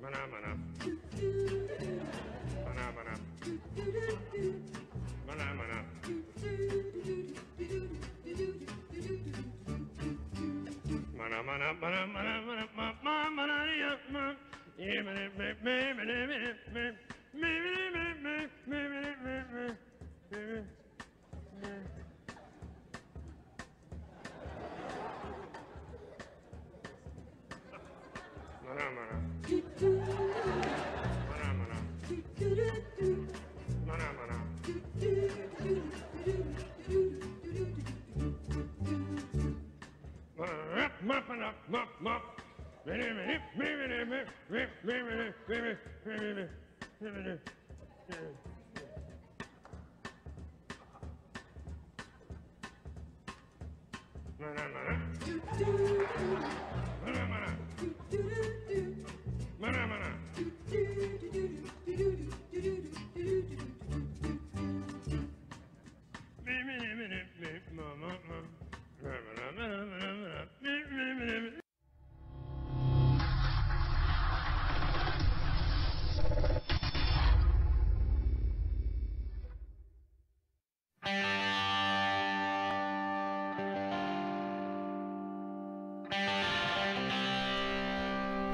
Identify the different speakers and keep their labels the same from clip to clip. Speaker 1: Manamana. Manamana. Manamana. Manamana. Manamana. Manamana. Manamana. Manamana. Yeah, man, man, man, man, man, man, man, man, man, man, man, man, man, man, man, man. Manamana. Manamana. Manamana.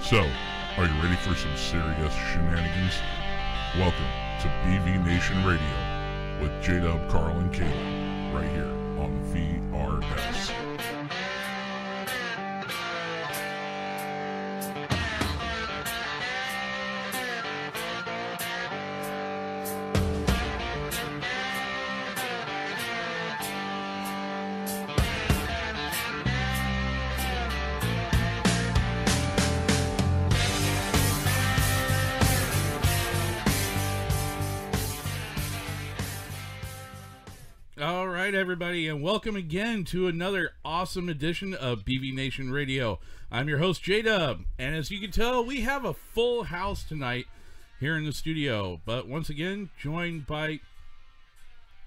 Speaker 2: So, are you ready for some serious shenanigans? Welcome to BV Nation Radio with J Dub, Carl, and Caleb, right here on VRS.
Speaker 3: All right, everybody, and welcome again to another awesome edition of BV Nation Radio. I'm your host, J Dub, and as you can tell, we have a full house tonight here in the studio, but once again, joined by.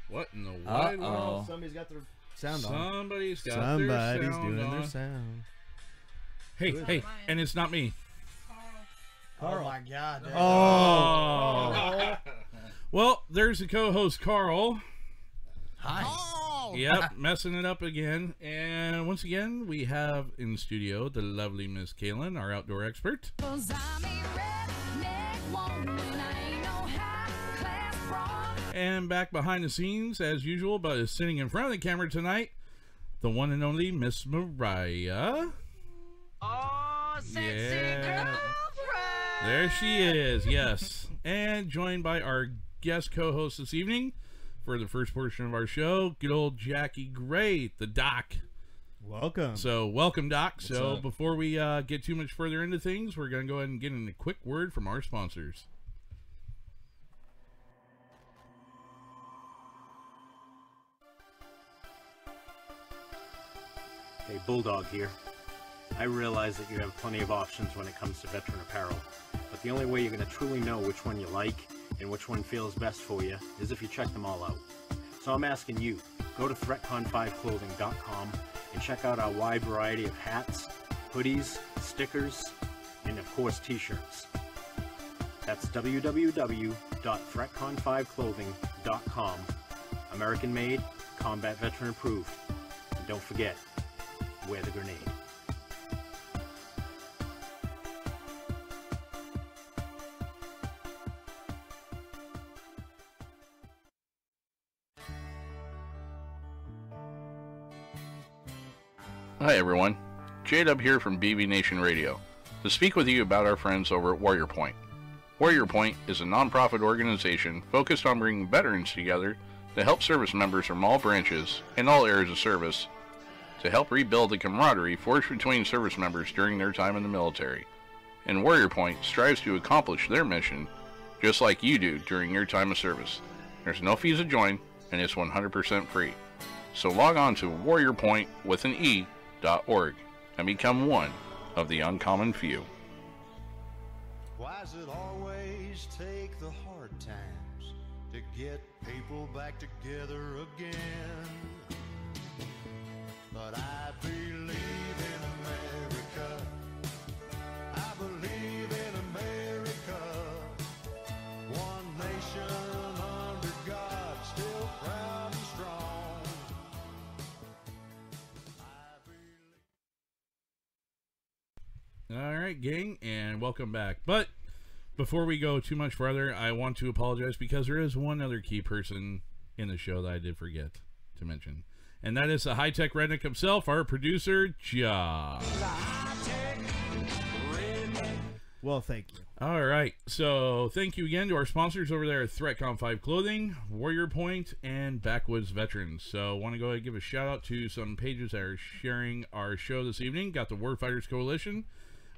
Speaker 3: What in the wide world?
Speaker 4: Oh.
Speaker 5: Somebody's got their sound on.
Speaker 3: Somebody's got their
Speaker 5: Somebody's
Speaker 3: sound
Speaker 5: doing
Speaker 3: on.
Speaker 5: their sound.
Speaker 3: Hey, hey, and it's not me.
Speaker 4: Oh my god. dude.
Speaker 3: Oh. well, there's the co-host Carl.
Speaker 4: Hi.
Speaker 6: Oh.
Speaker 3: Yep, messing it up again. And once again, we have in studio the lovely Miss Kaylin, our outdoor expert.
Speaker 7: Cause I'm a redneck woman, I ain't no high class broad.
Speaker 3: And back behind the scenes, as usual, but is sitting in front of the camera tonight, the one and only Miss Mariah.
Speaker 7: Oh, sexy
Speaker 3: Yeah.
Speaker 7: girlfriend.
Speaker 3: There she is, yes. And joined by our guest co host this evening for the first portion of our show, good old Jackie Gray, the doc.
Speaker 5: Welcome.
Speaker 3: So, welcome, Doc. so,
Speaker 4: up?
Speaker 3: before we uh, get too much further into things, we're going to go ahead and get in a quick word from our sponsors.
Speaker 8: Hey, Bulldog here. I realize that you have plenty of options when it comes to veteran apparel, but the only way you're going to truly know which one you like and which one feels best for you is if you check them all out. So I'm asking you, go to threatcon5clothing.com and check out our wide variety of hats, hoodies, stickers, and of course t-shirts. That's www.threatcon5clothing.com. American made, combat veteran approved. And don't forget, wear the grenade.
Speaker 2: Hi everyone, J Dub here from BB Nation Radio to speak with you about our friends over at Warrior Point. Warrior Point is a nonprofit organization focused on bringing veterans together to help service members from all branches and all areas of service to help rebuild the camaraderie forged between service members during their time in the military. And Warrior Point strives to accomplish their mission just like you do during your time of service. There's no fees to join and it's 100% free. So log on to warriorpoint with an e dot org and become one of the uncommon few.
Speaker 9: Why's it always take the hard times to get people back together again? But I believe in America. I believe in America.
Speaker 3: All right, gang, and welcome back. But before we go too much further, I want to apologize because there is one other key person in the show that I did forget to mention, and that is the high tech redneck himself, our producer, Josh.
Speaker 5: Well, thank you.
Speaker 3: All right. So thank you again to our sponsors over there at ThreatCon 5 Clothing, Warrior Point, and Backwoods Veterans. So want to go ahead and give a shout out to some pages that are sharing our show this evening. Got the Warfighters Coalition,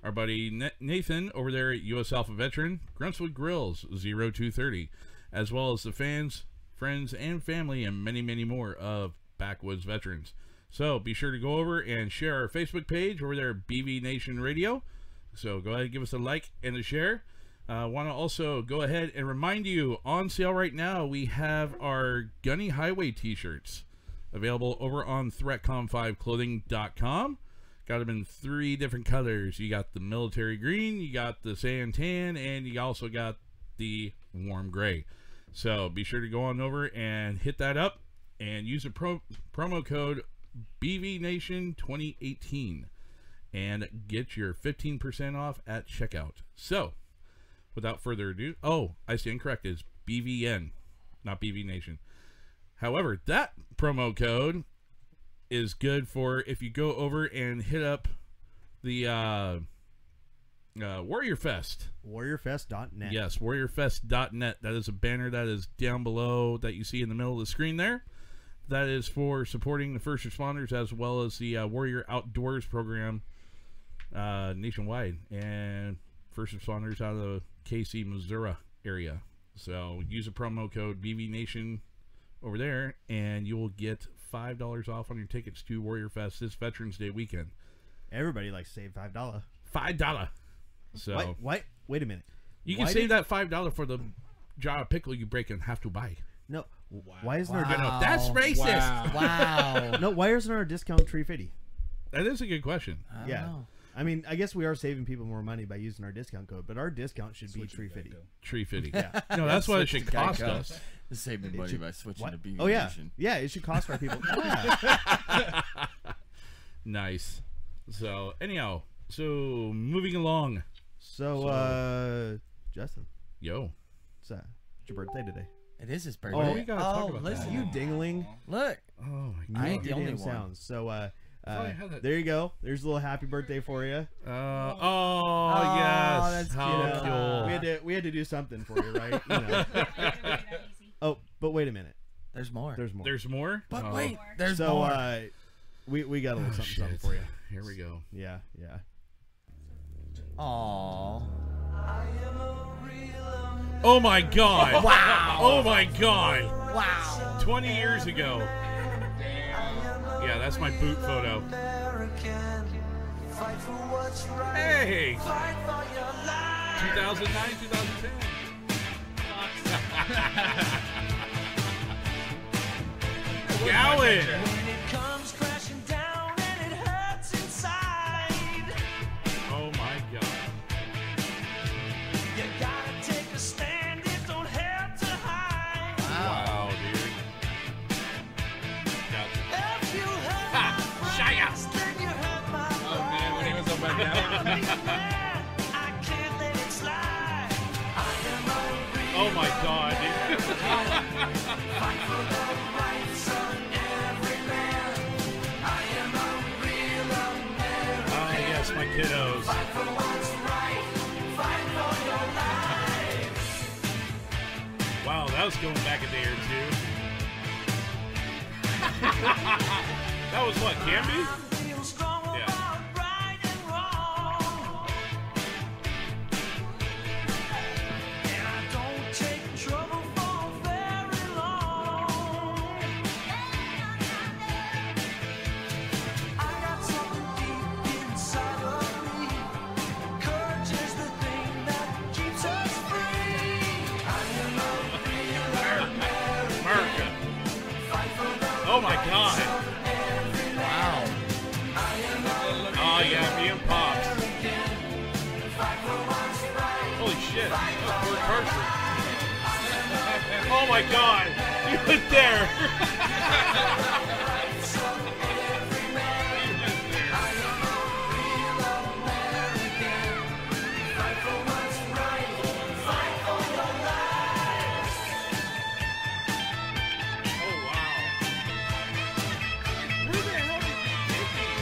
Speaker 3: our buddy Na- Nathan over there at US Alpha Veteran, Gruntswood Grills 0230, as well as the fans, friends, and family, and many, many more of Backwoods Veterans. So be sure to go over and share our Facebook page over there at BV Nation Radio. So go ahead and give us a like and a share. uh, want to also go ahead and remind you on sale right now, we have our Gunny Highway t shirts available over on threatcom5clothing.com. Got them in three different colors you got the military green, you got the sand tan, and you also got the warm gray. So be sure to go on over and hit that up and use the pro- promo code BVNation2018 and get your 15% off at checkout. So, without further ado, oh, I stand corrected. It's BVN, not BV Nation. However, that promo code is good for if you go over and hit up the uh, uh, Warrior Fest.
Speaker 5: Warriorfest.net.
Speaker 3: Yes, warriorfest.net. That is a banner that is down below that you see in the middle of the screen there. That is for supporting the first responders as well as the uh, Warrior Outdoors program uh, nationwide and first responders out of the KC, Missouri area. So use the promo code BVNation over there and you will get $5 off on your tickets to Warrior Fest this Veterans Day weekend.
Speaker 5: Everybody likes to save five dollar.
Speaker 3: $5. So
Speaker 5: What? What? Wait a minute.
Speaker 3: you can
Speaker 5: Why
Speaker 3: save
Speaker 5: did-
Speaker 3: that five dollar for the jar of pickle you break and have to buy.
Speaker 5: No. Why isn't
Speaker 3: I
Speaker 5: there?
Speaker 3: know that's racist.
Speaker 4: Wow.
Speaker 5: No. Why isn't there a discount tree fifty?
Speaker 3: That is a good question.
Speaker 4: I
Speaker 5: Yeah.
Speaker 4: don't know.
Speaker 5: I mean, I guess we are saving people more money by using our discount code, but our discount should be tree fifty.
Speaker 3: Tree fitting. No, that's what it should cost us.
Speaker 6: Just saving money by switching to BB
Speaker 5: Oh yeah,
Speaker 6: Nation.
Speaker 5: yeah. It should cost our people. Yeah.
Speaker 3: Nice. So anyhow, so moving along.
Speaker 5: So, uh, Justin,
Speaker 3: Yo.
Speaker 5: it's, uh, it's your birthday today.
Speaker 4: It is his birthday.
Speaker 5: Oh,
Speaker 3: we gotta talk
Speaker 4: Oh,
Speaker 3: about
Speaker 4: listen.
Speaker 3: that.
Speaker 5: You dingling.
Speaker 4: Look.
Speaker 3: Oh my
Speaker 6: I ain't
Speaker 5: Your
Speaker 6: the only
Speaker 5: damn
Speaker 6: one.
Speaker 5: sounds. So, uh,
Speaker 3: I
Speaker 5: uh,
Speaker 3: had it.
Speaker 5: there you go. There's a little happy birthday for you.
Speaker 3: Uh, oh, yes.
Speaker 4: that's
Speaker 3: How
Speaker 4: cute.
Speaker 3: cool.
Speaker 5: Uh, We had to we had to do something for you, right? You know. Oh, but wait a minute.
Speaker 4: There's more.
Speaker 5: There's more.
Speaker 3: There's more?
Speaker 4: but
Speaker 3: Oh,
Speaker 4: wait, there's
Speaker 5: so,
Speaker 4: more.
Speaker 5: uh, we we got a little something, something
Speaker 3: shit.
Speaker 5: for you.
Speaker 3: Here we go.
Speaker 5: Yeah, yeah.
Speaker 4: Aw.
Speaker 3: Oh my god. Wow. Oh my god.
Speaker 4: Wow.
Speaker 3: 20 years ago. Yeah, that's my boot photo. Hey. 2009, 2010. Gowan. Oh my god. Wow, dude. Gotcha. Oh my god, dude. Oh yes, my kiddos. Wow, that was going back a day or two. that was what, Canby? Yeah. America. Oh my god. Wow. Oh yeah, me and Pops. Holy shit. That was Bert Carson. Oh my god. You went there. You went there.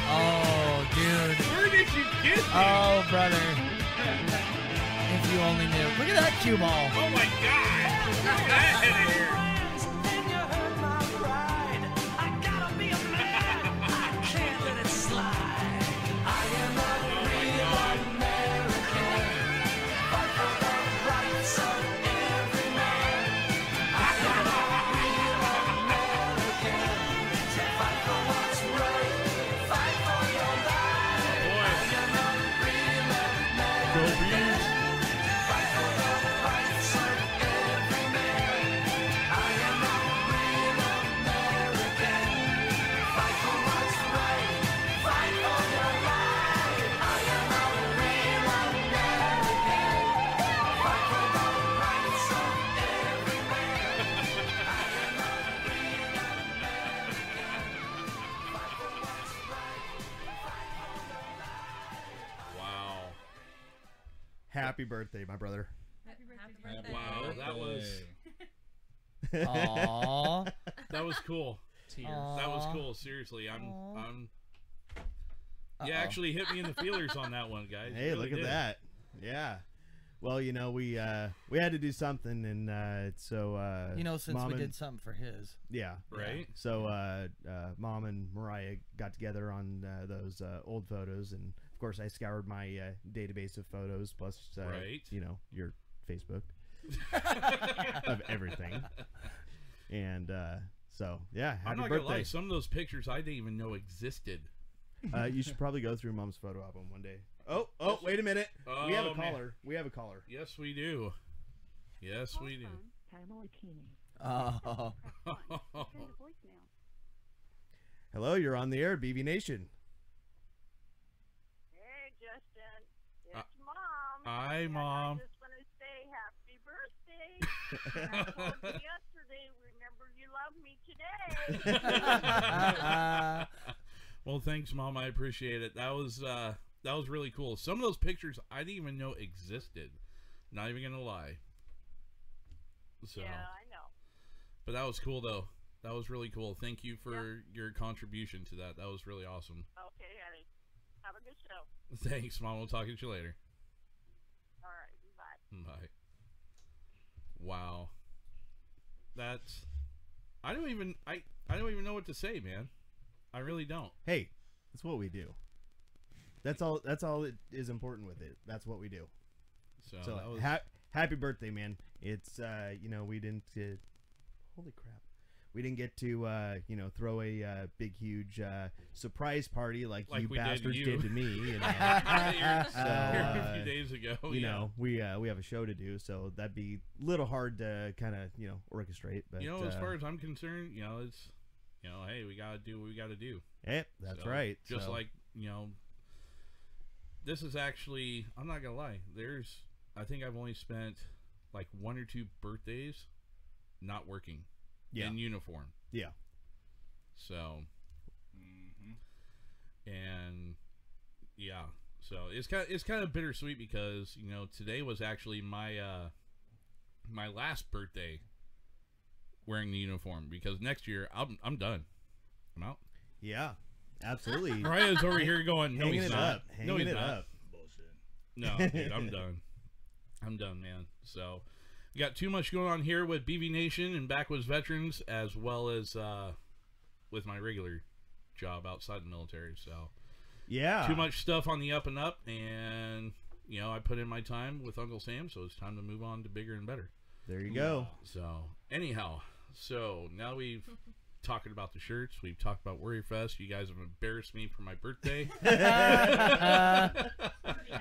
Speaker 6: oh,
Speaker 3: Disney.
Speaker 4: Oh, brother. If you only knew. Look at that cue ball.
Speaker 3: Oh my god! Look at that head here. Wow.
Speaker 5: Happy birthday, my brother.
Speaker 3: Wow, that was
Speaker 4: Aww.
Speaker 3: that was cool. Tears. That was
Speaker 4: Aw.
Speaker 3: cool. Seriously, I'm
Speaker 4: Aw.
Speaker 3: I'm Yeah,
Speaker 4: Uh-oh.
Speaker 3: actually hit me in the feelers on that one, guys.
Speaker 5: Hey,
Speaker 3: Really
Speaker 5: look at
Speaker 3: did.
Speaker 5: that. Yeah. Well, you know, we uh we had to do something and uh so uh
Speaker 4: You know, since
Speaker 5: Mom
Speaker 4: we
Speaker 5: and-
Speaker 4: did something for his.
Speaker 5: Yeah.
Speaker 3: Right?
Speaker 5: So uh, uh, mom and Mariah got together on uh, those uh, old photos, and of course I scoured my uh, database of photos, plus uh,
Speaker 3: Right.
Speaker 5: you know your Facebook of everything, and uh, so yeah,
Speaker 3: I'm
Speaker 5: happy
Speaker 3: not gonna lie,
Speaker 5: birthday!
Speaker 3: some of those pictures I didn't even know existed.
Speaker 5: Uh, you should probably go through mom's photo album one day. Oh, oh, wait a minute, we have a
Speaker 3: Oh, man.
Speaker 5: caller. We have a caller.
Speaker 3: Yes we do. Yes we do.
Speaker 4: Oh.
Speaker 5: Hello, you're on the air, BB Nation.
Speaker 10: Hey, Justin. It's
Speaker 3: Uh,
Speaker 10: Mom.
Speaker 3: Hi
Speaker 10: and
Speaker 3: mom.
Speaker 10: I just want to say happy birthday. I told you yesterday, remember you love me today.
Speaker 3: well, thanks, Mom. I appreciate it. That was uh, that was really cool. Some of those pictures I didn't even know existed. Not even gonna lie. So,
Speaker 10: Yeah, I know.
Speaker 3: but that was cool though. That was really cool. Thank you for your contribution to that. That was really awesome.
Speaker 10: Okay, honey. Have a good show.
Speaker 3: Thanks, Mom. We'll talk to you later.
Speaker 10: All right, bye.
Speaker 3: Bye. Wow. That's. I don't even. I. I don't even know what to say, man. I really don't.
Speaker 5: Hey, that's what we do. That's all. That's all that is important with it. That's what we do.
Speaker 3: So,
Speaker 5: So
Speaker 3: that was,
Speaker 5: ha- happy birthday, man! It's uh, you know we didn't. Uh, holy crap, we didn't get to uh, you know throw a uh, big huge uh, surprise party like,
Speaker 3: Like
Speaker 5: you
Speaker 3: we did
Speaker 5: bastards
Speaker 3: you.
Speaker 5: did, to me. And, uh,
Speaker 3: Yeah,
Speaker 5: So,
Speaker 3: a
Speaker 5: uh,
Speaker 3: few days ago.
Speaker 5: you
Speaker 3: yeah.
Speaker 5: know we uh, we have a show to do, so that'd be a little hard to kind of you know orchestrate. But
Speaker 3: you know, as
Speaker 5: uh,
Speaker 3: far as I'm concerned, you know, it's, you know, hey, we gotta do what we gotta do.
Speaker 5: yep, that's
Speaker 3: So,
Speaker 5: right.
Speaker 3: Just
Speaker 5: So,
Speaker 3: like you know, this is actually, I'm not gonna lie. There's, I think I've only spent like one or two birthdays not working
Speaker 5: yeah,
Speaker 3: in uniform.
Speaker 5: Yeah.
Speaker 3: So, and yeah, so it's kind of, it's kind of bittersweet because you know today was actually my uh my last birthday wearing the uniform because next year I'm I'm done. I'm out.
Speaker 5: yeah, absolutely.
Speaker 3: Brian's over here going, no,
Speaker 5: Hanging
Speaker 3: he's
Speaker 5: it
Speaker 3: not.
Speaker 5: up,
Speaker 3: no,
Speaker 5: hanging
Speaker 3: he's
Speaker 5: it
Speaker 3: not.
Speaker 5: up.
Speaker 3: No, dude, I'm done. I'm done, man. So, we got too much going on here with BB Nation and Backwoods Veterans, as well as uh, with my regular job outside the military. So,
Speaker 5: Yeah,
Speaker 3: too much stuff on the up and up, and you know, I put in my time with Uncle Sam, so it's time to move on to bigger and better.
Speaker 5: There you go.
Speaker 3: So, anyhow, so now we've talking about the shirts, we've talked about Warrior Fest. You guys have embarrassed me for my birthday.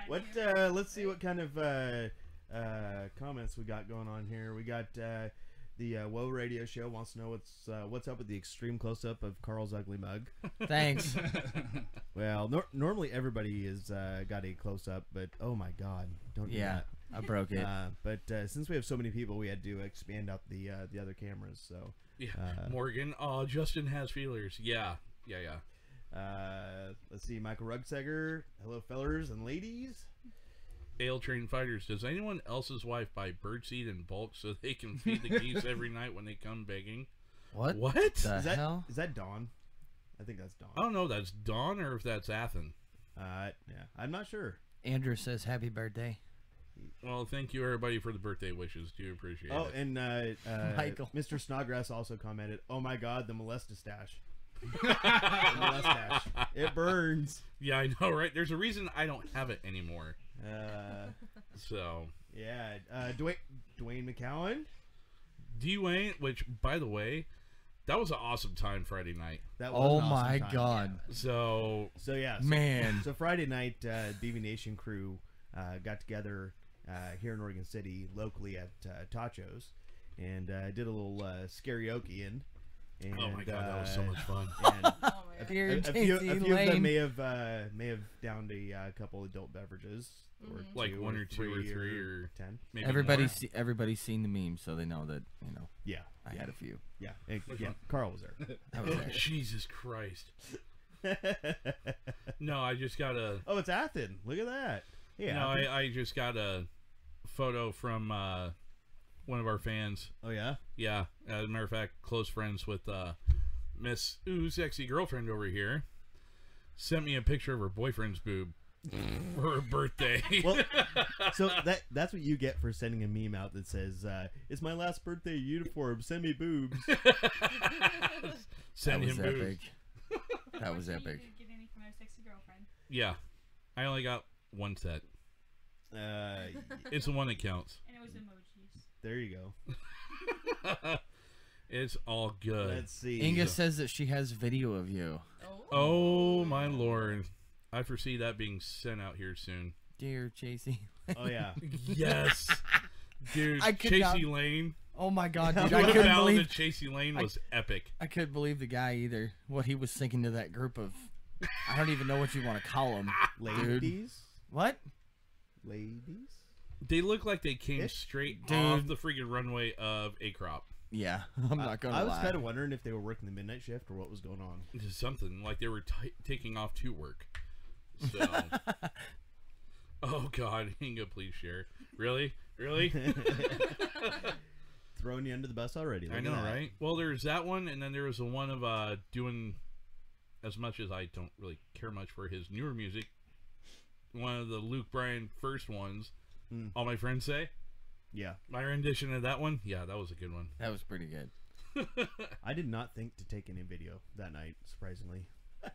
Speaker 5: What? Uh, let's see what kind of uh, uh, comments we got going on here. We got uh, the uh, Woe Radio Show wants to know what's uh, what's up with the extreme close up of Carl's ugly mug.
Speaker 4: Thanks.
Speaker 5: Well, nor- normally everybody is uh, got a close up, but oh my god, don't do
Speaker 4: Yeah, I broke it.
Speaker 5: that. Uh, but uh, since we have so many people, we had to expand out the uh, the other cameras. So
Speaker 3: Yeah,
Speaker 5: Uh,
Speaker 3: Morgan. Oh, Justin has feelers. Yeah, yeah, yeah.
Speaker 5: uh, let's see, Michael Rugsegger. Hello, fellers and ladies.
Speaker 3: Ale train fighters. Does anyone else's wife buy birdseed in bulk so they can feed the geese every night when they come begging?
Speaker 4: What?
Speaker 3: What?
Speaker 4: the
Speaker 5: Is that is
Speaker 4: hell?
Speaker 5: that Dawn? I think that's Dawn.
Speaker 3: Oh, I don't know. If that's Dawn or if that's Athen.
Speaker 5: Uh, yeah, I'm not sure.
Speaker 11: Andrew says happy birthday.
Speaker 3: Well, thank you everybody for the birthday wishes. Do appreciate
Speaker 5: Oh,
Speaker 3: it.
Speaker 5: and uh, uh,
Speaker 11: Michael.
Speaker 5: Mr. Snodgrass also commented, "Oh my God, the molesta stash." mustache. It burns.
Speaker 3: Yeah, I know, right? There's a reason I don't have it anymore.
Speaker 5: Uh,
Speaker 3: so
Speaker 5: yeah, uh, Dwayne Dwayne McCowan.
Speaker 3: Dwayne, which by the way, that was an awesome time Friday night.
Speaker 5: That was an Oh awesome my time.
Speaker 6: God.
Speaker 3: So
Speaker 5: So yeah, so,
Speaker 6: Man.
Speaker 5: So Friday night, uh, BB Nation crew uh, got together uh, here in Oregon City, locally at uh, Tacho's, and uh, did a little uh, karaoke in. And,
Speaker 3: Oh my God, that was so
Speaker 5: uh,
Speaker 3: much fun.
Speaker 5: and
Speaker 11: Oh my
Speaker 5: a-
Speaker 11: God.
Speaker 5: a-
Speaker 11: Dear
Speaker 5: a, few, a
Speaker 11: Daisy
Speaker 5: few of them
Speaker 11: Lane.
Speaker 5: may have uh, may have downed a uh, couple adult beverages, or
Speaker 3: Like
Speaker 5: two
Speaker 3: one or two or three or
Speaker 5: ten.
Speaker 3: maybe
Speaker 6: everybody's se- everybody's seen the meme, so they know that you know.
Speaker 5: Yeah,
Speaker 6: I
Speaker 5: yeah.
Speaker 6: had a few.
Speaker 5: Yeah, it- yeah. Carl was there. Oh,
Speaker 6: I was there.
Speaker 3: Jesus Christ. no, I just got a
Speaker 5: Oh, it's Athen. Look at that. Yeah.
Speaker 3: No,
Speaker 5: Athen.
Speaker 3: I, I just got a photo from uh, one of our fans.
Speaker 5: Oh yeah.
Speaker 3: Yeah. As a matter of fact, close friends with uh, Miss Ooh Sexy Girlfriend over here sent me a picture of her boyfriend's boob for her birthday.
Speaker 5: well, so that that's what you get for sending a meme out that says, uh, "It's my last birthday uniform. Send me boobs."
Speaker 3: Send
Speaker 6: that
Speaker 3: him
Speaker 6: was
Speaker 3: boobs.
Speaker 6: epic. that was epic.
Speaker 12: Get any from our sexy girlfriend.
Speaker 3: Yeah. I only got one set.
Speaker 5: Uh,
Speaker 3: it's the one that counts.
Speaker 12: And it was emojis.
Speaker 5: There you go.
Speaker 3: it's all good.
Speaker 5: Let's see.
Speaker 6: Inga says that she has video of you.
Speaker 3: Oh my lord. I foresee that being sent out here soon.
Speaker 6: Dear Chasey.
Speaker 5: Oh yeah.
Speaker 3: Yes. Dude,
Speaker 6: I could
Speaker 3: Chasey
Speaker 6: not-
Speaker 3: Lane.
Speaker 6: Oh my god, dude,
Speaker 3: The
Speaker 6: I couldn't
Speaker 3: ballad
Speaker 6: believe
Speaker 3: of Chasey Lane was epic.
Speaker 6: I couldn't believe the guy either. What he was thinking to that group of, I don't even know what you want to call them,
Speaker 5: Ladies?
Speaker 6: What?
Speaker 5: Ladies?
Speaker 3: They look like they came straight
Speaker 6: Dude.
Speaker 3: off the freaking runway of A Crop.
Speaker 6: Yeah, I'm not gonna
Speaker 5: I was
Speaker 6: lie.
Speaker 5: kind of wondering if they were working the midnight shift or what was going on.
Speaker 3: Something like they were t- taking off to work. So, oh god, Inga, please share. Really, really.
Speaker 5: Throwing you under the bus already.
Speaker 3: I
Speaker 5: look at
Speaker 3: know,
Speaker 5: that.
Speaker 3: right? Well, there's that one, and then there was the one of uh doing, as much as I don't really care much for his newer music, one of the Luke Bryan first ones.
Speaker 5: Hmm.
Speaker 3: All my friends say.
Speaker 5: Yeah.
Speaker 3: My rendition of that one, yeah, that was a good one.
Speaker 6: That was pretty good.
Speaker 5: I did not think to take any video that night, surprisingly.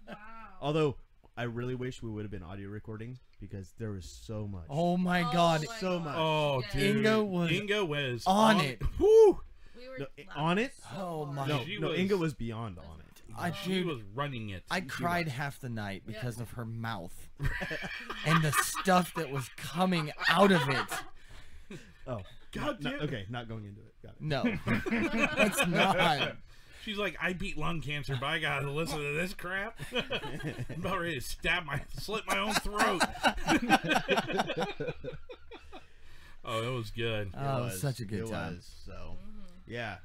Speaker 5: Although I really wish we would have been audio recording because there was so much.
Speaker 6: Oh my Oh God. my
Speaker 5: so
Speaker 6: gosh,
Speaker 5: much.
Speaker 3: Oh, dude.
Speaker 6: Ingo was
Speaker 3: Ingo was
Speaker 6: on it.
Speaker 3: Woo!
Speaker 5: No, on it?
Speaker 6: Oh my!
Speaker 5: No, no Inga was beyond on it.
Speaker 6: I
Speaker 3: she
Speaker 6: dude,
Speaker 3: was running it.
Speaker 6: I
Speaker 3: She
Speaker 6: cried
Speaker 3: was-
Speaker 6: half the night because of her mouth and the stuff that was coming out of it.
Speaker 5: Oh,
Speaker 3: God
Speaker 5: no-
Speaker 3: damn it.
Speaker 5: Okay, not going into it. Got it.
Speaker 6: No. That's not.
Speaker 3: She's like, I beat lung cancer, but I gotta listen to this crap. I'm about ready to stab my, slit my own throat. oh, it was good.
Speaker 6: Oh, it was such a good
Speaker 5: it
Speaker 6: time.
Speaker 5: Was, so, yeah.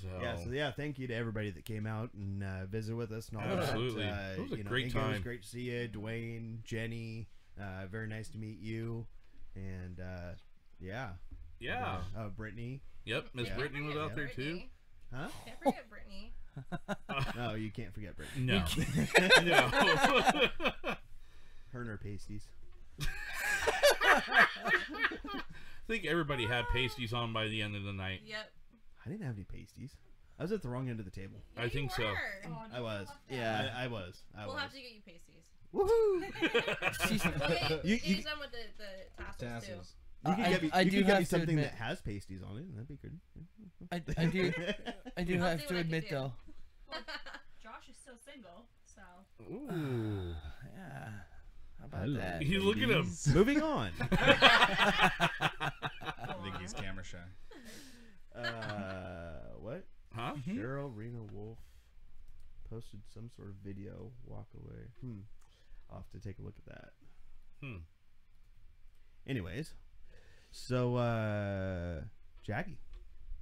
Speaker 3: So,
Speaker 5: Yeah, so yeah, thank you to everybody that came out and uh, visited with us and all that.
Speaker 3: Absolutely.
Speaker 5: Uh,
Speaker 3: It was a
Speaker 5: you know,
Speaker 3: great
Speaker 5: Inga, It was
Speaker 3: time.
Speaker 5: great to see you, Dwayne, Jenny. Uh, very nice to meet you, and uh, yeah,
Speaker 3: Yeah.
Speaker 5: Uh, uh, Brittany.
Speaker 3: Yep, Miss
Speaker 5: Yeah.
Speaker 3: Brittany was out there too.
Speaker 5: Huh?
Speaker 13: Can't forget Brittany.
Speaker 5: no, you can't forget Brittany.
Speaker 3: No. No.
Speaker 5: Her and her pasties.
Speaker 3: I think everybody had pasties on by the end of the night.
Speaker 13: Yep.
Speaker 5: I didn't have any pasties. I was at the wrong end of the table.
Speaker 3: I you think so. were.
Speaker 5: I was.
Speaker 6: Yeah.
Speaker 5: I, I was. I
Speaker 13: we'll
Speaker 5: was.
Speaker 13: have to get you pasties.
Speaker 5: Woohoo!
Speaker 13: Well,
Speaker 5: you,
Speaker 13: you,
Speaker 5: you,
Speaker 13: you done with the, the tassels, too.
Speaker 5: you could
Speaker 6: I-
Speaker 5: get me,
Speaker 6: I
Speaker 5: you
Speaker 6: do
Speaker 5: could get
Speaker 6: have
Speaker 5: me
Speaker 6: to
Speaker 5: something
Speaker 6: admit-
Speaker 5: that has pasties on it, and that'd be good.
Speaker 6: I, I do. I do
Speaker 12: I'll
Speaker 6: have
Speaker 12: see
Speaker 6: to
Speaker 12: what I can
Speaker 6: admit
Speaker 12: do.
Speaker 6: though.
Speaker 12: Well, Josh is still single, so.
Speaker 3: Ooh.
Speaker 6: Ah, Yeah. How about
Speaker 5: Hello,
Speaker 6: that?
Speaker 5: You look at him.
Speaker 6: ladies?
Speaker 5: Moving on.
Speaker 6: I
Speaker 13: think he's camera
Speaker 6: shy.
Speaker 5: Uh, what?
Speaker 3: Huh?
Speaker 14: Mm-hmm.
Speaker 5: Cheryl Rena Wolf posted some sort of video. Walk away. Hmm. I'll have to take a look at that.
Speaker 3: Hmm.
Speaker 5: Anyways, so uh, Jackie,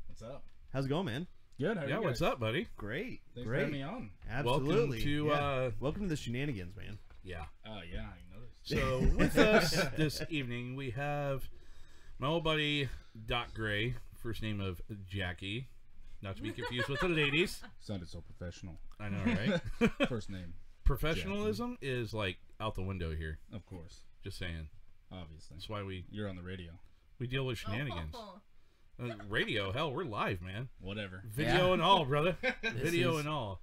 Speaker 14: What's up?
Speaker 5: how's it going, man?
Speaker 14: Good. how are
Speaker 3: Yeah,
Speaker 14: you
Speaker 3: what's
Speaker 14: guys?
Speaker 3: up, buddy?
Speaker 5: Great.
Speaker 14: Thanks for
Speaker 5: Great.
Speaker 14: having me on.
Speaker 5: Absolutely.
Speaker 3: Welcome to,
Speaker 5: yeah.
Speaker 3: uh,
Speaker 5: welcome to the shenanigans, man.
Speaker 3: Yeah.
Speaker 14: Oh yeah, I noticed.
Speaker 3: So with us this evening we have my old buddy Doc Gray, first name of Jackie, not to be confused with the ladies.
Speaker 14: sounded so professional.
Speaker 3: I know, right?
Speaker 14: First name.
Speaker 3: Professionalism is like out the window here.
Speaker 14: Of course.
Speaker 3: Just saying.
Speaker 14: Obviously.
Speaker 3: That's why we.
Speaker 14: You're on the radio.
Speaker 3: We deal with shenanigans. Uh, radio, hell, we're live, man.
Speaker 14: Whatever.
Speaker 3: Video
Speaker 14: Yeah.
Speaker 3: and all, brother.
Speaker 14: This
Speaker 3: Video
Speaker 14: is-
Speaker 3: and all.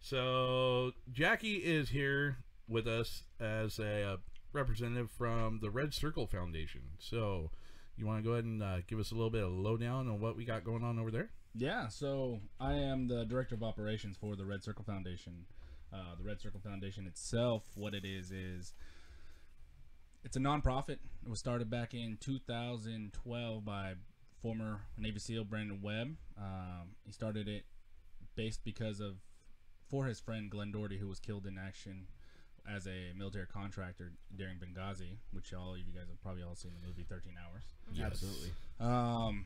Speaker 3: So Jackie is here with us as a uh, representative from the Red Circle Foundation. So you want to go ahead and uh, give us a little bit of lowdown on what we got going on over there?
Speaker 14: Yeah, so I am the director of operations for the Red Circle Foundation. Uh, the Red Circle Foundation itself, what it is, is it's a nonprofit. It was started back in 2012 by former Navy SEAL Brandon Webb. Um, he started it based because of for his friend Glenn Doherty, who was killed in action as a military contractor during Benghazi, which all of you guys have probably all seen the movie 13 Hours.
Speaker 5: Yes. Absolutely.
Speaker 14: Um,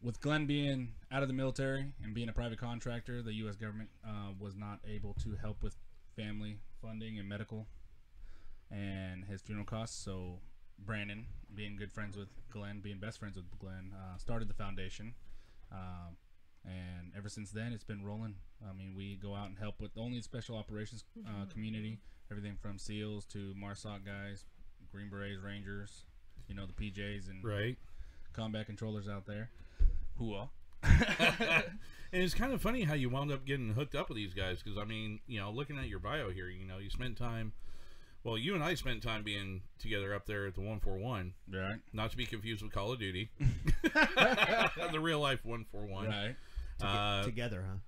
Speaker 14: with Glenn being out of the military and being a private contractor, the U.S. government uh, was not able to help with family funding and medical and his funeral costs. So Brandon, being good friends with Glenn, being best friends with Glenn, uh, started the foundation. Um, and ever since then, it's been rolling. I mean, we go out and help with only special operations uh, community, everything from SEALs to MARSOC guys, Green Berets, Rangers, you know, the PJs and
Speaker 3: Right.
Speaker 14: combat controllers out there. Who all?
Speaker 3: And it's kind of funny how you wound up getting hooked up with these guys because I mean, you know, looking at your bio here, you know, you spent time. Well, you and I spent time being together up there at the 141.
Speaker 14: Right.
Speaker 3: Not to be confused with Call of Duty. the real life 141.
Speaker 14: Right.
Speaker 5: Toge-
Speaker 3: Uh,
Speaker 5: together, huh?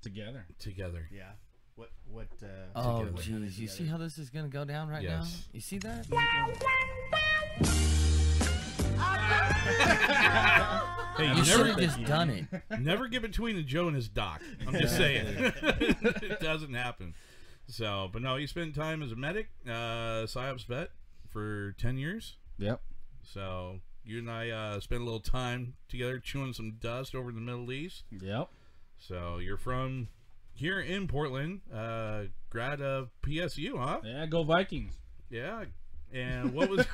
Speaker 14: Together.
Speaker 3: Together.
Speaker 5: Yeah. What? What? Uh,
Speaker 6: Oh,
Speaker 5: together, what kind of
Speaker 6: jeez. You see
Speaker 5: together?
Speaker 6: how this is going to go down right now?
Speaker 3: Yes.
Speaker 6: You see that?
Speaker 3: Hey,
Speaker 6: you should have just done it.
Speaker 3: Never get between a Joe and his doc. I'm just saying. it doesn't happen. So, but no, you spent time as a medic, uh, PSYOPs vet for 10 years.
Speaker 14: Yep.
Speaker 3: So, you and I uh, spent a little time together chewing some dust over in the Middle East.
Speaker 14: Yep.
Speaker 3: So, you're from here in Portland, uh, grad of PSU, huh?
Speaker 14: Yeah, go Vikings.
Speaker 3: Yeah. And what was.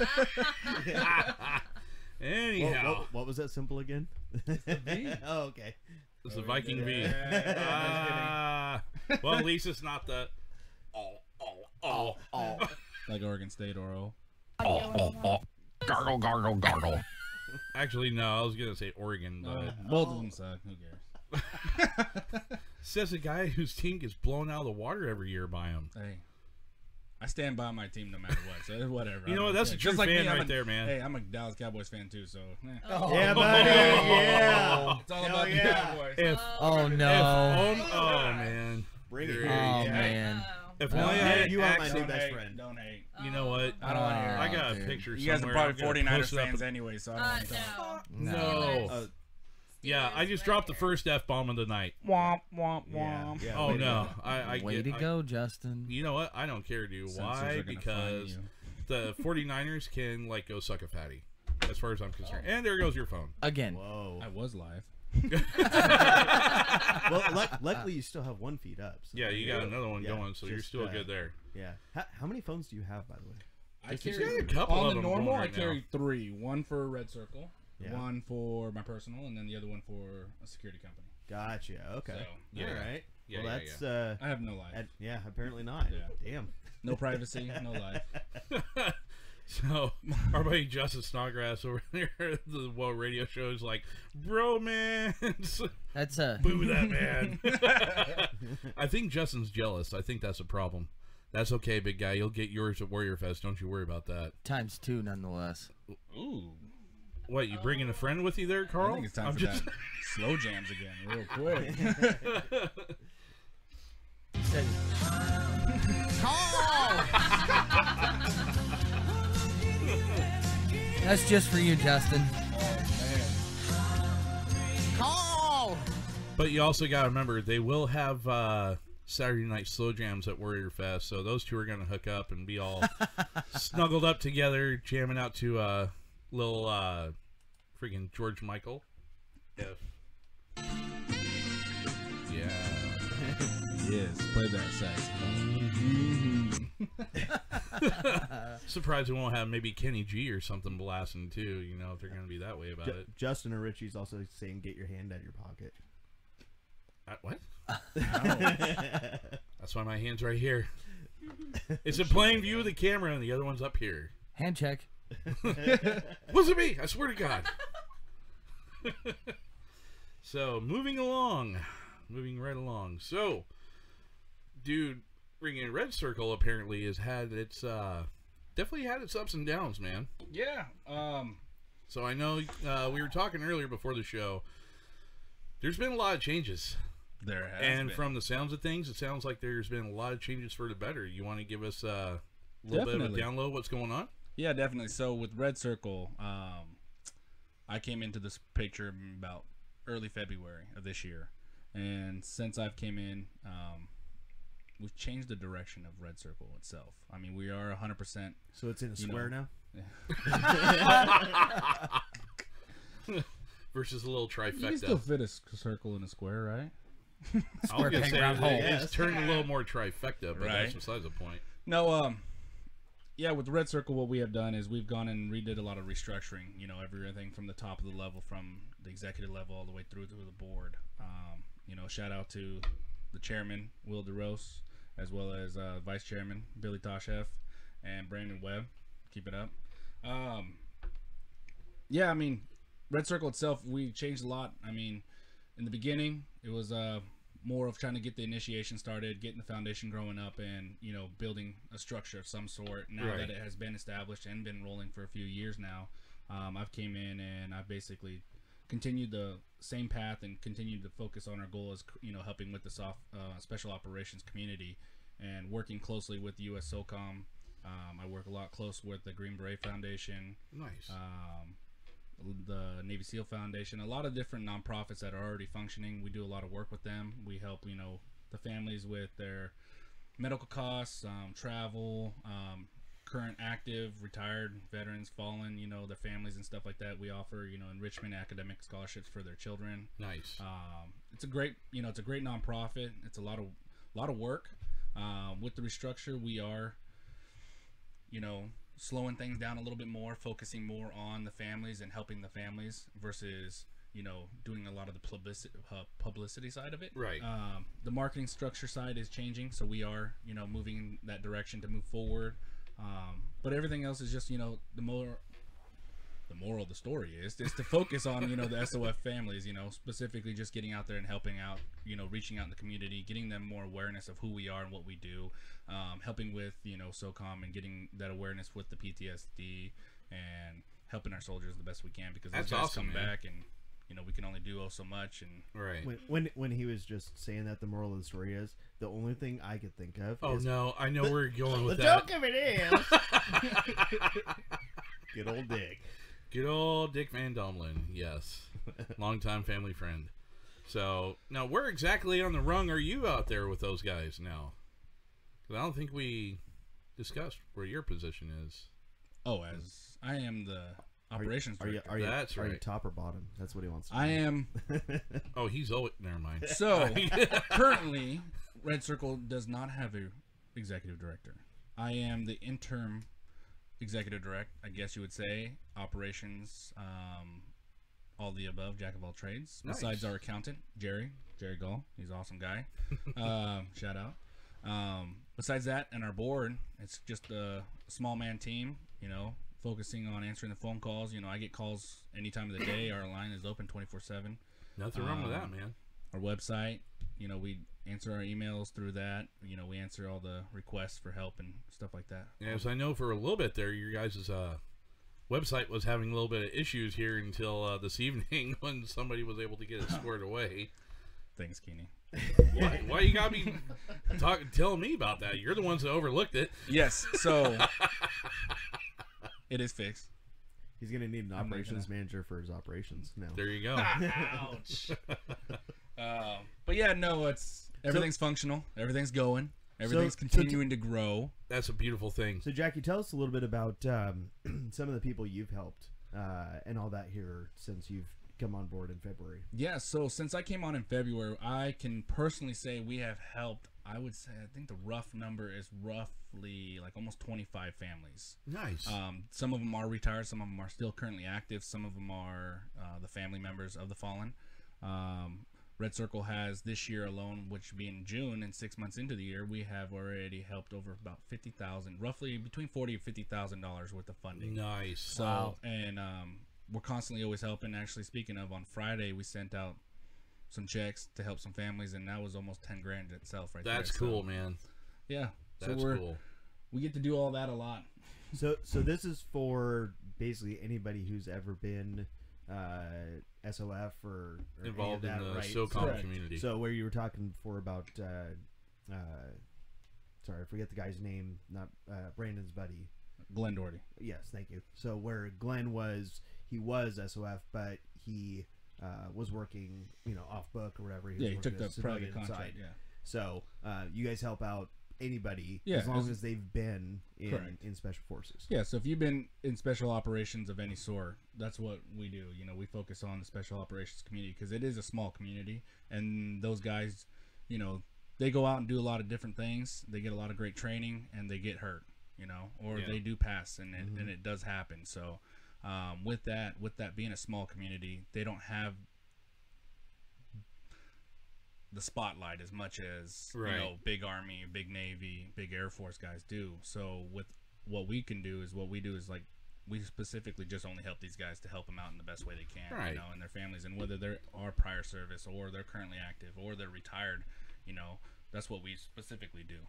Speaker 5: Whoa,
Speaker 3: Anyhow.
Speaker 5: whoa, what, was that symbol again? oh, okay.
Speaker 3: It's the Viking V.
Speaker 5: Yeah,
Speaker 3: Ah, well, at least it's not the. Oh, oh, oh, oh.
Speaker 14: Like Oregon State Oral.
Speaker 3: Oh, oh, oh. Gargle, gargle, gargle. Actually, no, I was going to say Oregon, but.
Speaker 14: Uh, both of them suck. Who cares?
Speaker 3: Says a guy whose team gets blown out of the water every year by him.
Speaker 14: Hey. I stand by my team no matter what, so whatever.
Speaker 3: You know
Speaker 14: I
Speaker 3: what?
Speaker 14: don't
Speaker 3: That's
Speaker 14: care.
Speaker 3: a true
Speaker 14: Just like
Speaker 3: fan
Speaker 14: me, I'm
Speaker 3: right
Speaker 14: a-
Speaker 3: there, man.
Speaker 14: Hey, I'm a Dallas Cowboys fan too, so. eh.
Speaker 5: Oh. Yeah, buddy, yeah.
Speaker 14: It's all
Speaker 5: Hell
Speaker 14: about the
Speaker 5: yeah.
Speaker 14: Cowboys.
Speaker 3: If,
Speaker 6: Oh,
Speaker 3: if-
Speaker 6: no.
Speaker 3: um, oh, man.
Speaker 5: Bring it
Speaker 3: There you
Speaker 5: on.
Speaker 6: Oh,
Speaker 3: go.
Speaker 6: man.
Speaker 3: If
Speaker 6: Oh.
Speaker 3: only I
Speaker 6: Yeah,
Speaker 3: had an
Speaker 5: you are my new
Speaker 3: accent-
Speaker 5: best
Speaker 14: Hey,
Speaker 5: friend. Oh,
Speaker 14: Don't hate.
Speaker 3: You know what?
Speaker 14: I don't wanna hear
Speaker 3: I
Speaker 14: it,
Speaker 3: got
Speaker 14: dude.
Speaker 3: a picture.
Speaker 14: You guys are
Speaker 3: somewhere. I'm
Speaker 14: probably
Speaker 3: gonna
Speaker 14: 49ers
Speaker 3: post it up
Speaker 14: fans
Speaker 3: in-
Speaker 14: anyway, so I don't
Speaker 13: Uh,
Speaker 14: want to talk.
Speaker 13: no.
Speaker 3: No.
Speaker 13: Steelers.
Speaker 3: yeah, I just dropped the first F bomb of the night.
Speaker 14: Womp womp
Speaker 5: Yeah,
Speaker 15: Um,
Speaker 14: womp.
Speaker 5: yeah.
Speaker 3: Oh
Speaker 5: way to
Speaker 3: no!
Speaker 5: go.
Speaker 3: I, I
Speaker 6: Way
Speaker 3: get,
Speaker 6: to
Speaker 3: I-
Speaker 6: go, Justin.
Speaker 3: you know what? I don't care, dude.
Speaker 14: Sensors are
Speaker 3: Why?
Speaker 14: gonna find
Speaker 3: Because
Speaker 14: you.
Speaker 3: the 49ers can like go suck a fatty, as far as I'm concerned. And there goes your phone.
Speaker 6: Again.
Speaker 5: Whoa.
Speaker 14: I was live.
Speaker 5: well, luck luckily you still have one feed up. so-
Speaker 3: Yeah, you got another one
Speaker 5: Yeah,
Speaker 3: going, so you're
Speaker 5: just,
Speaker 3: still
Speaker 5: uh,
Speaker 3: good there.
Speaker 5: Yeah. How, how many phones do you have, by the way?
Speaker 14: I
Speaker 5: Just in
Speaker 14: carry
Speaker 3: got a couple
Speaker 14: on
Speaker 3: of
Speaker 14: the
Speaker 3: them going
Speaker 14: normal.
Speaker 3: right
Speaker 14: I
Speaker 3: now.
Speaker 14: carry three: one for Red Circle,
Speaker 5: Yeah.
Speaker 14: one for my personal, and then the other one for a security company.
Speaker 5: Gotcha. Okay.
Speaker 14: So,
Speaker 3: yeah.
Speaker 5: All right.
Speaker 3: Yeah,
Speaker 5: well,
Speaker 3: yeah,
Speaker 5: that's. Uh,
Speaker 14: I have no life,
Speaker 5: ad- yeah, apparently not.
Speaker 14: Yeah.
Speaker 5: Damn.
Speaker 14: no privacy, no life.
Speaker 3: So our buddy Justin Snodgrass over there, at the well radio show is like, bromance,
Speaker 6: That's uh, a.
Speaker 3: boo that man. I think Justin's jealous. I think that's a problem. That's okay, big guy. You'll get yours at Warrior Fest. Don't you worry about that.
Speaker 6: Times two, nonetheless.
Speaker 14: Ooh,
Speaker 3: What you bringing a friend with you there, Carl?
Speaker 14: I think it's time
Speaker 3: I'm
Speaker 14: for
Speaker 3: just-
Speaker 14: that slow jams again, real quick.
Speaker 6: That's just for you, Justin.
Speaker 3: But you also got to remember they will have uh, Saturday night slow jams at Warrior Fest, so those two are going to hook up and be all snuggled up together, jamming out to uh, little uh, freaking George Michael. If yeah,
Speaker 14: yes, play that sax.
Speaker 3: surprised we won't have maybe Kenny G or something blasting too. You know if they're going to be that way about
Speaker 5: Ju-
Speaker 3: it.
Speaker 5: Justin or Richie's also saying, "Get your hand out of your pocket."
Speaker 3: I, what? That's why my hands right here. It's in plain view of the camera, and the other one's up here.
Speaker 6: Hand check.
Speaker 3: Wasn't me. I swear to God. so moving along, moving right along. So, dude, Ring and Red Circle apparently has had its uh, definitely had its ups and downs, man.
Speaker 14: Yeah. Um.
Speaker 3: So I know uh, we were talking earlier before the show. There's been a lot of changes.
Speaker 14: There has
Speaker 3: and
Speaker 14: been.
Speaker 3: from the sounds of things, it sounds like there's been a lot of changes for the better. You want to give us uh, a little
Speaker 14: Definitely.
Speaker 3: bit of a download? What's going on?
Speaker 14: Yeah, definitely. So with Red Circle, um, I came into this picture about early February of this year, and since I've came in, um, we've changed the direction of Red Circle itself. I mean, we are 100%.
Speaker 5: So it's in a
Speaker 14: you know-
Speaker 5: square now?
Speaker 14: Yeah.
Speaker 3: Versus a little
Speaker 14: You can
Speaker 3: trifecta.
Speaker 14: still fit a s- circle in a square, right?
Speaker 3: I was gonna say it's, it's
Speaker 14: Yes.
Speaker 3: turned a little more trifecta, but
Speaker 14: Right.
Speaker 3: that's besides the point.
Speaker 14: No, um, yeah, with Red Circle, what we have done is we've gone and redid a lot of restructuring. You know, everything from the top of the level, from the executive level, all the way through to the board. Um, you know, shout out to the chairman Will DeRose, as well as uh, vice chairman Billy Toshev and Brandon Webb. Keep it up. Um, yeah, I mean, Red Circle itself, we changed a lot. I mean, in the beginning, it was uh, more of trying to get the initiation started, getting the foundation growing up, and you know, building a structure of some sort. Now
Speaker 3: Right.
Speaker 14: that it has been established and been rolling for a few years now, um, I've came in and I've basically continued the same path and continued to focus on our goal as you know, helping with the soft uh, special operations community and working closely with U.S. SOCOM. Um, I work a lot close with the Green Beret Foundation.
Speaker 3: Nice.
Speaker 14: Um, the Navy SEAL Foundation, a lot of different nonprofits that are already functioning. We do a lot of work with them. We help, you know, the families with their medical costs, um, travel, um, current active, retired veterans, fallen, you know, their families and stuff like that. We offer, you know, enrichment academic scholarships for their children.
Speaker 3: Nice.
Speaker 14: Um, it's a great, you know, it's a great nonprofit. It's a lot of, lot of work. Um, with the restructure, we are you know, slowing things down a little bit more, focusing more on the families and helping the families versus, you know, doing a lot of the publicity, uh, publicity side of it.
Speaker 3: Right.
Speaker 14: Um, the marketing structure side is changing, so we are, you know, moving in that direction to move forward. Um, but everything else is just, you know, the more the moral of the story is is to focus on you know the SOF families you know specifically just getting out there and helping out you know reaching out in the community getting them more awareness of who we are and what we do um, helping with you know SOCOM and getting that awareness with the PTSD and helping our soldiers the best we can because
Speaker 3: That's
Speaker 14: those guys
Speaker 3: awesome,
Speaker 14: come
Speaker 3: man.
Speaker 14: back and you know we can only do oh so much and
Speaker 3: right
Speaker 5: When, when when he was just saying that, the moral of the story is the only thing I could think of.
Speaker 3: Oh
Speaker 5: is-
Speaker 3: no, I know where you're going with
Speaker 5: the
Speaker 3: that.
Speaker 5: joke of it is. Good old Dick.
Speaker 3: Good old Dick Van Domlin, yes, longtime family friend. So now, where exactly on the rung are you out there with those guys now? 'Cause I don't think we discussed where your position is.
Speaker 14: oh as I am the
Speaker 5: Are you-
Speaker 14: operations
Speaker 5: Are you,
Speaker 14: director
Speaker 5: are you,
Speaker 3: That's
Speaker 5: are you
Speaker 3: right.
Speaker 5: top or bottom? That's what he wants. To
Speaker 14: I
Speaker 5: know.
Speaker 14: am
Speaker 3: Oh, he's always. Never mind.
Speaker 14: So currently, Red Circle does not have a executive director. I am the interim executive direct, I guess you would say, operations, um, all the above, jack of all trades. Besides
Speaker 3: Nice.
Speaker 14: our accountant, Jerry, Jerry Gall, he's an awesome guy. um, shout out. Um, besides that, and our board, it's just a small man team. You know, focusing on answering the phone calls. You know, I get calls any time of the day. Our line is open twenty four seven.
Speaker 3: Nothing wrong with that,
Speaker 14: Um,
Speaker 3: man.
Speaker 14: Our website, you know, we answer our emails through that. You know, we answer all the requests for help and stuff like that.
Speaker 3: As I know for a little bit there, your guys' uh, website was having a little bit of issues here until uh, this evening when somebody was able to get it squared away.
Speaker 14: Thanks, Keeney.
Speaker 3: Why, why you got me talking? Telling me about that? You're the ones that overlooked it.
Speaker 14: Yes. So it is fixed.
Speaker 5: He's gonna need an
Speaker 14: I'm not
Speaker 5: operations manager for his operations now.
Speaker 3: There you go.
Speaker 14: Ouch. um, but yeah, no, it's everything's functional. Everything's going. Everything's
Speaker 5: so to-
Speaker 14: continuing to grow.
Speaker 3: That's a beautiful thing.
Speaker 5: So Jackie, tell us a little bit about um, some of the people you've helped uh, and all that here since you've come on board in February.
Speaker 14: Yeah, so since I came on in February, I can personally say we have helped. I would say I think the rough number is roughly like almost 25 families.
Speaker 3: Nice.
Speaker 14: Um, some of them are retired, some of them are still currently active, some of them are uh, the family members of the fallen. Um, Red Circle has this year alone, which being June and six months into the year, we have already helped over about fifty thousand, roughly between forty and fifty thousand dollars worth of funding.
Speaker 3: Nice.
Speaker 14: So
Speaker 3: Wow.
Speaker 14: and um, we're constantly always helping. Actually, speaking of, on Friday we sent out some checks to help some families, and that was almost ten grand itself, right
Speaker 3: That's
Speaker 14: there.
Speaker 3: cool,
Speaker 14: so,
Speaker 3: man.
Speaker 14: Yeah,
Speaker 3: That's
Speaker 14: so we're,
Speaker 3: cool.
Speaker 14: We get to do all that a lot.
Speaker 5: So so this is for basically anybody who's ever been uh, SLF or, or any of
Speaker 3: Involved in
Speaker 5: that,
Speaker 3: the
Speaker 5: right?
Speaker 3: SOCOM
Speaker 5: Correct.
Speaker 3: community.
Speaker 5: So where you were talking before about, uh, uh, sorry, I forget the guy's name, not uh, Brandon's buddy,
Speaker 14: Glenn Doherty.
Speaker 5: Yes, thank you. So where Glenn was, he was SOF, but he uh, was working, you know, off book or whatever. was
Speaker 14: Yeah, he
Speaker 5: working
Speaker 14: took the
Speaker 5: a civilian
Speaker 14: private contract,
Speaker 5: side.
Speaker 14: yeah.
Speaker 5: So uh, you guys help out anybody
Speaker 14: Yeah,
Speaker 5: as long
Speaker 14: as-
Speaker 5: as, they've been in,
Speaker 14: Correct.
Speaker 5: in special forces.
Speaker 14: Yeah, so if you've been in special operations of any sort, that's what we do. You know, we focus on the special operations community because it is a small community, and those guys, you know, they go out and do a lot of different things. They get a lot of great training, and they get hurt, you know, or
Speaker 3: Yeah.
Speaker 14: they do pass, and it, and it does happen. So, um, with that, with that being a small community, they don't have the spotlight as much as you
Speaker 3: Right.
Speaker 14: know big army big navy big air force guys do so with what we can do is what we do is like we specifically just only help these guys to help them out in the best way they can
Speaker 3: Right.
Speaker 14: you know and their families and whether they are prior service or they're currently active or they're retired you know that's what we specifically do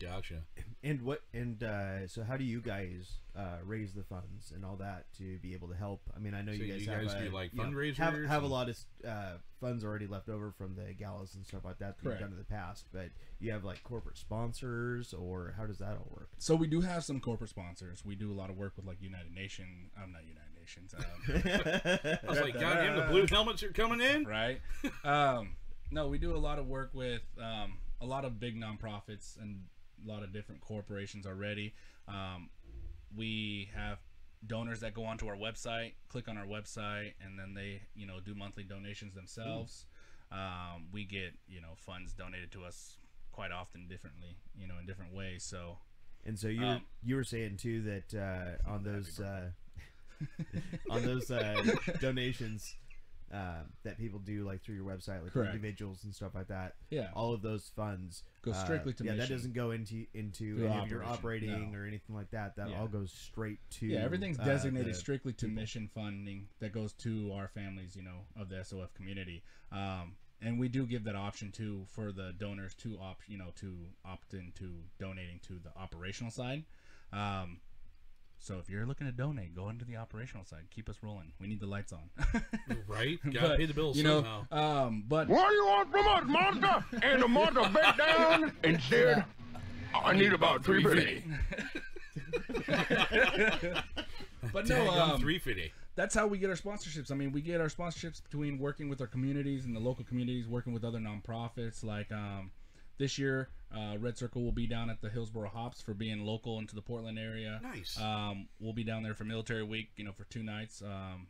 Speaker 3: Gotcha.
Speaker 5: And what and uh, so how do you guys uh, raise the funds and all that to be able to help? I mean, I know
Speaker 3: So
Speaker 5: you guys,
Speaker 3: you guys
Speaker 5: have
Speaker 3: do,
Speaker 5: a,
Speaker 3: like,
Speaker 5: you know, have,
Speaker 3: fundraisers
Speaker 5: have a
Speaker 3: and-
Speaker 5: lot of uh, funds already left over from the galas and stuff like that that
Speaker 14: Correct.
Speaker 5: you've done in the past, but you have like corporate sponsors or how does that all work?
Speaker 14: So we do have some corporate sponsors. We do a lot of work with like United Nation. I'm not United Nations. Um,
Speaker 3: I was like, "Goddamn, the blue helmets are coming in!"
Speaker 14: Right. Um, no, we do a lot of work with um, a lot of big nonprofits and a lot of different corporations already. Um, we have donors that go onto our website, click on our website, and then they, you know, do monthly donations themselves. Um, we get, you know, funds donated to us quite often differently, you know, in different ways. So
Speaker 5: And so you were
Speaker 14: Um,
Speaker 5: you were saying too that uh, on those uh, on those uh, donations uh, that people do like through your website, like
Speaker 14: Correct.
Speaker 5: individuals and stuff like that.
Speaker 14: Yeah.
Speaker 5: all of those funds
Speaker 14: Go
Speaker 5: uh,
Speaker 14: strictly to
Speaker 5: yeah. That
Speaker 14: mission.
Speaker 5: doesn't go into into
Speaker 14: To
Speaker 5: any of your
Speaker 14: operation,
Speaker 5: operating
Speaker 14: no.
Speaker 5: or anything like that. That
Speaker 14: Yeah.
Speaker 5: all goes straight to
Speaker 14: yeah everything's
Speaker 5: uh, mm-hmm.
Speaker 14: designated
Speaker 5: the-
Speaker 14: strictly to mission funding that goes to our families you know of the sof community um, and we do give that option to for the donors to opt you know to opt into donating to the operational side um, so if you're looking to donate go into the operational side keep us rolling we need the lights on
Speaker 3: right
Speaker 14: But, you know um, but
Speaker 16: What do you want from us, monster? And the monster bent down and said, I need about three fifty.
Speaker 14: but no,
Speaker 3: Daggum
Speaker 14: um,
Speaker 3: 350.
Speaker 14: That's how we get our sponsorships. I mean, we get our sponsorships between working with our communities and the local communities, working with other nonprofits. Like um, this year, uh, Red Circle will be down at the Hillsboro Hops for being local into the Portland area.
Speaker 3: Nice.
Speaker 14: Um, we'll be down there for Military Week, you know, for two nights. Um,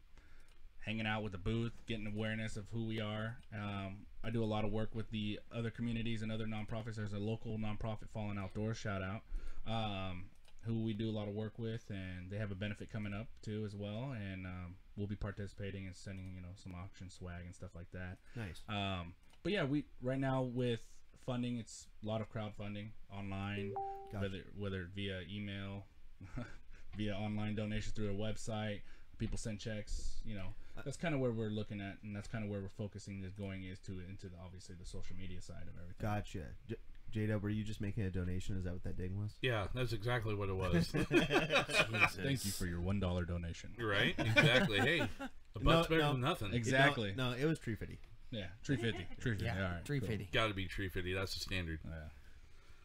Speaker 14: hanging out with the booth, getting awareness of who we are. Um, I do a lot of work with the other communities and other nonprofits. There's a local nonprofit, Fallen Outdoors, shout out, um, who we do a lot of work with, and they have a benefit coming up too as well. And um, we'll be participating and sending you know some auction swag and stuff like that.
Speaker 5: Nice.
Speaker 14: Um, but yeah, we right now with funding, it's a lot of crowdfunding online, whether whether it via email, via online donations through their website. People send checks, you know.
Speaker 5: Uh,
Speaker 14: That's kind of where we're looking at, and that's kind of where we're focusing this going is to into the obviously the social media side of everything.
Speaker 5: Gotcha. J- Jada, were you just making a donation? Is that what that ding was?
Speaker 3: Yeah, that's exactly what it was.
Speaker 14: Thank you for your one dollar donation.
Speaker 3: Right? Exactly. Hey, a buck's better than nothing.
Speaker 14: Exactly.
Speaker 5: No, it was tree fifty.
Speaker 14: Yeah, tree fifty. Tree fifty. all right, cool.
Speaker 3: Got to be tree fifty. That's the standard.
Speaker 14: Yeah.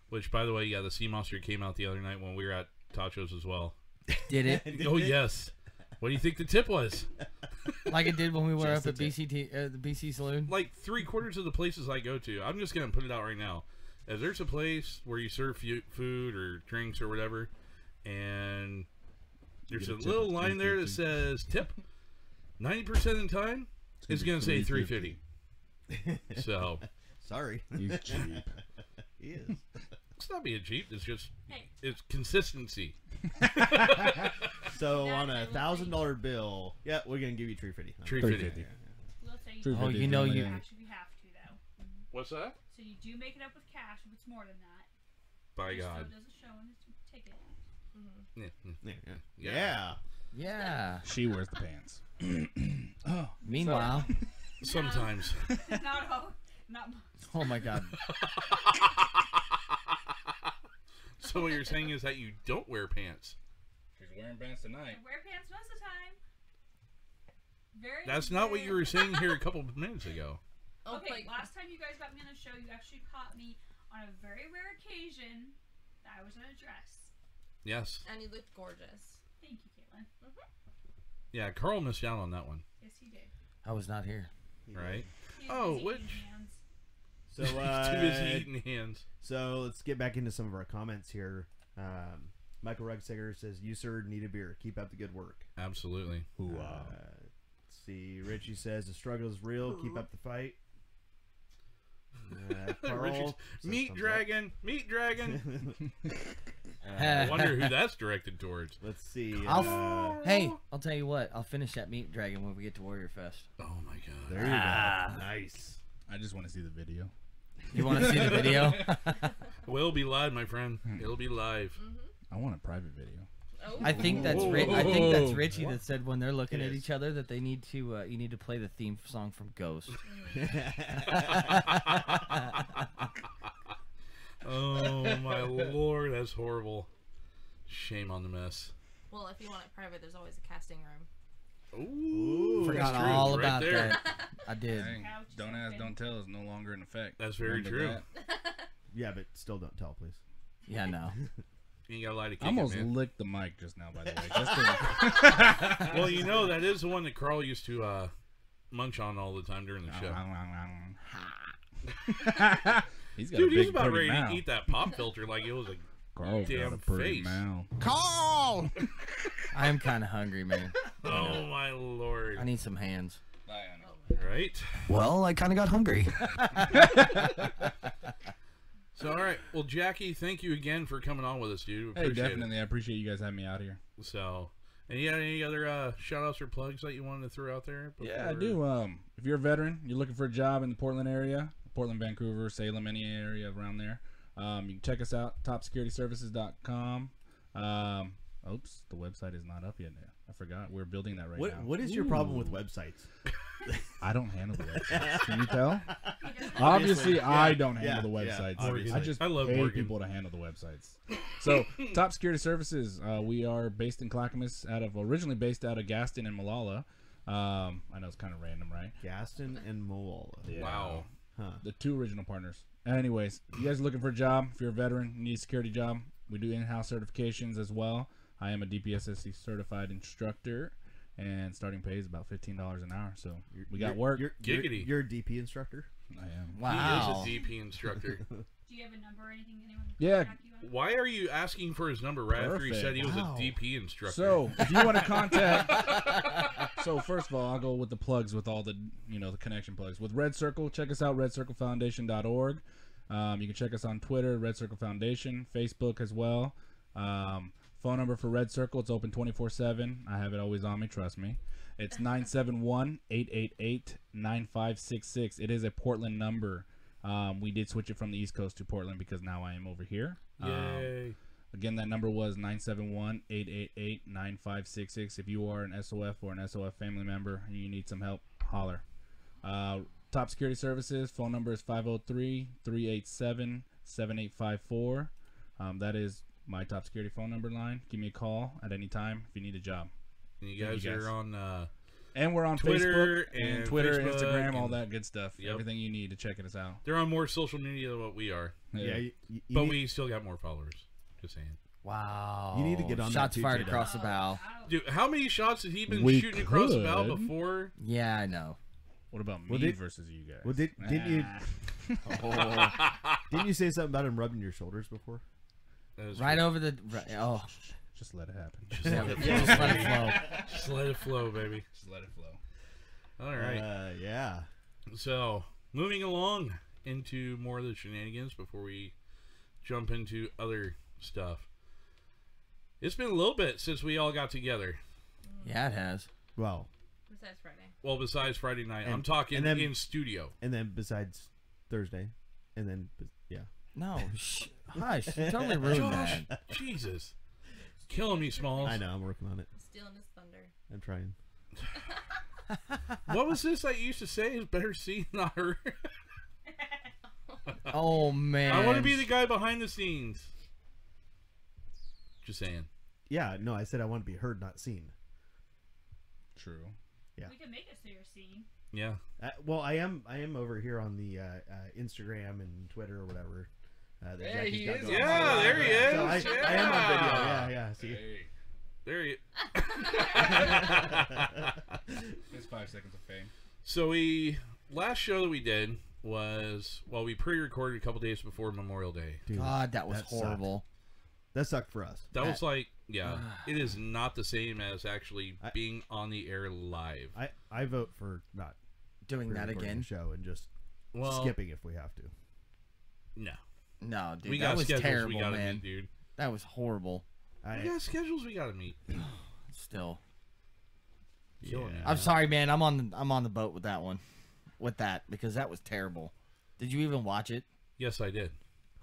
Speaker 3: Which, by the way, yeah, the sea monster came out the other night when we were at Tachos as well.
Speaker 11: Did it?
Speaker 3: oh yes. What do you think the tip was?
Speaker 11: like it did when we were
Speaker 3: Just
Speaker 11: up at BCT, uh, the BC Saloon.
Speaker 3: Like three quarters of the places I go to, I'm just gonna put it out right now. If there's a place where you serve fu- food or drinks or whatever, and there's
Speaker 14: get a
Speaker 3: a
Speaker 14: tip
Speaker 3: little
Speaker 14: of
Speaker 3: line there that says tip, ninety percent of the time
Speaker 14: gonna
Speaker 3: it's
Speaker 14: be
Speaker 3: gonna say three fifty.
Speaker 14: $3.50.
Speaker 3: so
Speaker 5: sorry,
Speaker 14: he's cheap.
Speaker 5: he is.
Speaker 3: It's not being cheap. It's just it's consistency.
Speaker 5: So on a thousand dollar bill, yeah, we're gonna give you tree fifty.
Speaker 3: Tree 350.
Speaker 11: Oh, you Oh, know you
Speaker 2: What's that?
Speaker 12: So you do make it up with cash if it's more than that.
Speaker 3: By
Speaker 12: It just
Speaker 3: God.
Speaker 12: doesn't show in his ticket.
Speaker 6: Mm-hmm.
Speaker 3: Yeah. Yeah.
Speaker 5: Yeah.
Speaker 6: Yeah.
Speaker 14: She wears the pants. oh,
Speaker 6: Meanwhile-
Speaker 3: sometimes.
Speaker 12: not all. Not mo-
Speaker 6: Oh my god.
Speaker 3: So what you're saying is that you don't wear pants.
Speaker 14: She's wearing pants tonight.
Speaker 12: I wear pants most of the time. Very.
Speaker 3: That's not what you were saying here a couple of minutes ago.
Speaker 13: Oh,
Speaker 12: okay, last time you guys got me on the show, you actually caught me on a very rare occasion that I was in a dress.
Speaker 3: Yes.
Speaker 13: And he looked gorgeous. Mm-hmm.
Speaker 12: Thank you, Caitlin.
Speaker 3: Yeah, Carl missed out on that one,
Speaker 12: Yes, he did.
Speaker 6: I was not here.
Speaker 3: right?
Speaker 12: He was
Speaker 3: Oh,
Speaker 12: busy
Speaker 3: which?
Speaker 12: eating hands.
Speaker 5: So
Speaker 3: He's
Speaker 5: uh,
Speaker 3: too busy eating hands.
Speaker 5: So let's get back into some of our comments here. Um, Michael Rugsager says, "You sir need a beer. Keep up the good work."
Speaker 3: Absolutely.
Speaker 5: Uh, let's see, Richie says, "The struggle is real. Keep up the fight." Uh, Carl
Speaker 3: Richie's-
Speaker 5: says
Speaker 3: meat
Speaker 5: thumbs
Speaker 3: dragon, meat dragon. I wonder who that's directed towards.
Speaker 5: Let's see. uh,
Speaker 6: I'll f- hey, I'll tell you what. I'll finish that meat dragon when we get to Warrior Fest.
Speaker 3: Oh my god.
Speaker 5: There you
Speaker 6: Ah.
Speaker 5: go. Nice.
Speaker 14: I just want to see the video.
Speaker 6: You want to see the video?
Speaker 3: Will be live, my friend.
Speaker 14: Hmm.
Speaker 3: It'll be live.
Speaker 5: Mm-hmm.
Speaker 14: I want a private video.
Speaker 6: I think that's Ri- I think that's Richie that said when they're looking at each other that they need to uh, you need to play the theme song from Ghost.
Speaker 3: Oh my lord, that's horrible. Shame on the mess.
Speaker 13: Well, if you want it private, there's always a casting room.
Speaker 3: Ooh,
Speaker 6: Forgot
Speaker 3: that's true,
Speaker 6: all
Speaker 3: right
Speaker 6: about
Speaker 3: there.
Speaker 6: that. I did.
Speaker 14: Dang, Don't ask, don't tell is no longer in effect.
Speaker 3: That's very
Speaker 14: Remember
Speaker 3: true.
Speaker 14: that.
Speaker 5: Yeah, but still don't tell, please.
Speaker 6: Yeah, no.
Speaker 3: You ain't got a lie to
Speaker 14: I
Speaker 3: kick
Speaker 14: almost
Speaker 3: it, man.
Speaker 14: licked the mic just now, by the way. Just to-
Speaker 3: well, you know that is the one that Carl used to uh, munch on all the time during the show.
Speaker 14: He's got a
Speaker 3: Dude, he's
Speaker 14: big,
Speaker 3: about
Speaker 14: pretty
Speaker 3: ready
Speaker 14: mouth.
Speaker 3: to eat that pop filter like it was a
Speaker 14: Carl's got a
Speaker 3: damn
Speaker 14: pretty
Speaker 3: face.
Speaker 14: mouth.
Speaker 6: Carl. I am kind of hungry, man.
Speaker 3: Oh my lord!
Speaker 6: I need some hands.
Speaker 3: Right.
Speaker 6: Well, I kind of got hungry.
Speaker 3: So all right, well Jackie, thank you again for coming on with us, dude.
Speaker 14: Hey,
Speaker 3: Appreciate it.
Speaker 14: definitely. I appreciate you guys having me out here.
Speaker 3: So, and you got any other uh, shout outs or plugs that you wanted to throw out there?
Speaker 14: Yeah, I
Speaker 3: before-
Speaker 14: do. Um, if you're a veteran, you're looking for a job in the Portland area, Portland, Vancouver, Salem, any area around there, um, you can check us out, topsecurityservices.com. Um, oops, the website is not up yet. Now. I forgot. We're building that right
Speaker 5: What-
Speaker 14: now.
Speaker 5: what is your problem with
Speaker 14: Ooh.
Speaker 5: websites?
Speaker 14: I don't handle the websites. Can you tell?
Speaker 5: Obviously,
Speaker 14: Obviously,
Speaker 5: yeah,
Speaker 14: I don't
Speaker 5: yeah,
Speaker 14: handle
Speaker 5: yeah,
Speaker 14: the websites.
Speaker 5: obviously.
Speaker 14: I just
Speaker 5: I love
Speaker 14: pay
Speaker 5: Morgan.
Speaker 14: people to handle the websites. So, Top Security Services, uh, we are based in Clackamas, out of originally based out of Gaston and Malala. Um, I know it's kind of random, right?
Speaker 5: Gaston and Malala.
Speaker 3: Wow.
Speaker 5: Huh.
Speaker 14: The two original partners. Anyways, if you guys are looking for a job, if you're a veteran, you need a security job, we do in-house certifications as well. I am a DPSSC certified instructor, and starting pay is about fifteen dollars an hour. So we got
Speaker 5: You're-
Speaker 14: work.
Speaker 5: You're, you're, you're a DP instructor.
Speaker 14: I am.
Speaker 3: He is a DP instructor.
Speaker 12: Do you have a number or anything? Anyone? can
Speaker 14: Yeah.
Speaker 12: contact you on?
Speaker 3: Why are you asking for his number right after he
Speaker 14: Perfect.
Speaker 3: said he was
Speaker 14: Wow.
Speaker 3: a DP instructor?
Speaker 14: So if you want to contact, so first of all, I'll go with the plugs with all the you know the connection plugs with Red Circle. Check us out, RedCircleFoundation.org. Um, you can check us on Twitter, Red Circle Foundation, Facebook as well. Um, phone number for Red Circle, it's open 24 7. I have it always on me, trust me. It's 971 888 9566. It is a Portland number. Um, we did switch it from the East Coast to Portland because now I am over here. Um,
Speaker 3: Yay.
Speaker 14: Again, that number was 971-888-9566. If you are an SOF or an SOF family member and you need some help, holler. Uh, Top Security Services, phone number is 503-387-7854. Um, that is my Top Security phone number line. Give me a call at any time if you need a job.
Speaker 3: And you
Speaker 14: Thank
Speaker 3: guys, are on. Uh,
Speaker 14: And we're on Facebook
Speaker 3: Twitter
Speaker 14: and,
Speaker 3: and
Speaker 14: Twitter,
Speaker 3: Facebook
Speaker 14: Instagram, all
Speaker 3: and-
Speaker 14: that good stuff.
Speaker 3: Yep.
Speaker 14: Everything you need to check us out.
Speaker 3: They're on more social media than what we are.
Speaker 14: Yeah. Yeah, you-
Speaker 5: you
Speaker 3: but
Speaker 5: need-
Speaker 3: we still got more followers. Just saying.
Speaker 6: Wow.
Speaker 5: You need to get on that
Speaker 6: Shots
Speaker 5: too,
Speaker 6: fired
Speaker 5: Jada.
Speaker 6: across the bow.
Speaker 3: Dude, how many shots has he been
Speaker 14: We
Speaker 3: shooting across the bow
Speaker 14: could.
Speaker 3: before?
Speaker 6: Yeah, I know.
Speaker 14: What about me
Speaker 5: Well, did-
Speaker 14: versus you guys?
Speaker 5: Well, did, didn't you?
Speaker 14: Ah.
Speaker 5: didn't you say something about him rubbing your shoulders before?
Speaker 6: Right over the. Right, oh.
Speaker 14: Just let it happen.
Speaker 6: Just
Speaker 3: Just
Speaker 6: let it,
Speaker 3: flow,
Speaker 6: yeah, just let it
Speaker 3: baby.
Speaker 6: flow.
Speaker 3: Just let it flow, baby.
Speaker 14: Just let it flow.
Speaker 3: All right.
Speaker 5: Uh, yeah.
Speaker 3: So, moving along into more of the shenanigans before we jump into other stuff. It's been a little bit since we all got together.
Speaker 6: Yeah, it has.
Speaker 5: Well,
Speaker 13: Besides Friday.
Speaker 3: Well, besides Friday night, I'm
Speaker 5: And-
Speaker 3: talking
Speaker 5: and then-
Speaker 3: in studio.
Speaker 5: and then besides Thursday, and then yeah.
Speaker 6: No, sh- hush, you totally ruined
Speaker 3: Josh,
Speaker 6: that.
Speaker 3: Jesus. Killing me, Smalls.
Speaker 5: I know. I'm working on it.
Speaker 13: Stealing his thunder.
Speaker 5: I'm trying.
Speaker 3: What was this I used to say is better seen than heard?
Speaker 6: Oh man.
Speaker 3: I want to be the guy behind the scenes. Just saying.
Speaker 5: Yeah. No, I said I want to be heard, not seen.
Speaker 14: True.
Speaker 5: Yeah.
Speaker 12: We can make it so you're seen.
Speaker 3: Yeah.
Speaker 5: Uh, well, I am. I am over here on the uh, uh, Instagram and Twitter or whatever. Uh, that
Speaker 3: There
Speaker 5: Jackie's
Speaker 3: he
Speaker 5: got
Speaker 3: is.
Speaker 5: going on.
Speaker 3: Yeah, there he is.
Speaker 5: So I, I am on video.
Speaker 3: Yeah.
Speaker 5: Yeah, yeah. See.
Speaker 3: Hey. There you.
Speaker 14: It's five seconds of fame.
Speaker 3: So we last show that we did was well we pre-recorded a couple days before Memorial Day.
Speaker 5: Dude,
Speaker 6: God, that was
Speaker 5: sucked.
Speaker 6: horrible. Uh,
Speaker 5: That sucked for us.
Speaker 3: That was like yeah, it is not the same as actually being on the air live.
Speaker 5: I I vote for not
Speaker 6: Doing that
Speaker 5: pre-recording
Speaker 6: again?
Speaker 5: the Show and just
Speaker 3: Well-
Speaker 5: skipping if we have to.
Speaker 3: No.
Speaker 6: No, dude,
Speaker 3: We
Speaker 6: that
Speaker 3: got
Speaker 6: was
Speaker 3: schedules we
Speaker 6: terrible,
Speaker 3: gotta
Speaker 6: man.
Speaker 3: meet, dude.
Speaker 6: That was horrible.
Speaker 3: we got schedules we gotta meet.
Speaker 6: Still,
Speaker 3: Killing it.
Speaker 6: I'm sorry, man. I'm on the I'm on the boat with that one, with that because that was terrible. Did you even watch it?
Speaker 3: Yes, I did.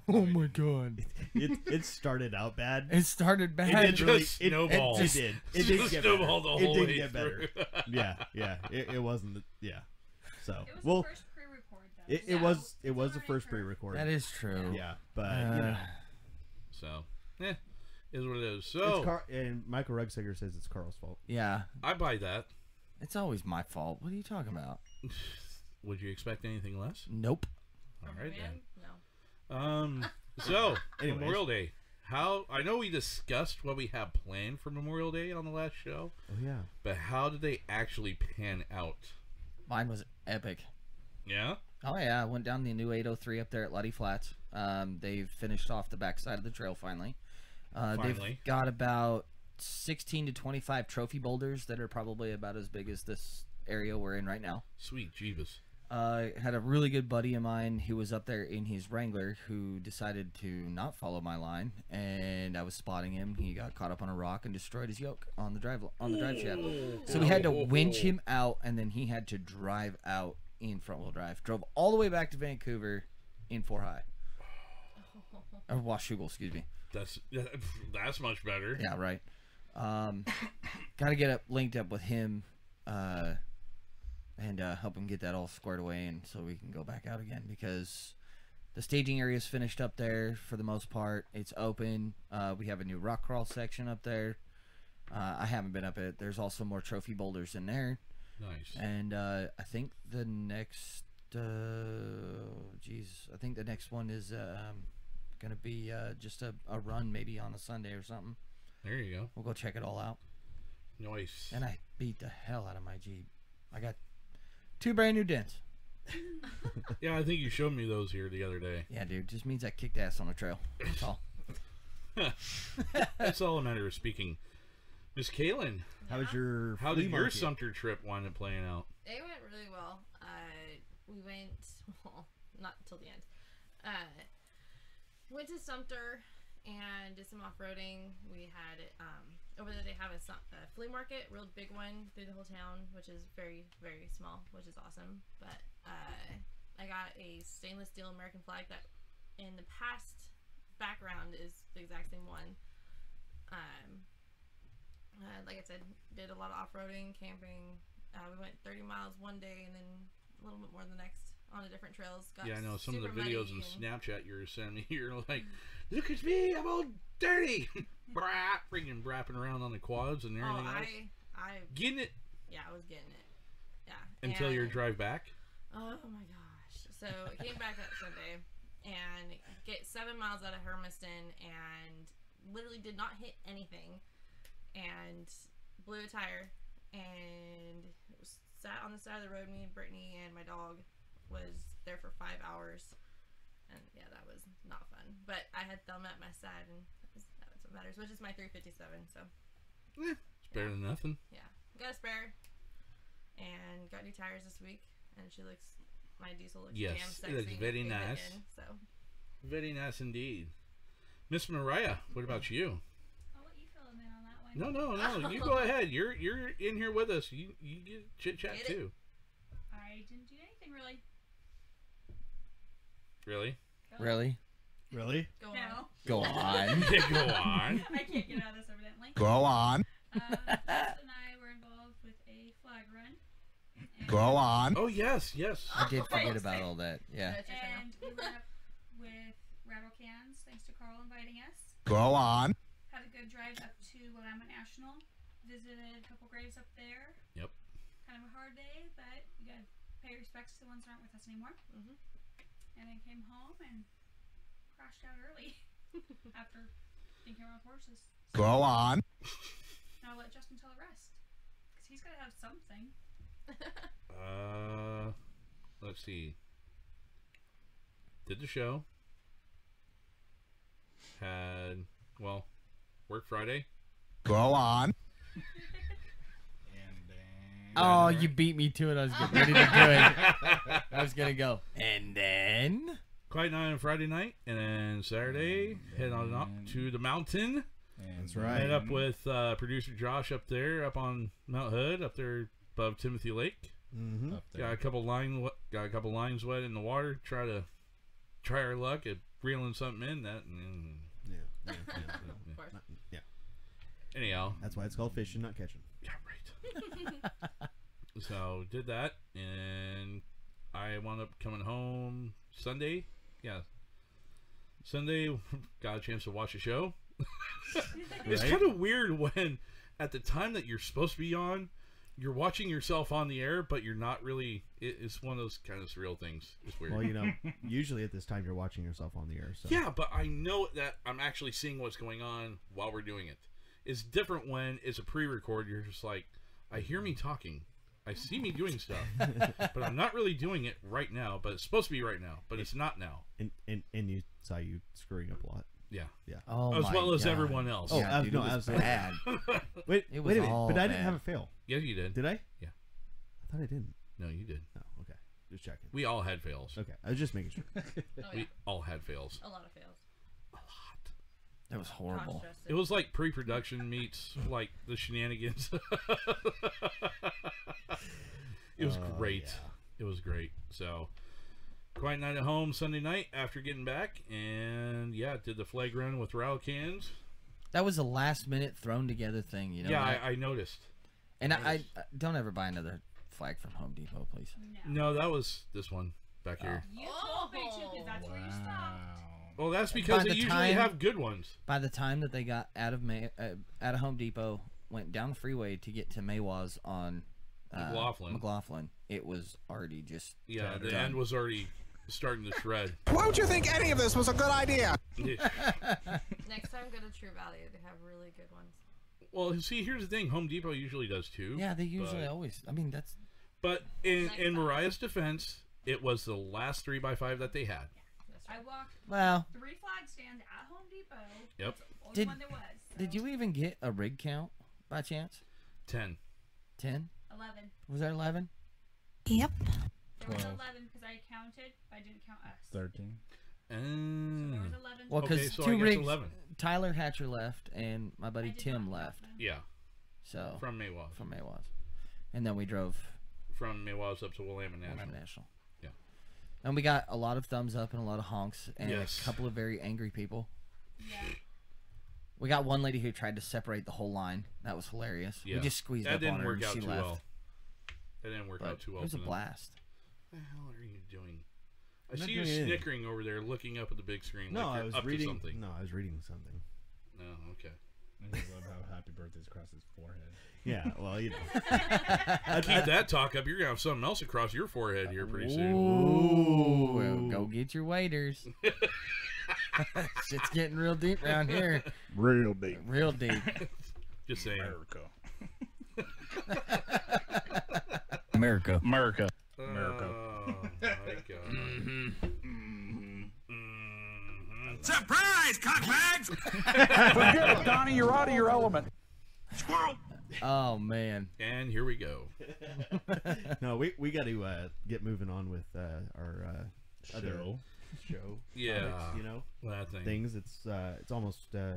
Speaker 6: Oh my god.
Speaker 5: It, it started out bad.
Speaker 6: It started bad.
Speaker 5: It did
Speaker 6: It
Speaker 5: really,
Speaker 6: just
Speaker 5: it,
Speaker 6: snowballed.
Speaker 5: It, did. It did
Speaker 6: Just
Speaker 5: get better.
Speaker 6: snowballed the
Speaker 5: It
Speaker 6: whole
Speaker 5: did
Speaker 6: way
Speaker 5: get better.
Speaker 6: through.
Speaker 5: yeah, yeah. It, it wasn't. The, yeah. So
Speaker 12: It was
Speaker 5: well,
Speaker 12: the first pre-record though.
Speaker 5: it, it was it was the first pre-record.
Speaker 6: That is true.
Speaker 5: Yeah, but you know,
Speaker 6: Uh,
Speaker 3: So, eh, is what it is.
Speaker 5: it's
Speaker 3: So
Speaker 5: Car- and Michael Rugsager says it's Carl's fault.
Speaker 6: Yeah,
Speaker 3: I buy that.
Speaker 6: it's always my fault. What are you talking about?
Speaker 3: Would you expect anything less?
Speaker 6: Nope.
Speaker 3: All right then. No. Um. So
Speaker 5: Anyways.
Speaker 3: Memorial Day. How I know we discussed what we have planned for Memorial Day on the last show,
Speaker 5: Oh yeah.
Speaker 3: but how did they actually pan out?
Speaker 6: Mine was epic.
Speaker 3: Yeah.
Speaker 6: Oh yeah, I went down the new 803 up there at Luddy Flats. Um, they've finished off the backside of the trail finally. Uh, They've
Speaker 3: Finally.
Speaker 6: got about 16 to 25 trophy boulders that are probably about as big as this area we're in right now.
Speaker 3: Sweet Jeebus.
Speaker 6: Uh, had a really good buddy of mine who was up there in his Wrangler who decided to not follow my line, and I was spotting him. He got caught up on a rock and destroyed his yoke on the drive on the drive shaft. So we had to winch him out, and then he had to drive out in front wheel drive. Drove all the way back to Vancouver in four high or Washougal, excuse me.
Speaker 3: That's that's much better.
Speaker 6: Yeah, right. Um, got to get up linked up with him, uh, and uh, help him get that all squared away, and so we can go back out again because the staging area is finished up there for the most part. It's open. Uh, we have a new rock crawl section up there. Uh, I haven't been up it. There's also more trophy boulders in there.
Speaker 3: Nice.
Speaker 6: And uh, I think the next, uh, jeez, I think the next one is uh, um, gonna be uh, just a, a run maybe on a Sunday or something.
Speaker 3: There you go.
Speaker 6: We'll go check it all out.
Speaker 3: Nice.
Speaker 6: And I beat the hell out of my Jeep. I got two brand new dents.
Speaker 3: yeah, I think you showed me those here the other day.
Speaker 6: Yeah, dude, just means I kicked ass on the trail. That's all.
Speaker 3: That's all a matter of speaking. Miss Kalen,
Speaker 5: how was your
Speaker 3: how
Speaker 5: flea
Speaker 3: did your
Speaker 5: market?
Speaker 3: Sumter trip wind up playing out?
Speaker 13: It went really well. Uh, we went well, not till the end. Uh, went to Sumter and did some off-roading. We had um, over there they have a, su- a flea market, real big one through the whole town, which is very very small, which is awesome. But uh, I got a stainless steel American flag that, in the past background, is the exact same one. Um, uh, like I said, did a lot of off-roading, camping. Uh, we went 30 miles one day and then a little bit more the next on a different trails. Got
Speaker 3: yeah, I know some of the
Speaker 13: super
Speaker 3: videos and
Speaker 13: muddy and-
Speaker 3: Snapchat you were sending me. You're like, look at me, I'm all dirty, brap, freaking wrapping around on the quads and
Speaker 13: Oh,
Speaker 3: everything else.
Speaker 13: I, I
Speaker 3: Getting it
Speaker 13: yeah, I was getting it. Yeah.
Speaker 3: until
Speaker 13: and-
Speaker 3: your drive back.
Speaker 13: Oh my gosh! So I came back that Sunday and get seven miles out of Hermiston and literally did not hit anything and blew a tire and was sat on the side of the road. Me and Brittany and my dog was there for five hours and yeah, that was not fun. But I had Thelma at my side and that was, that's what matters, which is my 357. So
Speaker 3: It's better than nothing.
Speaker 13: yeah, got a spare, and got new tires this week, and she looks, my diesel looks
Speaker 3: Yes,
Speaker 13: damn
Speaker 3: it
Speaker 13: sexy.
Speaker 3: looks very
Speaker 13: big
Speaker 3: nice.
Speaker 13: again, so
Speaker 3: Very nice indeed. Miss Mariah, what about you?
Speaker 12: I'll let you fill him in on that one.
Speaker 3: No, no, no. You go ahead. You're you're in here with us. You you get chit chat
Speaker 12: Get it.
Speaker 3: too.
Speaker 12: I didn't do anything really.
Speaker 3: Really?
Speaker 6: Really?
Speaker 5: Really?
Speaker 12: Go on.
Speaker 6: Go on.
Speaker 12: I can't get out of this evidently.
Speaker 6: Go on.
Speaker 12: Uh, Jess and I were involved with a flag run.
Speaker 6: Go on.
Speaker 3: Oh yes, yes.
Speaker 6: I did forget
Speaker 12: Thanks.
Speaker 6: about all that. Yeah.
Speaker 12: And we went up with rattle cans, thanks to Carl inviting us.
Speaker 6: Go on.
Speaker 12: Had a good drive up to Willamette National. Visited a couple graves up there.
Speaker 3: Yep.
Speaker 12: Kind of a hard day, but you gotta pay respects to the ones that aren't with us anymore. Mm-hmm. And then came home and crashed out early after thinking around horses.
Speaker 6: Go on.
Speaker 12: Now I'll let Justin tell the rest. Because he's gotta have something.
Speaker 3: Uh, let's see. Did the show. Had well, work Friday.
Speaker 6: Go on.
Speaker 11: Oh, you beat me to it. I was getting ready to do it. I was gonna go.
Speaker 6: And then
Speaker 3: Quiet night on Friday night, and then Saturday head on up to the mountain.
Speaker 5: That's
Speaker 3: Met up with uh, producer Josh up there, up on Mount Hood, up there above Timothy Lake.
Speaker 5: Mhm.
Speaker 14: Up
Speaker 3: Got a couple line, wa- got a couple lines wet in the water. Try to try our luck at reeling something in that. And,
Speaker 5: yeah, yeah,
Speaker 3: yeah.
Speaker 5: yeah.
Speaker 3: Anyhow,
Speaker 5: That's why it's called fishing, not catching.
Speaker 3: Yeah, right. so did that, and I wound up coming home Sunday. Yeah, Sunday got a chance to watch a show. It's
Speaker 1: Right.
Speaker 3: kind of weird when, at the time that you're supposed to be on, you're watching yourself on the air, but you're not really. It, it's one of those kind of surreal things. It's weird.
Speaker 5: Well, you know, usually at this time you're watching yourself on the air. So
Speaker 3: Yeah, but I know that I'm actually seeing what's going on while we're doing it. It's different when it's a pre-record. You're just like, I hear me talking, I see me doing stuff, but I'm not really doing it right now. But it's supposed to be right now, but it's not now.
Speaker 5: And and, and you saw you screwing up a lot.
Speaker 3: Yeah.
Speaker 5: Yeah.
Speaker 3: Oh As my well as God. everyone else.
Speaker 5: Oh,
Speaker 3: Yeah,
Speaker 5: uh,
Speaker 3: dude, it
Speaker 5: no,
Speaker 3: was
Speaker 5: absolutely.
Speaker 3: bad.
Speaker 5: wait,
Speaker 3: It was
Speaker 5: wait a minute.
Speaker 3: all
Speaker 5: But I didn't
Speaker 3: bad.
Speaker 5: have a fail.
Speaker 3: Yeah, you did.
Speaker 5: Did I?
Speaker 3: Yeah.
Speaker 5: I thought I didn't.
Speaker 3: No, you did.
Speaker 5: Oh, okay. Just checking.
Speaker 3: We all had fails.
Speaker 5: Okay, I was just making sure.
Speaker 3: We all had fails.
Speaker 13: A lot of fails.
Speaker 6: that was horrible.
Speaker 3: It was like pre-production meets like the shenanigans. it was
Speaker 1: Oh,
Speaker 3: great.
Speaker 1: yeah.
Speaker 3: It was great. So, quiet night at home Sunday night after getting back, and yeah, did the flag run with Rao cans.
Speaker 6: That was a last minute thrown together thing, you know.
Speaker 3: yeah,
Speaker 6: that-
Speaker 3: I, I noticed.
Speaker 6: and I,
Speaker 3: noticed.
Speaker 6: I don't ever buy another flag from Home Depot, please.
Speaker 3: no, that was this one
Speaker 6: Oh,
Speaker 3: back here.
Speaker 12: You told me to, because that's where you stopped.
Speaker 3: Well, that's because
Speaker 6: By
Speaker 3: they
Speaker 6: the
Speaker 3: usually
Speaker 6: time-
Speaker 3: have good ones.
Speaker 6: By the time that they got out of May, uh, out of Home Depot, went down the freeway to get to Maywas on uh,
Speaker 3: McLaughlin.
Speaker 6: McLaughlin, it was already just
Speaker 3: Yeah, the
Speaker 6: done.
Speaker 3: end was already starting to shred.
Speaker 17: Won't you think any of this was a good idea?
Speaker 13: Next time, go to True Value. They have really good ones.
Speaker 3: Well, see, here's the thing: Home Depot usually does too.
Speaker 6: Yeah, they usually
Speaker 3: but-
Speaker 6: always. I mean, that's
Speaker 3: But in in Mariah's defense, it was the last three by five that they had.
Speaker 12: I walked
Speaker 6: Wow.
Speaker 12: three flag stands at Home Depot.
Speaker 3: Yep.
Speaker 12: Only
Speaker 6: did.
Speaker 12: one there was.
Speaker 6: Did you even get a rig count by chance?
Speaker 3: Ten.
Speaker 6: Ten?
Speaker 12: Eleven.
Speaker 6: Was there eleven?
Speaker 17: Yep.
Speaker 12: There was eleven because I counted, but I didn't count us.
Speaker 14: Thirteen.
Speaker 3: And
Speaker 6: Well, because
Speaker 3: Uh, okay, so
Speaker 6: two
Speaker 3: I guess
Speaker 6: rigs.
Speaker 3: eleven
Speaker 6: Tyler Hatcher left, and my buddy Tim left.
Speaker 3: Yeah.
Speaker 6: So
Speaker 3: from Maywas.
Speaker 6: From Maywas, and then we drove,
Speaker 3: from Maywas up to Willamette National.
Speaker 6: Willamette National. and we got a lot of thumbs up and a lot of honks, and
Speaker 3: Yes.
Speaker 6: a couple of very angry people. We got one lady who tried to separate the whole line. That was hilarious.
Speaker 3: Yeah.
Speaker 6: We just squeezed
Speaker 3: that
Speaker 6: up
Speaker 3: didn't
Speaker 6: on her
Speaker 3: work
Speaker 6: and
Speaker 3: out
Speaker 6: she
Speaker 3: too
Speaker 6: left.
Speaker 3: well. That didn't work out too well.
Speaker 6: it was
Speaker 3: for
Speaker 6: a
Speaker 3: them.
Speaker 6: blast.
Speaker 3: What the hell are you doing? I
Speaker 5: I'm not
Speaker 3: see you
Speaker 5: doing anything.
Speaker 3: snickering over there, looking up at the big screen.
Speaker 5: No,
Speaker 3: like
Speaker 5: I
Speaker 3: you're
Speaker 5: was
Speaker 3: up
Speaker 5: reading.
Speaker 3: To something.
Speaker 5: No, I was reading something.
Speaker 3: No, okay.
Speaker 14: I just love how happy birthday's across his forehead.
Speaker 5: Yeah, well, you know.
Speaker 3: Keep that talk up. You're gonna have something else across your forehead here pretty
Speaker 6: Ooh, well, go get your waiters. Shit's getting real deep down here.
Speaker 14: Real deep.
Speaker 6: Real deep.
Speaker 3: soon. Just saying. America.
Speaker 6: America.
Speaker 2: America.
Speaker 3: Oh,
Speaker 14: America.
Speaker 17: Surprise, cockbags!
Speaker 2: Forget it, Donnie, you're out of your element.
Speaker 17: Squirrel!
Speaker 6: Oh man.
Speaker 3: And here we go.
Speaker 5: no, we we got to uh, get moving on with uh, our uh, other
Speaker 14: Show.
Speaker 5: show.
Speaker 3: Yeah.
Speaker 5: topics, you know
Speaker 3: That thing.
Speaker 5: things. It's uh, it's almost uh,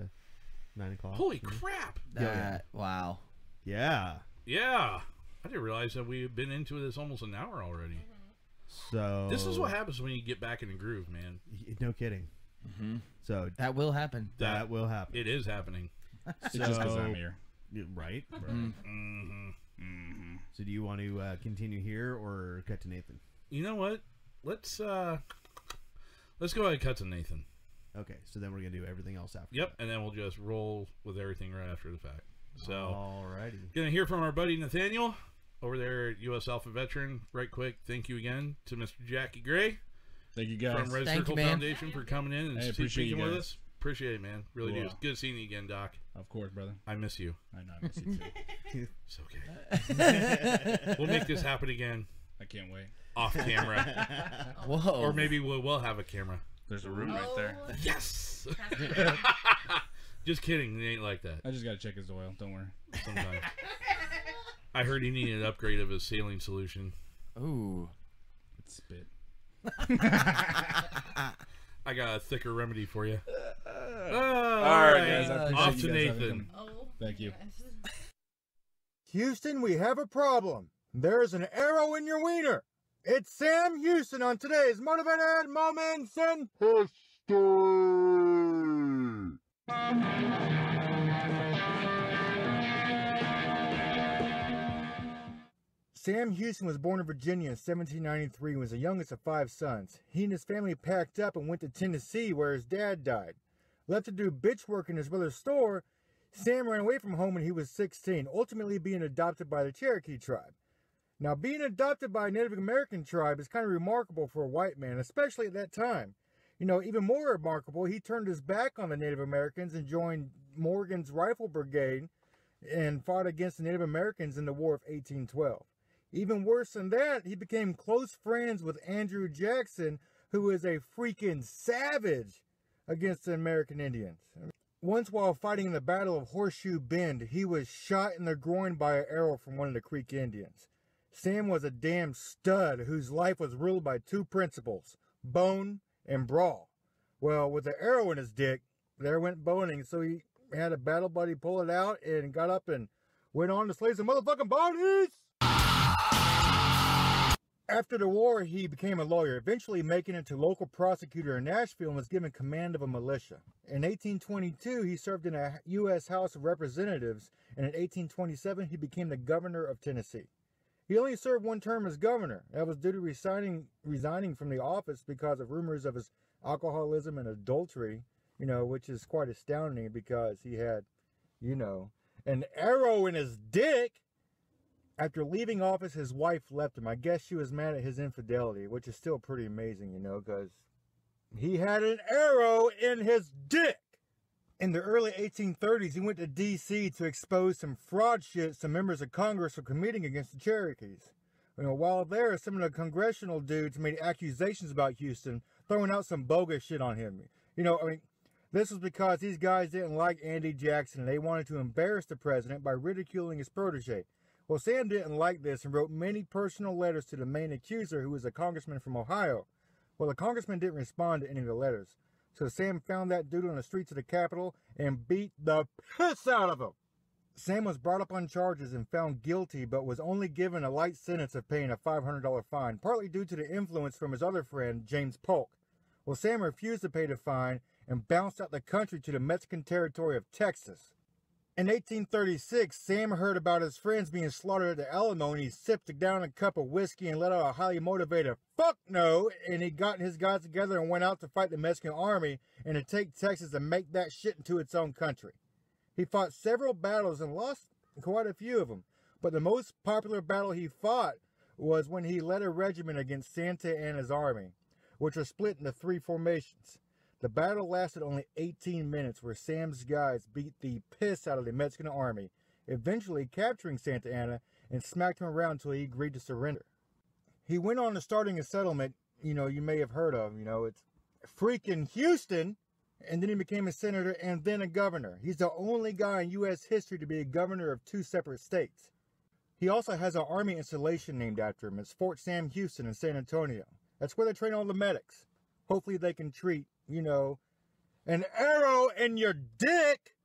Speaker 5: nine o'clock.
Speaker 3: Holy
Speaker 5: you know?
Speaker 3: crap!
Speaker 6: That- Wow.
Speaker 5: Yeah.
Speaker 3: Yeah. I didn't realize that we've been into this almost an hour already.
Speaker 5: So
Speaker 3: This is what happens when you get back in the groove, man.
Speaker 5: Oh. Y- No kidding.
Speaker 6: Mm-hmm.
Speaker 5: So
Speaker 6: that will happen.
Speaker 5: That, will happen.
Speaker 3: It is happening.
Speaker 5: So, Yeah, Right. right.
Speaker 6: Mm-hmm.
Speaker 3: Mm. Mm-hmm.
Speaker 5: So do you want to uh, continue here or cut to Nathan?
Speaker 3: You know what? Let's uh let's go ahead and cut to Nathan.
Speaker 5: Okay, so then we're gonna do everything else after.
Speaker 3: Yep, and then we'll just roll with everything right after the fact. So
Speaker 5: Alrighty.
Speaker 3: Gonna hear from our buddy Nathaniel over there at US Alpha Veteran. Right quick, thank you again to Mr. Jackie Gray.
Speaker 14: Thank you guys.
Speaker 3: from Red
Speaker 14: Thank you,
Speaker 3: Circle
Speaker 14: man.
Speaker 3: Foundation for coming in and
Speaker 14: Hey,
Speaker 3: speaking
Speaker 14: appreciate you
Speaker 3: with
Speaker 14: guys.
Speaker 3: us. Appreciate it, man. Really do.
Speaker 14: Cool.
Speaker 3: It's good seeing you again, Doc.
Speaker 14: Of course, brother.
Speaker 3: I miss you.
Speaker 14: I know. I miss you too.
Speaker 3: it's okay. we'll make this happen again.
Speaker 14: I can't wait.
Speaker 3: Off camera.
Speaker 14: Whoa.
Speaker 3: Or maybe we'll, we'll have a camera.
Speaker 14: There's a room right there.
Speaker 3: Oh, Yes. just kidding. It ain't like that.
Speaker 14: I just gotta check his oil. Don't worry.
Speaker 3: Sometimes. I heard he needed an upgrade of his saline solution.
Speaker 6: Ooh.
Speaker 14: It's spit.
Speaker 3: I got a thicker remedy for you.
Speaker 14: All right, guys, I appreciate
Speaker 3: Off
Speaker 14: you
Speaker 3: to
Speaker 14: guys having
Speaker 3: Nathan.
Speaker 14: come. Thank you.
Speaker 18: Houston, we have a problem. There's an arrow in your wiener. It's Sam Houston on today's Motivated Moments in History. Sam Houston was born in Virginia in 1793 and was the youngest of five sons. He and his family packed up and went to Tennessee where his dad died. Left to do bitch work in his brother's store, Sam ran away from home when he was 16, ultimately being adopted by the Cherokee tribe. Now, being adopted by a Native American tribe is kind of remarkable for a white man, especially at that time. You know, even more remarkable, he turned his back on the Native Americans and joined Morgan's Rifle Brigade and fought against the Native Americans in the War of 1812. Even worse than that, he became close friends with Andrew Jackson, who is a freaking savage against the American Indians. Once, while fighting in the Battle of Horseshoe Bend, he was shot in the groin by an arrow from one of the Creek Indians. Sam was a damn stud whose life was ruled by two principles bone and brawl. Well, with the arrow in his dick, there went boning, so he had a battle buddy pull it out and got up and went on to slay some motherfucking bodies! After the war, he became a lawyer, eventually making it to local prosecutor in Nashville and was given command of a militia. In 1822, he served in a U.S. House of Representatives, and in 1827, he became the governor of Tennessee. He only served one term as governor. That was due to resigning, resigning from the office because of rumors of his alcoholism and adultery, you know, which is quite astounding because he had, you know, an arrow in his dick. After leaving office, his wife left him. I guess she was mad at his infidelity, which is still pretty amazing, you know, because he had an arrow in his dick. In the early 1830s, he went to D.C. to expose some fraud shit some members of Congress were committing against the Cherokees. You know, while there, some of the congressional dudes made accusations about Houston, throwing out some bogus shit on him. You know, I mean, this was because these guys didn't like Andy Jackson and they wanted to embarrass the president by ridiculing his protege. Well, Sam didn't like this and wrote many personal letters to the main accuser, who was a congressman from Ohio. Well, the congressman didn't respond to any of the letters. So Sam found that dude on the streets of the Capitol and beat the piss out of him. Sam was brought up on charges and found guilty, but was only given a light sentence of paying a $500 fine, partly due to the influence from his other friend, James Polk. Well, Sam refused to pay the fine and bounced out the country to the Mexican territory of Texas. In 1836, Sam heard about his friends being slaughtered at the Alamo and he sipped down a cup of whiskey and let out a highly motivated fuck no. And he got his guys together and went out to fight the Mexican army and to take Texas and make that shit into its own country. He fought several battles and lost quite a few of them, but the most popular battle he fought was when he led a regiment against Santa Anna's army, which was split into three formations. The battle lasted only 18 minutes, where Sam's guys beat the piss out of the Mexican army, eventually capturing Santa Anna and smacked him around until he agreed to surrender. He went on to starting a settlement, you know, you may have heard of, you know, it's freaking Houston. And then he became a senator and then a governor. He's the only guy in U.S. history to be a governor of two separate states. He also has an army installation named after him. It's Fort Sam Houston in San Antonio. That's where they train all the medics. Hopefully, they can treat, you know, an arrow in your dick.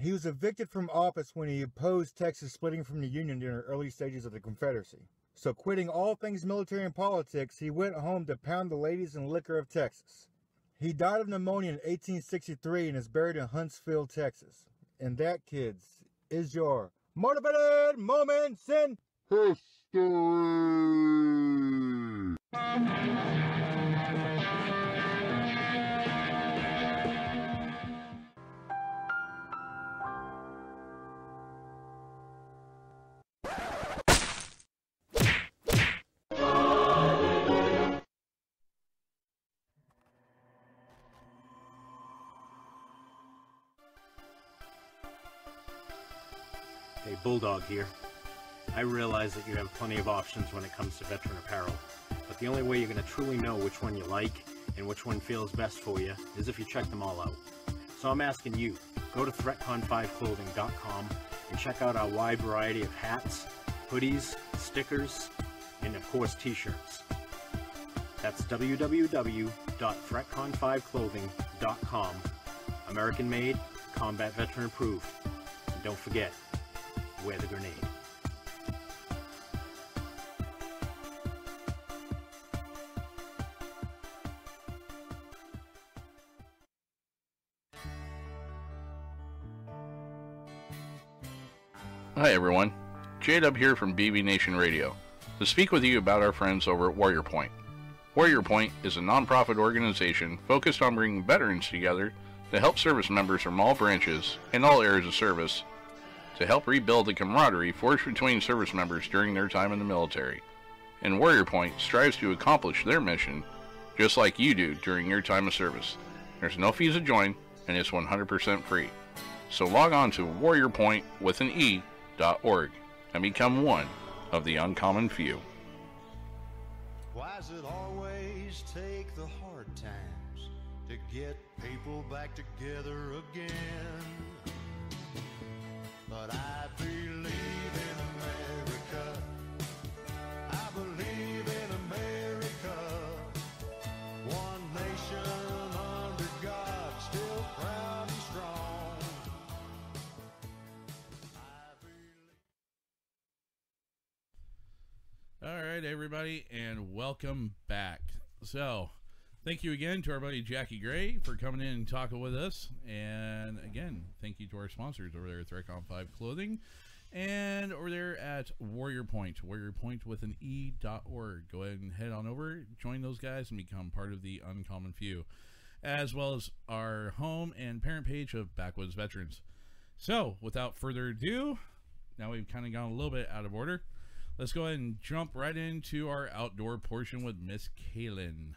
Speaker 18: He was evicted from office when he opposed Texas splitting from the Union during the early stages of the Confederacy. So, quitting all things military and politics, he went home to pound the ladies and liquor of Texas. He died of pneumonia in 1863 and is buried in Huntsville, Texas. And that, kids, is your motivated moments in history.
Speaker 8: Hey, Bulldog here. I realize that you have plenty of options when it comes to veteran apparel, but the only way you're going to truly know which one you like and which one feels best for you is if you check them all out. So I'm asking you, go to ThreatCon5Clothing.com and check out our wide variety of hats, hoodies, stickers, and of course t-shirts. That's www.threatcon5clothing.com. American made, combat veteran approved. And don't forget, wear the grenade.
Speaker 2: Hi everyone, J-Dub here from BB Nation Radio to speak with you about our friends over at Warrior Point. Warrior Point is a nonprofit organization focused on bringing veterans together to help service members from all branches and all areas of service to help rebuild the camaraderie forged between service members during their time in the military. And Warrior Point strives to accomplish their mission just like you do during your time of service. There's no fees to join and it's 100% free. So log on to warriorpoint with an e dot org and become one of the uncommon few.
Speaker 9: Why's it always take the hard times to get people back together again? But I believe in America. I believe in America. One nation under God, still proud and strong.
Speaker 3: All right, everybody, and welcome back. So, thank you again to our buddy Jackie Gray for coming in and talking with us. And again, thank you to our sponsors over there at Threatcon 5 Clothing and over there at Warrior Point, Warrior Point with an E dot org. Go ahead and head on over, join those guys, and become part of the Uncommon Few, as well as our home and parent page of Backwoods Veterans. So, without further ado, now we've kind of gone a little bit out of order. Let's go ahead and jump right into our outdoor portion with Miss Kaylin.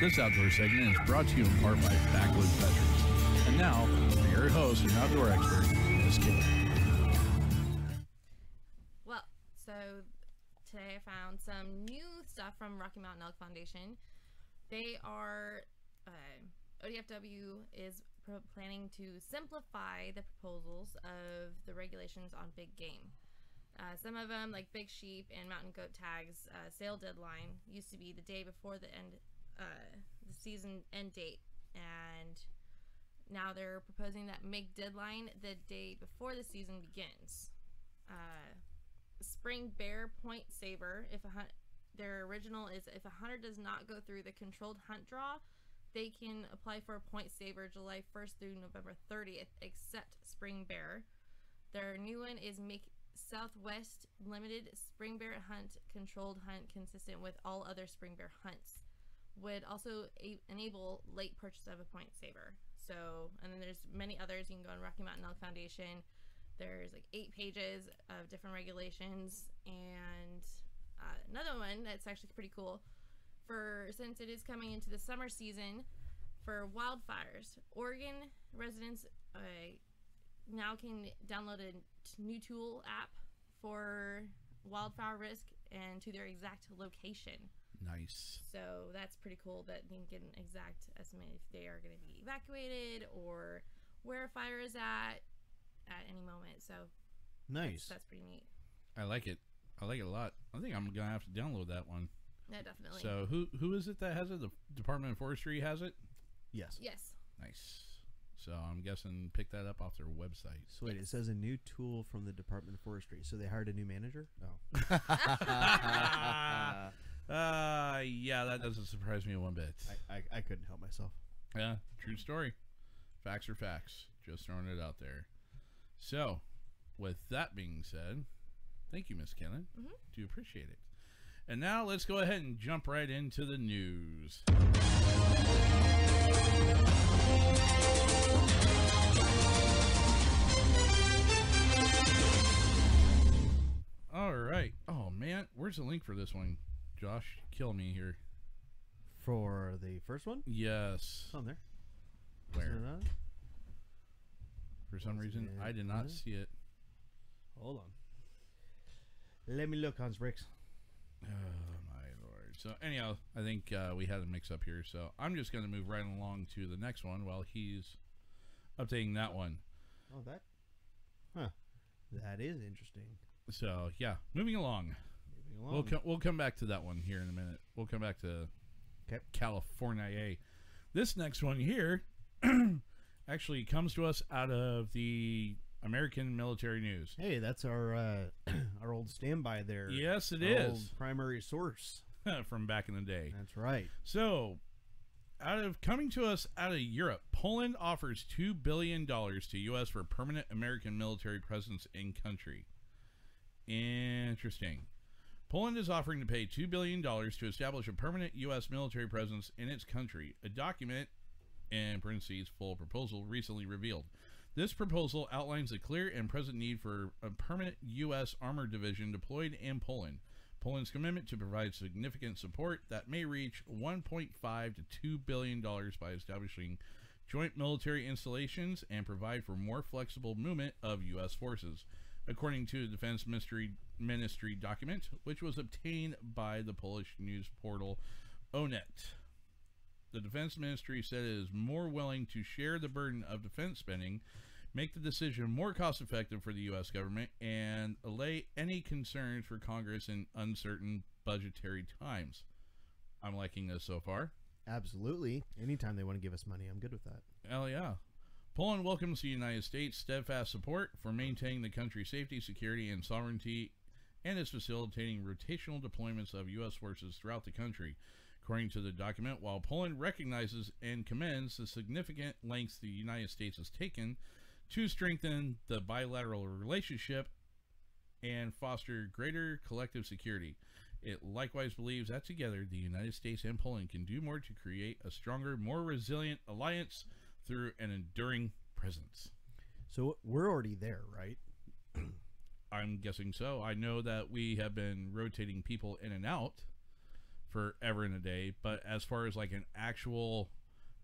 Speaker 3: This outdoor segment is brought to you in part by Backwoods Veterans. And now, your host and outdoor expert, Miss Kaylin.
Speaker 13: Well, so today I found some new stuff from Rocky Mountain Elk Foundation. They are, uh, ODFW is pro- planning to simplify the proposals of the regulations on big game. Uh, some of them, like big sheep and mountain goat tags, uh, sale deadline used to be the day before the end, uh, the season end date, and now they're proposing that make deadline the day before the season begins. Uh, spring bear point saver if a hunt their original is if a hunter does not go through the controlled hunt draw they can apply for a point saver july 1st through november 30th except spring bear their new one is make southwest limited spring bear hunt controlled hunt consistent with all other spring bear hunts would also a- enable late purchase of a point saver so and then there's many others you can go on rocky mountain elk foundation there's like eight pages of different regulations and uh, another one that's actually pretty cool for since it is coming into the summer season for wildfires oregon residents uh, now can download a t- new tool app for wildfire risk and to their exact location
Speaker 3: Nice.
Speaker 13: so that's pretty cool that you can get an exact estimate if they are going to be evacuated or where a fire is at at any moment so
Speaker 5: Nice.
Speaker 13: that's pretty neat
Speaker 3: I like it. I like it a lot. I think I'm gonna have to download that one.
Speaker 13: Yeah, definitely.
Speaker 3: So who who is it that has it? The Department of Forestry has it.
Speaker 5: Yes.
Speaker 13: Yes.
Speaker 3: Nice. So I'm guessing pick that up off their website.
Speaker 5: So wait, it says a new tool from the Department of Forestry. So they hired a new manager? Oh.
Speaker 3: Ah, uh, yeah, that doesn't surprise me one bit.
Speaker 5: I, I, I couldn't help myself.
Speaker 3: Yeah, true story. Facts are facts. Just throwing it out there. So, with that being said, thank you, Miss Kennan.
Speaker 13: Mhm.
Speaker 3: Do appreciate it. And now let's go ahead and jump right into the news. All right. Oh man, where's the link for this one? Josh, kill me here.
Speaker 5: For the first one?
Speaker 3: Yes.
Speaker 5: It's on there.
Speaker 3: Where?
Speaker 5: Isn't it on?
Speaker 3: For some reason, I did not see it.
Speaker 5: Hold on. Let me look, Hans Bricks.
Speaker 3: Oh my lord. So anyhow, I think uh, we had a mix up here. So I'm just going to move right along to the next one while he's updating that one.
Speaker 5: Oh, that? Huh. That is interesting.
Speaker 3: So yeah, moving along.
Speaker 5: Moving
Speaker 3: We'll
Speaker 5: along.
Speaker 3: come. We'll come back to that one here in a minute. We'll come back to California. This next one here actually comes to us out of the American Military News.
Speaker 5: Hey, that's our uh, our old standby there.
Speaker 3: Yes, it
Speaker 5: it is
Speaker 3: is.
Speaker 5: primary source
Speaker 3: from back in the day.
Speaker 5: That's right.
Speaker 3: So, out of coming to us out of Europe, Poland offers two billion dollars to U.S. for permanent American military presence in country. Interesting. Poland is offering to pay $2 billion to establish a permanent U.S. military presence in its country, a document, in parentheses, full proposal, recently revealed. This proposal outlines a clear and present need for a permanent U.S. armored division deployed in Poland. Poland's commitment to provide significant support that may reach 1.5 to $2 billion by establishing joint military installations and provide for more flexible movement of U.S. forces, according to a Defense Ministry, Ministry document, which was obtained by the Polish news portal E Onet. The Defense Ministry said it is more willing to share the burden of defense spending, make the decision more cost effective for the U.S. government, and allay any concerns for Congress in uncertain budgetary times. I'm liking this so far.
Speaker 5: Absolutely. Anytime they want to give us money, I'm good with that.
Speaker 3: Hell yeah. Poland welcomes the United States' steadfast support for maintaining the country's safety, security, and sovereignty, and is facilitating rotational deployments of U.S. forces throughout the country. According to the document, while Poland recognizes and commends the significant lengths the United States has taken to strengthen the bilateral relationship and foster greater collective security. It likewise believes that together the United States and Poland can do more to create a stronger, more resilient alliance through an enduring presence.
Speaker 5: So we're already there, right?
Speaker 3: I'm guessing so. I know that we have been rotating people in and out forever and a day, but as far as like an actual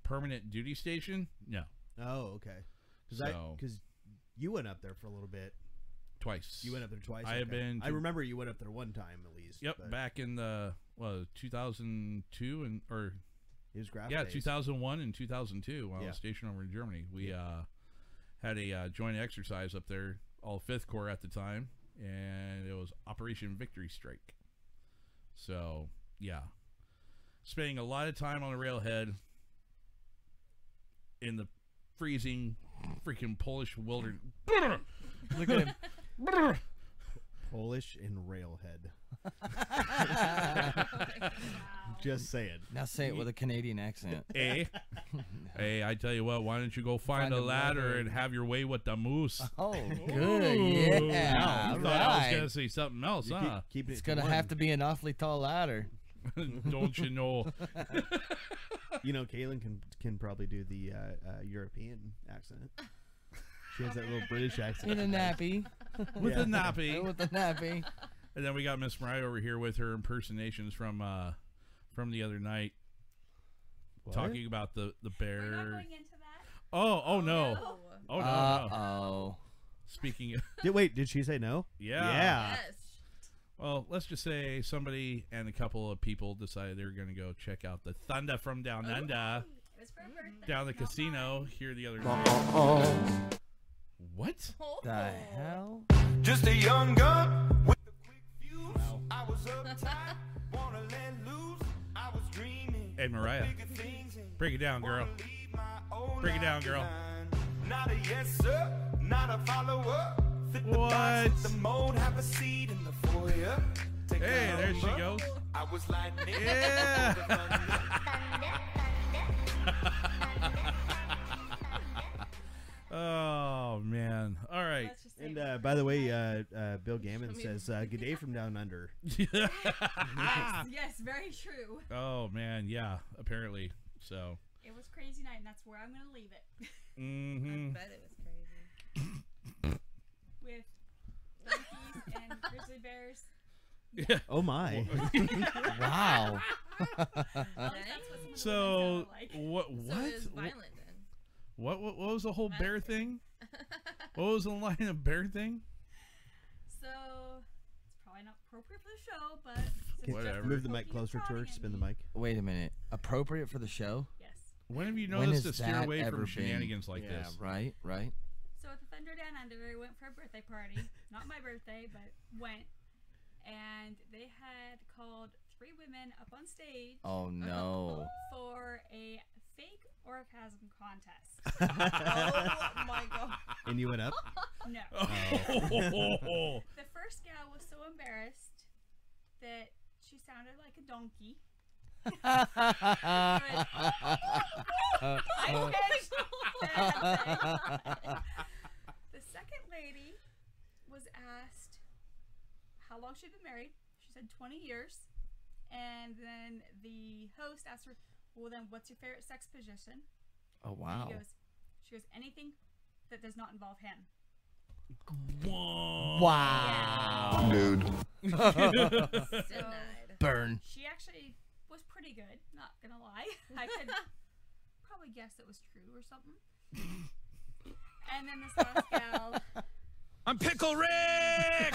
Speaker 3: permanent duty station, no.
Speaker 5: Oh, okay.
Speaker 3: So-
Speaker 5: Because you went up there for a little bit.
Speaker 3: Twice.
Speaker 5: You went up there twice.
Speaker 3: I have
Speaker 5: okay.
Speaker 3: been.
Speaker 5: I
Speaker 3: to-
Speaker 5: remember you went up there one time at least.
Speaker 3: Yep,
Speaker 5: but
Speaker 3: back in the well, 2002 and or
Speaker 5: It was graph
Speaker 3: yeah,
Speaker 5: days.
Speaker 3: 2001 and 2002 when I
Speaker 5: Yeah.
Speaker 3: was stationed over in Germany. We uh, had a uh, joint exercise up there, all Fifth Corps at the time, and it was Operation Victory Strike. So yeah, spending a lot of time on the railhead in the freezing freaking Polish wilderness.
Speaker 5: Look at him. Polish and railhead. Just saying.
Speaker 6: Now say it with a Canadian accent.
Speaker 3: Eh? hey, I tell you what, why don't you go find,
Speaker 6: Find
Speaker 3: a
Speaker 6: a
Speaker 3: ladder
Speaker 6: ladder.
Speaker 3: and have your way with the moose?
Speaker 6: Oh, good. Yeah.
Speaker 3: I thought I was
Speaker 6: Alright.
Speaker 3: gonna say something else, huh?
Speaker 6: it's gonna have to be an awfully tall ladder.
Speaker 3: Don't you know?
Speaker 5: You know, Kaylin can can probably do the uh, uh, European accent. She has that little British accent.
Speaker 6: In a nappy.
Speaker 3: With a nappy.
Speaker 6: With a nappy.
Speaker 3: And then we got Miss Mariah over here with her impersonations from uh from the other night. Talking about the the bear. Oh, oh no. Oh no. no.
Speaker 6: oh.
Speaker 3: Speaking of
Speaker 5: Did, wait, did she say no?
Speaker 3: Yeah.
Speaker 5: Yeah.
Speaker 3: Well, let's just say somebody and a couple of people decided they were going to go check out the Thunder from Down Under
Speaker 12: It was for a birthday. Oh,
Speaker 3: down the casino here the other
Speaker 6: Oh.
Speaker 3: night. What?
Speaker 12: Oh.
Speaker 6: The hell?
Speaker 17: Just a young gun with a quick
Speaker 15: tight, wanna let loose. I was dreaming.
Speaker 3: Hey, Mariah.
Speaker 15: bigger things and
Speaker 3: Break it down, girl.
Speaker 15: own
Speaker 3: Break it down, girl.
Speaker 15: Not a yes, sir. Not a follow up. Fit the box, fit the mold, have a seat in the foyer. Take
Speaker 3: Hey,
Speaker 15: a
Speaker 3: there she
Speaker 15: number.
Speaker 3: goes.
Speaker 15: I was lightning.
Speaker 3: Yeah. oh man! All right.
Speaker 5: And uh, by the way, uh, uh, Bill Gammon says, uh, "Good day from down under."
Speaker 6: Ah!
Speaker 12: yes, very true.
Speaker 3: Oh man, yeah. Apparently, so.
Speaker 12: It was crazy night, and that's where I'm gonna leave it.
Speaker 3: Mm-hmm.
Speaker 12: it was crazy. With monkeys and grizzly bears.
Speaker 5: Oh my!
Speaker 6: wow.
Speaker 3: so what?
Speaker 13: So
Speaker 3: What?
Speaker 13: it was
Speaker 3: Wh-
Speaker 13: violent then.
Speaker 3: What, what? What was the whole bear thing? what was the line of bear thing?
Speaker 12: So it's probably not appropriate for the show, but since Jeff
Speaker 5: Whatever.
Speaker 12: was
Speaker 5: Move the
Speaker 12: poking
Speaker 5: mic
Speaker 12: and
Speaker 5: closer to her.
Speaker 12: prodding
Speaker 5: Spin the mic.
Speaker 6: Wait a minute. Appropriate for the show?
Speaker 12: Yes.
Speaker 3: When have you
Speaker 6: When
Speaker 3: noticed
Speaker 6: has
Speaker 3: to steer
Speaker 6: that
Speaker 3: away from
Speaker 6: ever been-
Speaker 3: shenanigans like
Speaker 6: Yeah,
Speaker 3: this?
Speaker 6: Right, right.
Speaker 12: So at the Thunder Down Under, we went for a birthday party. Not my birthday, but went. And they had called three women up on stage.
Speaker 6: Oh, no.
Speaker 12: For a fake orgasm contest.
Speaker 5: Oh, my God. And you went up?
Speaker 12: No.
Speaker 5: Oh.
Speaker 12: the first gal was so embarrassed that she sounded like a donkey. I
Speaker 17: Oh.
Speaker 12: can't- the second lady was asked how long she'd been married. She said 20 years. And then the host asked her, Well, then what's your favorite sex position?
Speaker 6: Oh,
Speaker 12: And
Speaker 6: wow.
Speaker 12: She goes, she goes, Anything that does not involve him.
Speaker 6: Wow. Dude.
Speaker 12: So,
Speaker 6: Burn.
Speaker 12: She actually was pretty good, not gonna lie. I could probably guess it was true or something. and then this last gal.
Speaker 17: I'm Pickle Rick!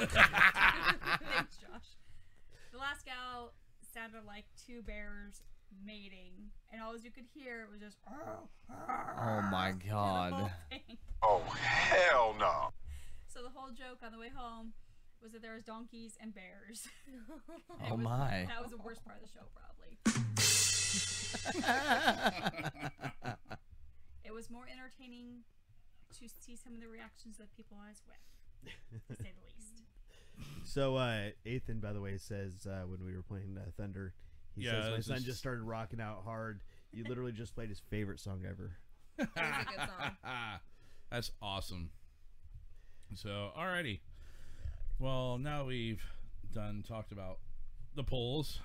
Speaker 12: Thanks, Josh. The last gal sounded like two bears mating, and all you could hear was just. "Arr, arr,"
Speaker 6: Oh my
Speaker 12: the whole
Speaker 6: god.
Speaker 12: thing.
Speaker 17: Oh, hell no.
Speaker 12: So the whole joke on the way home was that there was donkeys and bears. It
Speaker 6: Oh
Speaker 12: was-
Speaker 6: my.
Speaker 12: That was the worst part of the show, probably. it was more entertaining to see some of the reactions that people was with, to say the least.
Speaker 5: So uh Ethan, by the way, says uh, when we were playing uh, Thunder, he
Speaker 3: Yeah,
Speaker 5: says my
Speaker 3: this
Speaker 5: son
Speaker 3: is-
Speaker 5: just started rocking out hard. You literally just played his favorite song ever.
Speaker 3: That's awesome. So, alrighty. Well, now we've done talked about the polls.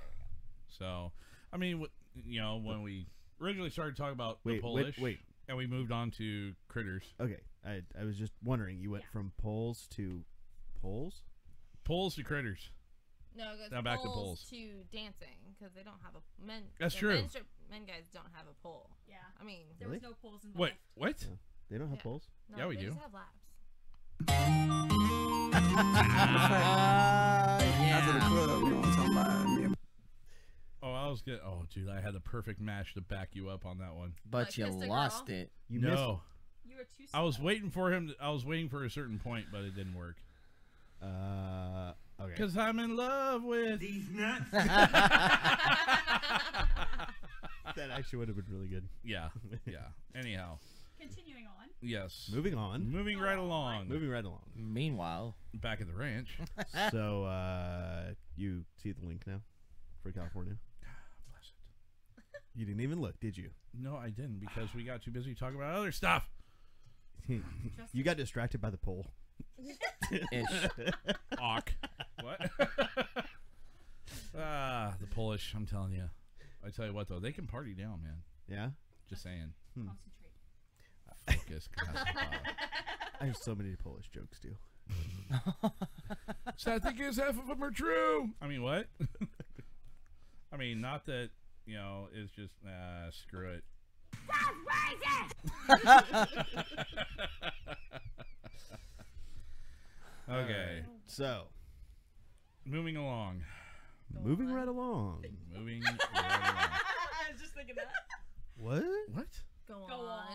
Speaker 3: So, I mean, wh- you know, when we originally started talking about the
Speaker 5: Wait, wait,
Speaker 3: Polish,
Speaker 5: wait.
Speaker 3: and we moved on to critters.
Speaker 5: Okay, I I was just wondering, you went from polls to polls.
Speaker 3: Polls to critters.
Speaker 13: No, it goes
Speaker 3: Now back to
Speaker 13: poles
Speaker 3: polls.
Speaker 13: to dancing because they don't have a men.
Speaker 3: That's
Speaker 13: the
Speaker 3: true.
Speaker 13: Men, strip- men guys don't have a pole.
Speaker 12: Yeah.
Speaker 13: I mean,
Speaker 5: There was Really? no
Speaker 12: poles
Speaker 3: Wait, what?
Speaker 5: They don't have
Speaker 13: Yeah.
Speaker 5: polls.
Speaker 13: No,
Speaker 3: Yeah, we
Speaker 13: they
Speaker 3: do.
Speaker 13: Just have laps.
Speaker 3: Oh, I was good. Oh, dude, I had the perfect match to back you up on that one.
Speaker 6: But you lost it.
Speaker 5: You
Speaker 3: no.
Speaker 12: You were too.
Speaker 3: I was waiting for him. I was waiting for a certain point, but it didn't work.
Speaker 5: Uh, okay.
Speaker 3: Because I'm in love with these nuts.
Speaker 5: that actually would have been really good.
Speaker 3: Yeah, yeah. Anyhow,
Speaker 12: Continuing on.
Speaker 3: yes.
Speaker 5: Moving on.
Speaker 3: Moving
Speaker 12: Oh,
Speaker 3: right along.
Speaker 5: Moving right along.
Speaker 6: Meanwhile,
Speaker 3: back at the ranch.
Speaker 5: so uh, you see the link now for California. You didn't even look, did you?
Speaker 3: No, I didn't because we got too busy talking about other stuff.
Speaker 5: you got distracted by the poll.
Speaker 3: Ish. Awk. What? ah, the Polish. I'm telling you. I tell you what though, they can party down, man.
Speaker 5: Yeah.
Speaker 3: Just saying.
Speaker 5: Hmm.
Speaker 3: Focus.
Speaker 5: I have so many Polish jokes too.
Speaker 3: so I think is half of them are true. I mean, what? I mean, not that you know. It's just nah, screw it. okay.
Speaker 5: So,
Speaker 3: moving along.
Speaker 5: Moving right along.
Speaker 3: Moving. right
Speaker 12: I was just thinking that.
Speaker 5: What?
Speaker 3: What?
Speaker 13: Go,
Speaker 12: Go on.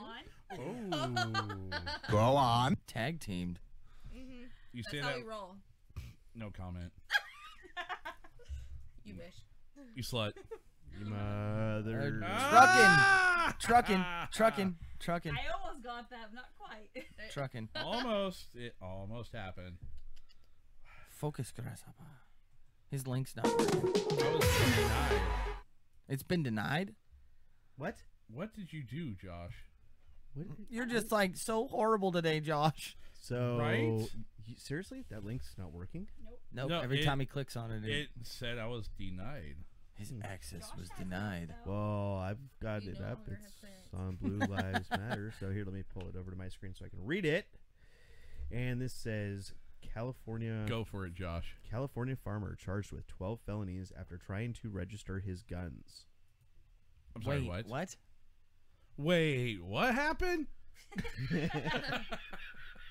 Speaker 6: Oh.
Speaker 3: along.
Speaker 6: Go on. Tag teamed.
Speaker 13: Mm-hmm.
Speaker 3: You
Speaker 13: That's
Speaker 3: say
Speaker 13: how
Speaker 3: that-
Speaker 13: we roll.
Speaker 3: No comment.
Speaker 13: You wish.
Speaker 3: You slut. Ah!
Speaker 5: You mother.
Speaker 6: Uh, Trucking, trucking, trucking, trucking,
Speaker 12: I almost got that, but not quite.
Speaker 6: trucking.
Speaker 3: almost. It almost happened.
Speaker 6: Focus, grasshopper. His link's not. denied. It's been denied.
Speaker 5: What?
Speaker 3: What did you do, Josh?
Speaker 6: You're just like so horrible today, Josh.
Speaker 5: So,
Speaker 3: Right?
Speaker 5: you- seriously, that link's not working? Nope.
Speaker 6: Nope. every
Speaker 3: it-
Speaker 6: time he clicks on it, it,
Speaker 3: it said I was denied.
Speaker 6: his access was denied.
Speaker 5: Well, I've got it up. It's on Blue Lives Matter. So here, let me pull it over to my screen so I can read it. And this says California.
Speaker 3: Go for it, Josh.
Speaker 5: California farmer charged with 12 felonies after trying to register his guns.
Speaker 3: I'm sorry, Wait, what? what? Wait, what happened?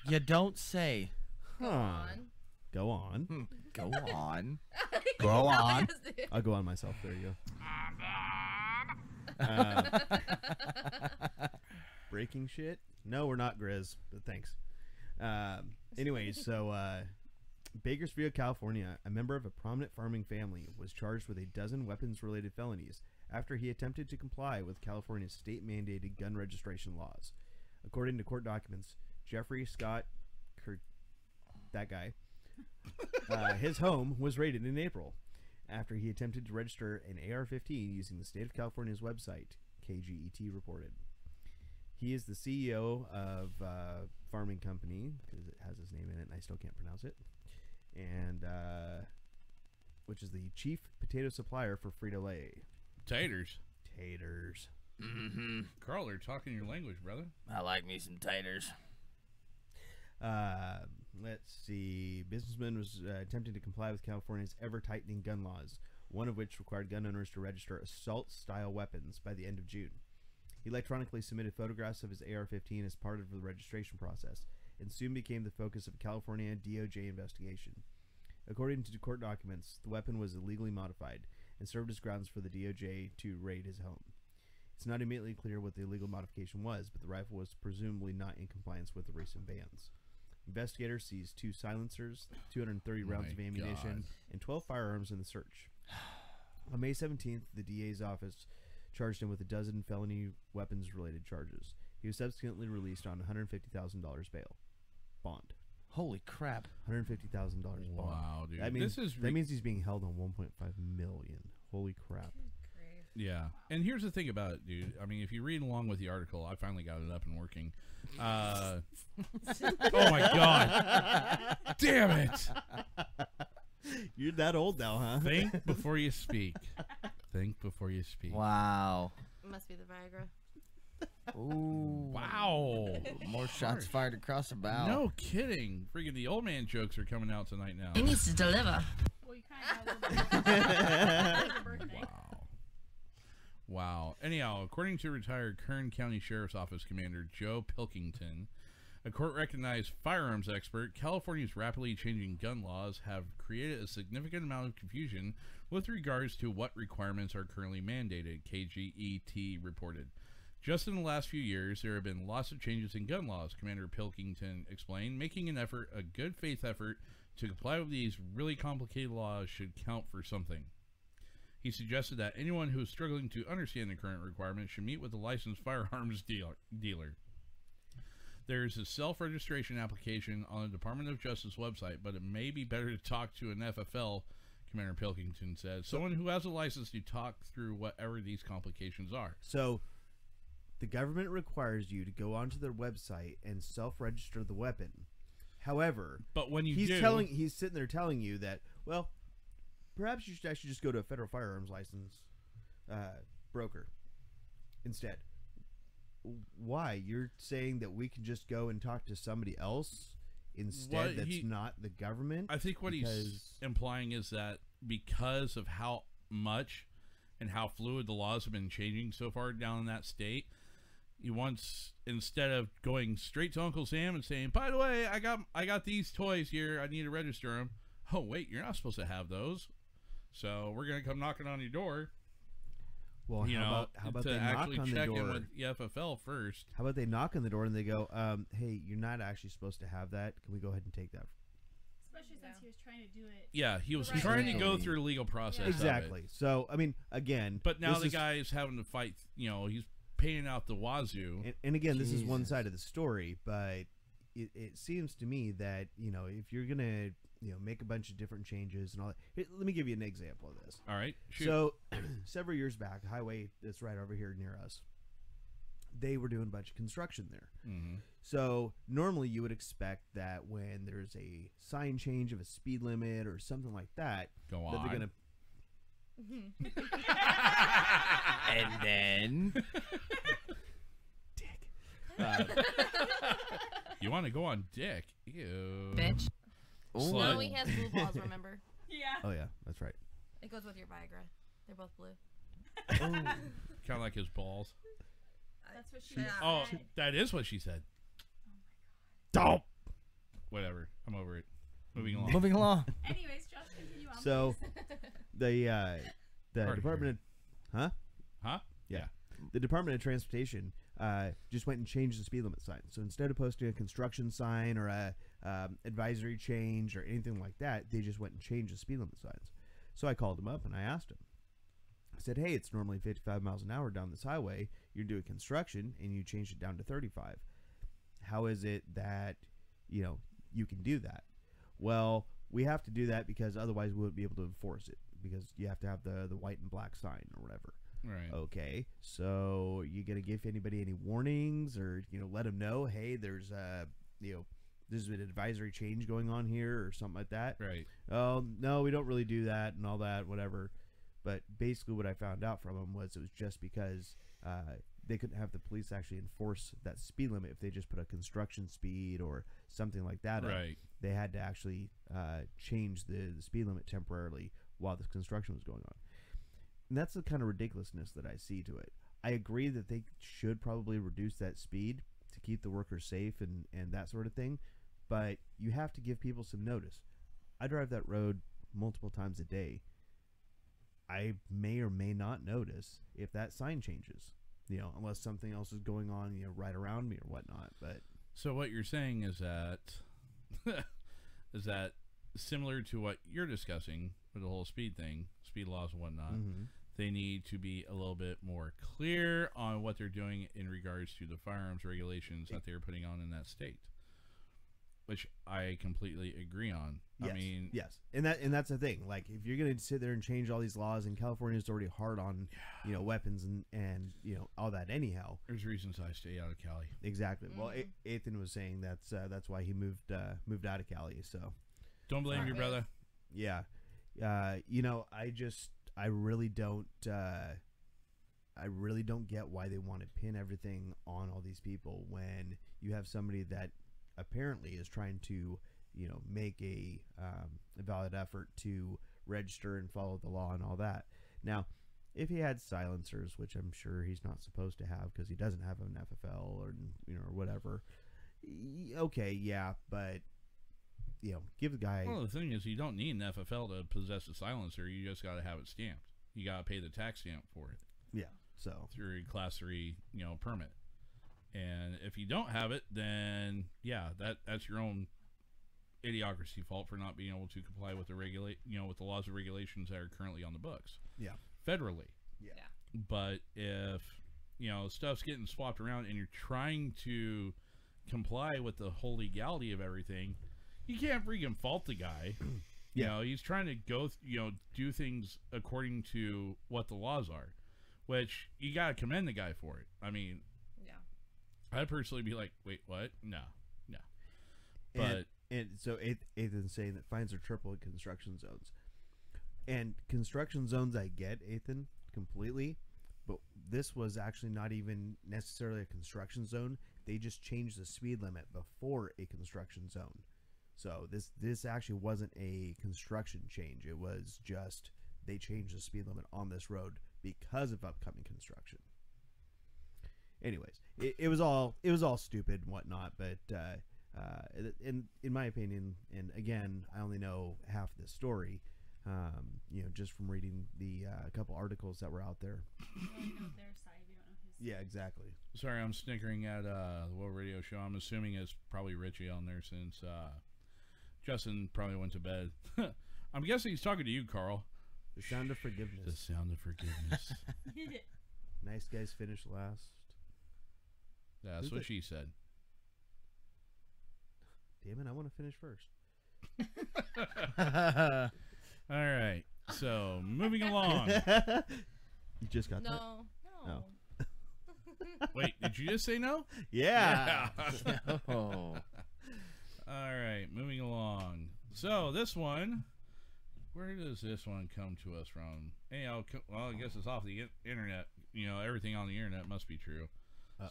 Speaker 6: You don't say. Hmm.
Speaker 5: Go on. Go on.
Speaker 6: Go on.
Speaker 5: go
Speaker 6: No, I
Speaker 5: on.
Speaker 6: just did.
Speaker 5: I'll go Uh, on myself. There you go. Um, breaking shit? No, we're not, Grizz. But thanks. Um, anyway, so uh, Bakersfield, California, a member of a prominent farming family was charged with a dozen weapons-related felonies after he attempted to comply with California's state-mandated gun registration laws. According to court documents, Jeffrey Scott, Cur- that guy, uh, his home was raided in April after he attempted to register an AR 15 using the state of California's website, KGET reported. He is the CEO of uh, Farming Company because it has his name in it and I still can't pronounce it. And, uh, which is the chief potato supplier for Frito Lay.
Speaker 3: Taters.
Speaker 5: Taters.
Speaker 3: Mm-hmm. Carl, they're talking your language, brother.
Speaker 6: I like me some taters.
Speaker 5: Uh, let's see. Businessman was uh, attempting to comply with California's ever tightening gun laws, one of which required gun owners to register assault style weapons by the end of June. He electronically submitted photographs of his AR 15 as part of the registration process and soon became the focus of a California DOJ investigation. According to court documents, the weapon was illegally modified and served as grounds for the DOJ to raid his home. It's not immediately clear what the illegal modification was, but the rifle was presumably not in compliance with the recent bans. Investigators seized two silencers, 230 rounds
Speaker 3: My
Speaker 5: of ammunition,
Speaker 3: God.
Speaker 5: and 12 firearms in the search. On May 17th, the DA's office charged him with a dozen felony weapons related charges. He was subsequently released on $150,000 bail bond.
Speaker 6: Holy crap!
Speaker 5: $150,000 bond.
Speaker 3: Wow, dude.
Speaker 5: That means,
Speaker 3: This is
Speaker 5: that
Speaker 3: re-
Speaker 5: means he's being held on 1.5 million. Holy crap.
Speaker 3: Yeah. And here's the thing about it, dude. I mean, if you read along with the article, I finally got it up and working. Uh, oh my god! Damn it!
Speaker 5: You're that old now, huh?
Speaker 3: Think before you speak. Think before you speak.
Speaker 6: Wow.
Speaker 13: Must be the Viagra.
Speaker 6: Ooh.
Speaker 3: Wow.
Speaker 6: More shots fired across the bow.
Speaker 3: No kidding. Freaking the old man jokes are coming out tonight now.
Speaker 6: He needs to deliver.
Speaker 12: well, you kind of have a little bit.
Speaker 3: Wow. Wow. Anyhow, according to retired Kern County Sheriff's Office Commander Joe Pilkington, a court recognized firearms expert, California's rapidly changing gun laws have created a significant amount of confusion with regards to what requirements are currently mandated, KGET reported. Just in the last few years, there have been lots of changes in gun laws, Commander Pilkington explained. Making an effort, a good faith effort, to comply with these really complicated laws should count for something. He suggested that anyone who is struggling to understand the current requirements should meet with a licensed firearms dealer. dealer. There is a self registration application on the Department of Justice website, but it may be better to talk to an FFL, Commander Pilkington said, someone who has a license to talk through whatever these complications are.
Speaker 5: So the government requires you to go onto their website and self-register the weapon. However,
Speaker 3: But when you
Speaker 5: he's
Speaker 3: do-
Speaker 5: telling he's sitting there telling you that, well, perhaps you should actually just go to a federal firearms license uh, broker instead. Why? You're saying that we can just go and talk to somebody else instead
Speaker 3: What
Speaker 5: that's
Speaker 3: he-
Speaker 5: not the government?
Speaker 3: I think what
Speaker 5: Because-
Speaker 3: he's implying is that because of how much and how fluid the laws have been changing so far down in that state, he wants instead of going straight to Uncle Sam and saying, "By the way, I got I got these toys here. I need to register them." Oh wait, you're not supposed to have those. So we're gonna come knocking on your door.
Speaker 5: Well,
Speaker 3: you
Speaker 5: how
Speaker 3: know,
Speaker 5: about how about
Speaker 3: to
Speaker 5: they knock
Speaker 3: actually
Speaker 5: on the
Speaker 3: check
Speaker 5: door?
Speaker 3: in with the FFL first.
Speaker 5: How about they knock on the door and they go, um, "Hey, you're not actually supposed to have that. Can we go ahead and take that?"
Speaker 12: especially since he was trying to do it.
Speaker 3: Yeah, he was
Speaker 12: the right
Speaker 3: trying to
Speaker 12: way.
Speaker 3: go through the legal process. of it.
Speaker 5: Exactly. So I mean, again,
Speaker 3: But now
Speaker 5: this
Speaker 3: the
Speaker 5: is-
Speaker 3: guy is having to fight. You know, he's paying out the wazoo.
Speaker 5: And, and again, this is one side of the story, but it, it seems to me that you know if you're gonna you know make a bunch of different changes and all that. Here, let me give you an example of this.
Speaker 3: All right, shoot.
Speaker 5: So several years back, highway that's right over here near us, they were doing a bunch of construction there.
Speaker 3: Mhm.
Speaker 5: So normally you would expect that when there's a sign change of a speed limit or something like that,
Speaker 3: Go
Speaker 5: that
Speaker 3: on.
Speaker 5: they're gonna
Speaker 12: Mm-hmm.
Speaker 11: And then.
Speaker 5: uh,
Speaker 3: you want to go on dick? Ew.
Speaker 13: Bitch.
Speaker 3: Slut.
Speaker 13: No, he has blue balls. Remember?
Speaker 12: yeah.
Speaker 5: Oh yeah, that's right.
Speaker 13: It goes with your Viagra. They're both blue.
Speaker 3: Oh. kind of like his balls.
Speaker 12: That's what she.
Speaker 13: She- Yeah.
Speaker 3: Oh,
Speaker 13: She-
Speaker 3: that is what she said.
Speaker 5: Don't.
Speaker 3: Whatever. I'm over it. Moving along.
Speaker 5: Moving along.
Speaker 12: Anyways, Josh, continue on.
Speaker 5: So the uh, the
Speaker 3: Hard to
Speaker 5: Department of Huh?
Speaker 3: Huh?
Speaker 5: Yeah. The Department of Transportation uh, just went and changed the speed limit sign. So instead of posting a construction sign or a um, advisory change or anything like that, they just went and changed the speed limit signs. So I called him up and I asked him. I said, "Hey, it's normally 55 miles an hour down this highway. You're doing construction and you changed it down to 35. How is it that you know you can do that?" Well, we have to do that because otherwise we wouldn't be able to enforce it because you have to have the the white and black sign or whatever.
Speaker 3: Right.
Speaker 5: Okay. So you gonna give anybody any warnings or you know let them know, hey, there's a you know there's an advisory change going on here or something like that.
Speaker 3: Right.
Speaker 5: Oh no, we don't really do that and all that, whatever. But basically, what I found out from them was it was just because uh, they couldn't have the police actually enforce that speed limit if they just put a construction speed or something like that. up.
Speaker 3: Right.
Speaker 5: They had to actually uh, change the, the speed limit temporarily while the construction was going on. And that's the kind of ridiculousness that I see to it. I agree that they should probably reduce that speed to keep the workers safe and, and that sort of thing, but you have to give people some notice. I drive that road multiple times a day. I may or may not notice if that sign changes, you know, unless something else is going on, you know, right around me or whatnot. But
Speaker 3: So what you're saying is that is that similar to what you're discussing with the whole speed thing, speed laws and whatnot.
Speaker 5: Mhm.
Speaker 3: They need to be a little bit more clear on what they're doing in regards to the firearms regulations that they're putting on in that state, which I completely agree on. I
Speaker 5: Yes,
Speaker 3: mean,
Speaker 5: yes, and that and that's the thing. Like, if you're gonna sit there and change all these laws, and California is already hard on, you know, weapons and and you know all that anyhow.
Speaker 3: There's reasons I stay out of Cali.
Speaker 5: Exactly. Well, A- Ethan was saying that's uh, that's why he moved uh, moved out of Cali. So
Speaker 3: Don't blame your brother.
Speaker 5: yeah. Uh, you know, I just I really don't uh, I really don't get why they want to pin everything on all these people when you have somebody that apparently is trying to you know make a um, a valid effort to register and follow the law and all that. Now, if he had silencers, which I'm sure he's not supposed to have because he doesn't have an FFL or you know or whatever, y- okay, yeah, but you know, give the guy
Speaker 3: Well, the thing is, you don't need an FFL to possess a silencer. You just got to have it stamped. You got to pay the tax stamp for it.
Speaker 5: Yeah. So
Speaker 3: through your class three, you know, permit. And if you don't have it, then yeah, that that's your own idiocracy fault for not being able to comply with the regulate, you know, with the laws and regulations that are currently on the books.
Speaker 5: Yeah.
Speaker 3: Federally.
Speaker 5: Yeah.
Speaker 3: But if you know stuff's getting swapped around and you're trying to comply with the whole legality of everything, you can't freaking fault the guy. You
Speaker 5: Yeah.
Speaker 3: know, he's trying to go, th- you know, do things according to what the laws are, which you got to commend the guy for it. I mean,
Speaker 13: Yeah.
Speaker 3: I'd personally be like, wait, what? No, no. But
Speaker 5: and, and so Eth- Ethan's saying that fines are triple in construction zones, and construction zones I get Ethan completely, but this was actually not even necessarily a construction zone. They just changed the speed limit before a construction zone, so this this actually wasn't a construction change. It was just they changed the speed limit on this road because of upcoming construction. anyways it, it was all it was all stupid and whatnot but uh, uh, in in my opinion and again i only know half the story um, you know just from reading the uh, couple articles that were out there yeah exactly
Speaker 3: sorry, I'm snickering at uh, the World Radio Show. I'm assuming it's probably Richie on there since uh, Justin probably went to bed. I'm guessing he's talking to you, Carl.
Speaker 5: The sound of forgiveness. The
Speaker 3: sound of forgiveness.
Speaker 5: nice guys finish last.
Speaker 3: That's
Speaker 5: Who's
Speaker 3: what
Speaker 5: it?
Speaker 3: she said.
Speaker 5: Damn it! I want to finish first.
Speaker 3: All right. So moving along.
Speaker 5: You just got
Speaker 13: No,
Speaker 5: that. Oh.
Speaker 13: no.
Speaker 3: Wait, did you just say no?
Speaker 5: Yeah.
Speaker 3: Yeah.
Speaker 5: No.
Speaker 3: All right, moving along. So this one, where does this one come to us from? Anyhow, co- well, I guess it's off the in- internet. You know, everything on the internet must be true.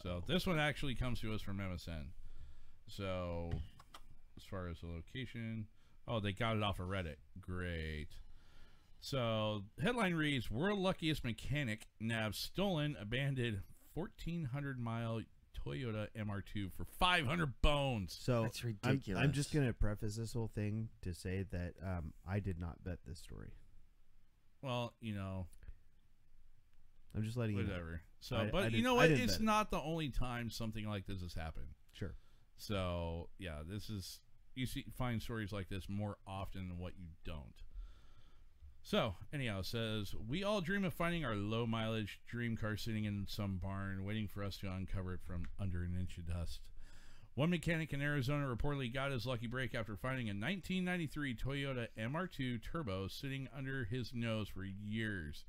Speaker 3: So this one actually comes to us from MSN. So as far as the location, oh, they got it off of Reddit. Great. So headline reads: World luckiest mechanic nabs stolen abandoned 1,400 mile Toyota MR2 for 500 bones.
Speaker 5: So I'm- I'm, just gonna preface this whole thing to say that um, I did not bet this story.
Speaker 3: Well, you know,
Speaker 5: I'm just letting you. Know.
Speaker 3: whatever. So,
Speaker 5: I-
Speaker 3: but
Speaker 5: I
Speaker 3: you
Speaker 5: did-
Speaker 3: know
Speaker 5: I
Speaker 3: what?
Speaker 5: didn't
Speaker 3: It's
Speaker 5: bet it.
Speaker 3: not the only time something like this has happened.
Speaker 5: Sure.
Speaker 3: So yeah, this is you see find stories like this more often than what you don't. So anyhow, it says we all dream of finding our low mileage dream car sitting in some barn, waiting for us to uncover it from under an inch of dust. One mechanic in Arizona reportedly got his lucky break after finding a 1993 Toyota MR2 Turbo sitting under his nose for years.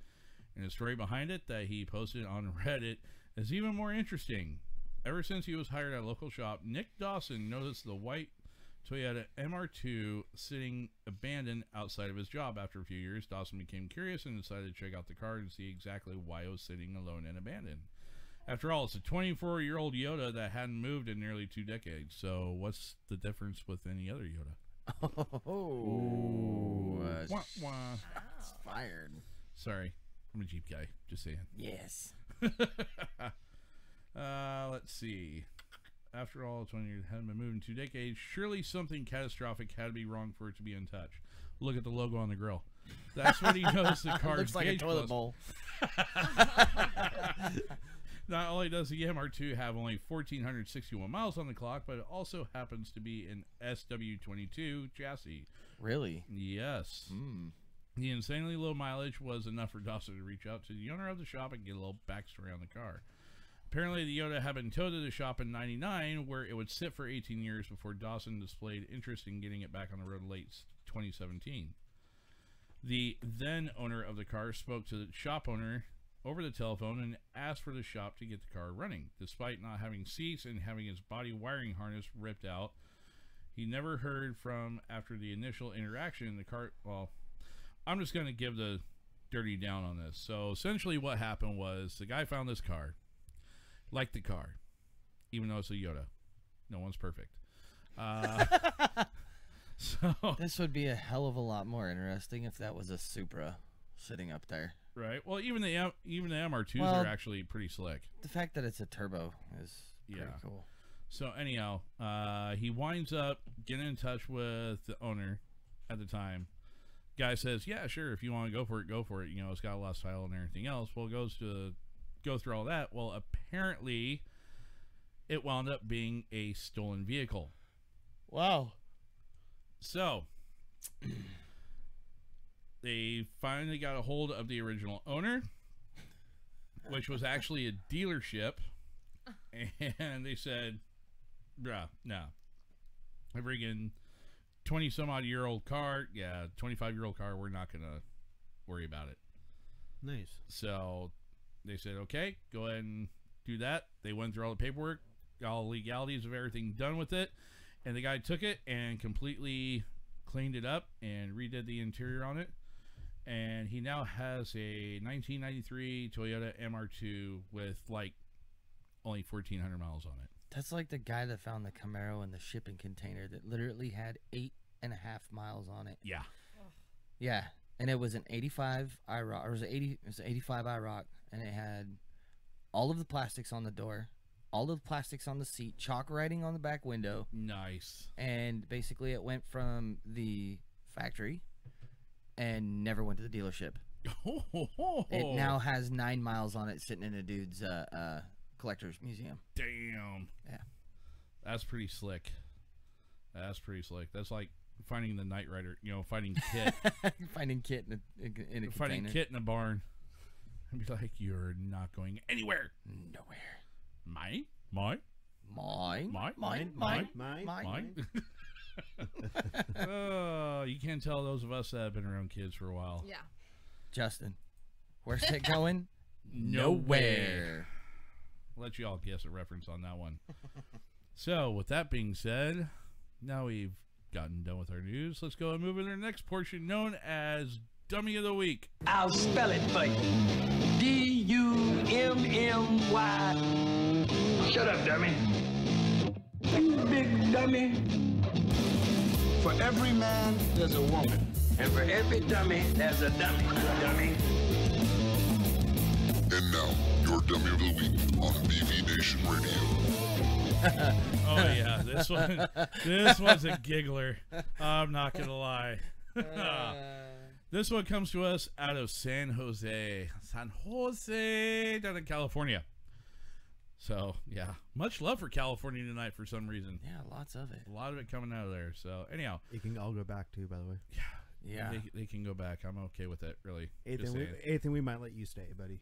Speaker 3: And the story behind it that he posted on Reddit is even more interesting. Ever since he was hired at a local shop, Nick Dawson noticed the white Toyota MR2 sitting abandoned outside of his job. After a few years, Dawson became curious and decided to check out the car and see exactly why it was sitting alone and abandoned. After all, it's a 24 year old Yoda that hadn't moved in nearly two decades. So, what's the difference with any other Yoda?
Speaker 6: Oh, uh,
Speaker 3: Wah, wah.
Speaker 6: shots fired.
Speaker 3: Sorry, I'm a Jeep guy. Just saying.
Speaker 6: Yes.
Speaker 3: uh, let's see. After all, 20 years hadn't been moved in two decades. Surely something catastrophic had to be wrong for it to be in touch. Look at the logo on the grill. That's what he knows the car's
Speaker 6: Looks like a
Speaker 3: gauge
Speaker 6: toilet
Speaker 3: was.
Speaker 6: bowl.
Speaker 3: Not only does the E MR2 have only 1,461 miles on the clock, but it also happens to be an SW22 chassis.
Speaker 6: Really?
Speaker 3: Yes. The insanely low mileage was enough for Dawson to reach out to the owner of the shop and get a little backstory on the car. Apparently, the Yoda had been towed to the shop in 99, where it would sit for 18 years before Dawson displayed interest in getting it back on the road in late 2017. The then owner of the car spoke to the shop owner over the telephone and asked for the shop to get the car running. Despite not having seats and having his body wiring harness ripped out, he never heard from after the initial interaction. The car, well, I'm just going to give the dirty down on this. So essentially, what happened was the guy found this car, liked the car, even though it's a Yoda. No one's perfect. Uh, so
Speaker 6: this would be a hell of a lot more interesting if that was a Supra sitting up there.
Speaker 3: right. Well, even the M- even the MR2s
Speaker 6: Well,
Speaker 3: are actually pretty slick.
Speaker 6: The fact that it's a turbo is pretty
Speaker 3: Yeah.
Speaker 6: cool.
Speaker 3: So anyhow, uh, he winds up getting in touch with the owner at the time. Guy says, "Yeah, sure. If you want to go for it, go for it. You know, it's got a lot of style and everything else." Well, goes to go through all that. Well, apparently, it wound up being a stolen vehicle.
Speaker 6: Wow.
Speaker 3: So they finally got a hold of the original owner, which was actually a dealership, and they said, "Bruh, no, a freaking twenty some odd year old car, yeah, twenty five year old car, we're not gonna worry about it."
Speaker 5: Nice.
Speaker 3: So they said, okay, go ahead and do that. They went through all the paperwork, got all the legalities of everything done with it. And the guy took it and completely cleaned it up and redid the interior on it. And he now has a 1993 Toyota MR2 with like only 1,400 miles on it.
Speaker 6: That's like the guy that found the Camaro in the shipping container that literally had eight and a half miles on it.
Speaker 3: Yeah.
Speaker 6: Yeah, and it was an '85 IROC, or it was an '80, it was an '85 IROC, and it had all of the plastics on the door, all of the plastics on the seat, chalk writing on the back window.
Speaker 3: Nice.
Speaker 6: And basically, it went from the factory and never went to the dealership. It now has nine miles on it, sitting in a dude's uh, uh, collector's museum.
Speaker 3: Damn.
Speaker 6: Yeah.
Speaker 3: That's pretty slick. That's pretty slick. That's like finding the Knight Rider. You know, finding Kit,
Speaker 6: finding Kit in a, in a
Speaker 3: finding
Speaker 6: container.
Speaker 3: Kit in a barn. I'd be like, you're not going anywhere. Nowhere. Mine. Mine.
Speaker 6: Mine.
Speaker 3: Mine.
Speaker 6: Mine.
Speaker 3: Mine.
Speaker 6: Mine.
Speaker 3: Mine.
Speaker 6: Mine.
Speaker 3: oh, you can't tell those of us that have been around kids for a while.
Speaker 13: Yeah.
Speaker 6: Justin, where's it going?
Speaker 3: Nowhere. Let you all guess a reference on that one. so, with that being said, now we've gotten done with our news. Let's go and move into the next portion known as Dummy of the Week.
Speaker 19: I'll spell it for you. D U M M Y. Shut up, dummy. You big dummy. For every man, there's a woman. And for every dummy, there's a dummy. Dummy.
Speaker 20: And now, your dummy of the week on BV Nation Radio.
Speaker 3: Oh yeah, this one, this one's a giggler. I'm not gonna lie. this one comes to us out of San Jose, San Jose, down in California. So yeah, much love for California tonight for some reason.
Speaker 6: Yeah, lots of it.
Speaker 3: A lot of it coming out of there. So anyhow,
Speaker 5: It can all go back too, by the way.
Speaker 6: Yeah.
Speaker 3: they, they can go back. I'm okay with it. Really, Just
Speaker 5: Ethan, we,
Speaker 3: saying.
Speaker 5: Ethan, we might let you stay, buddy.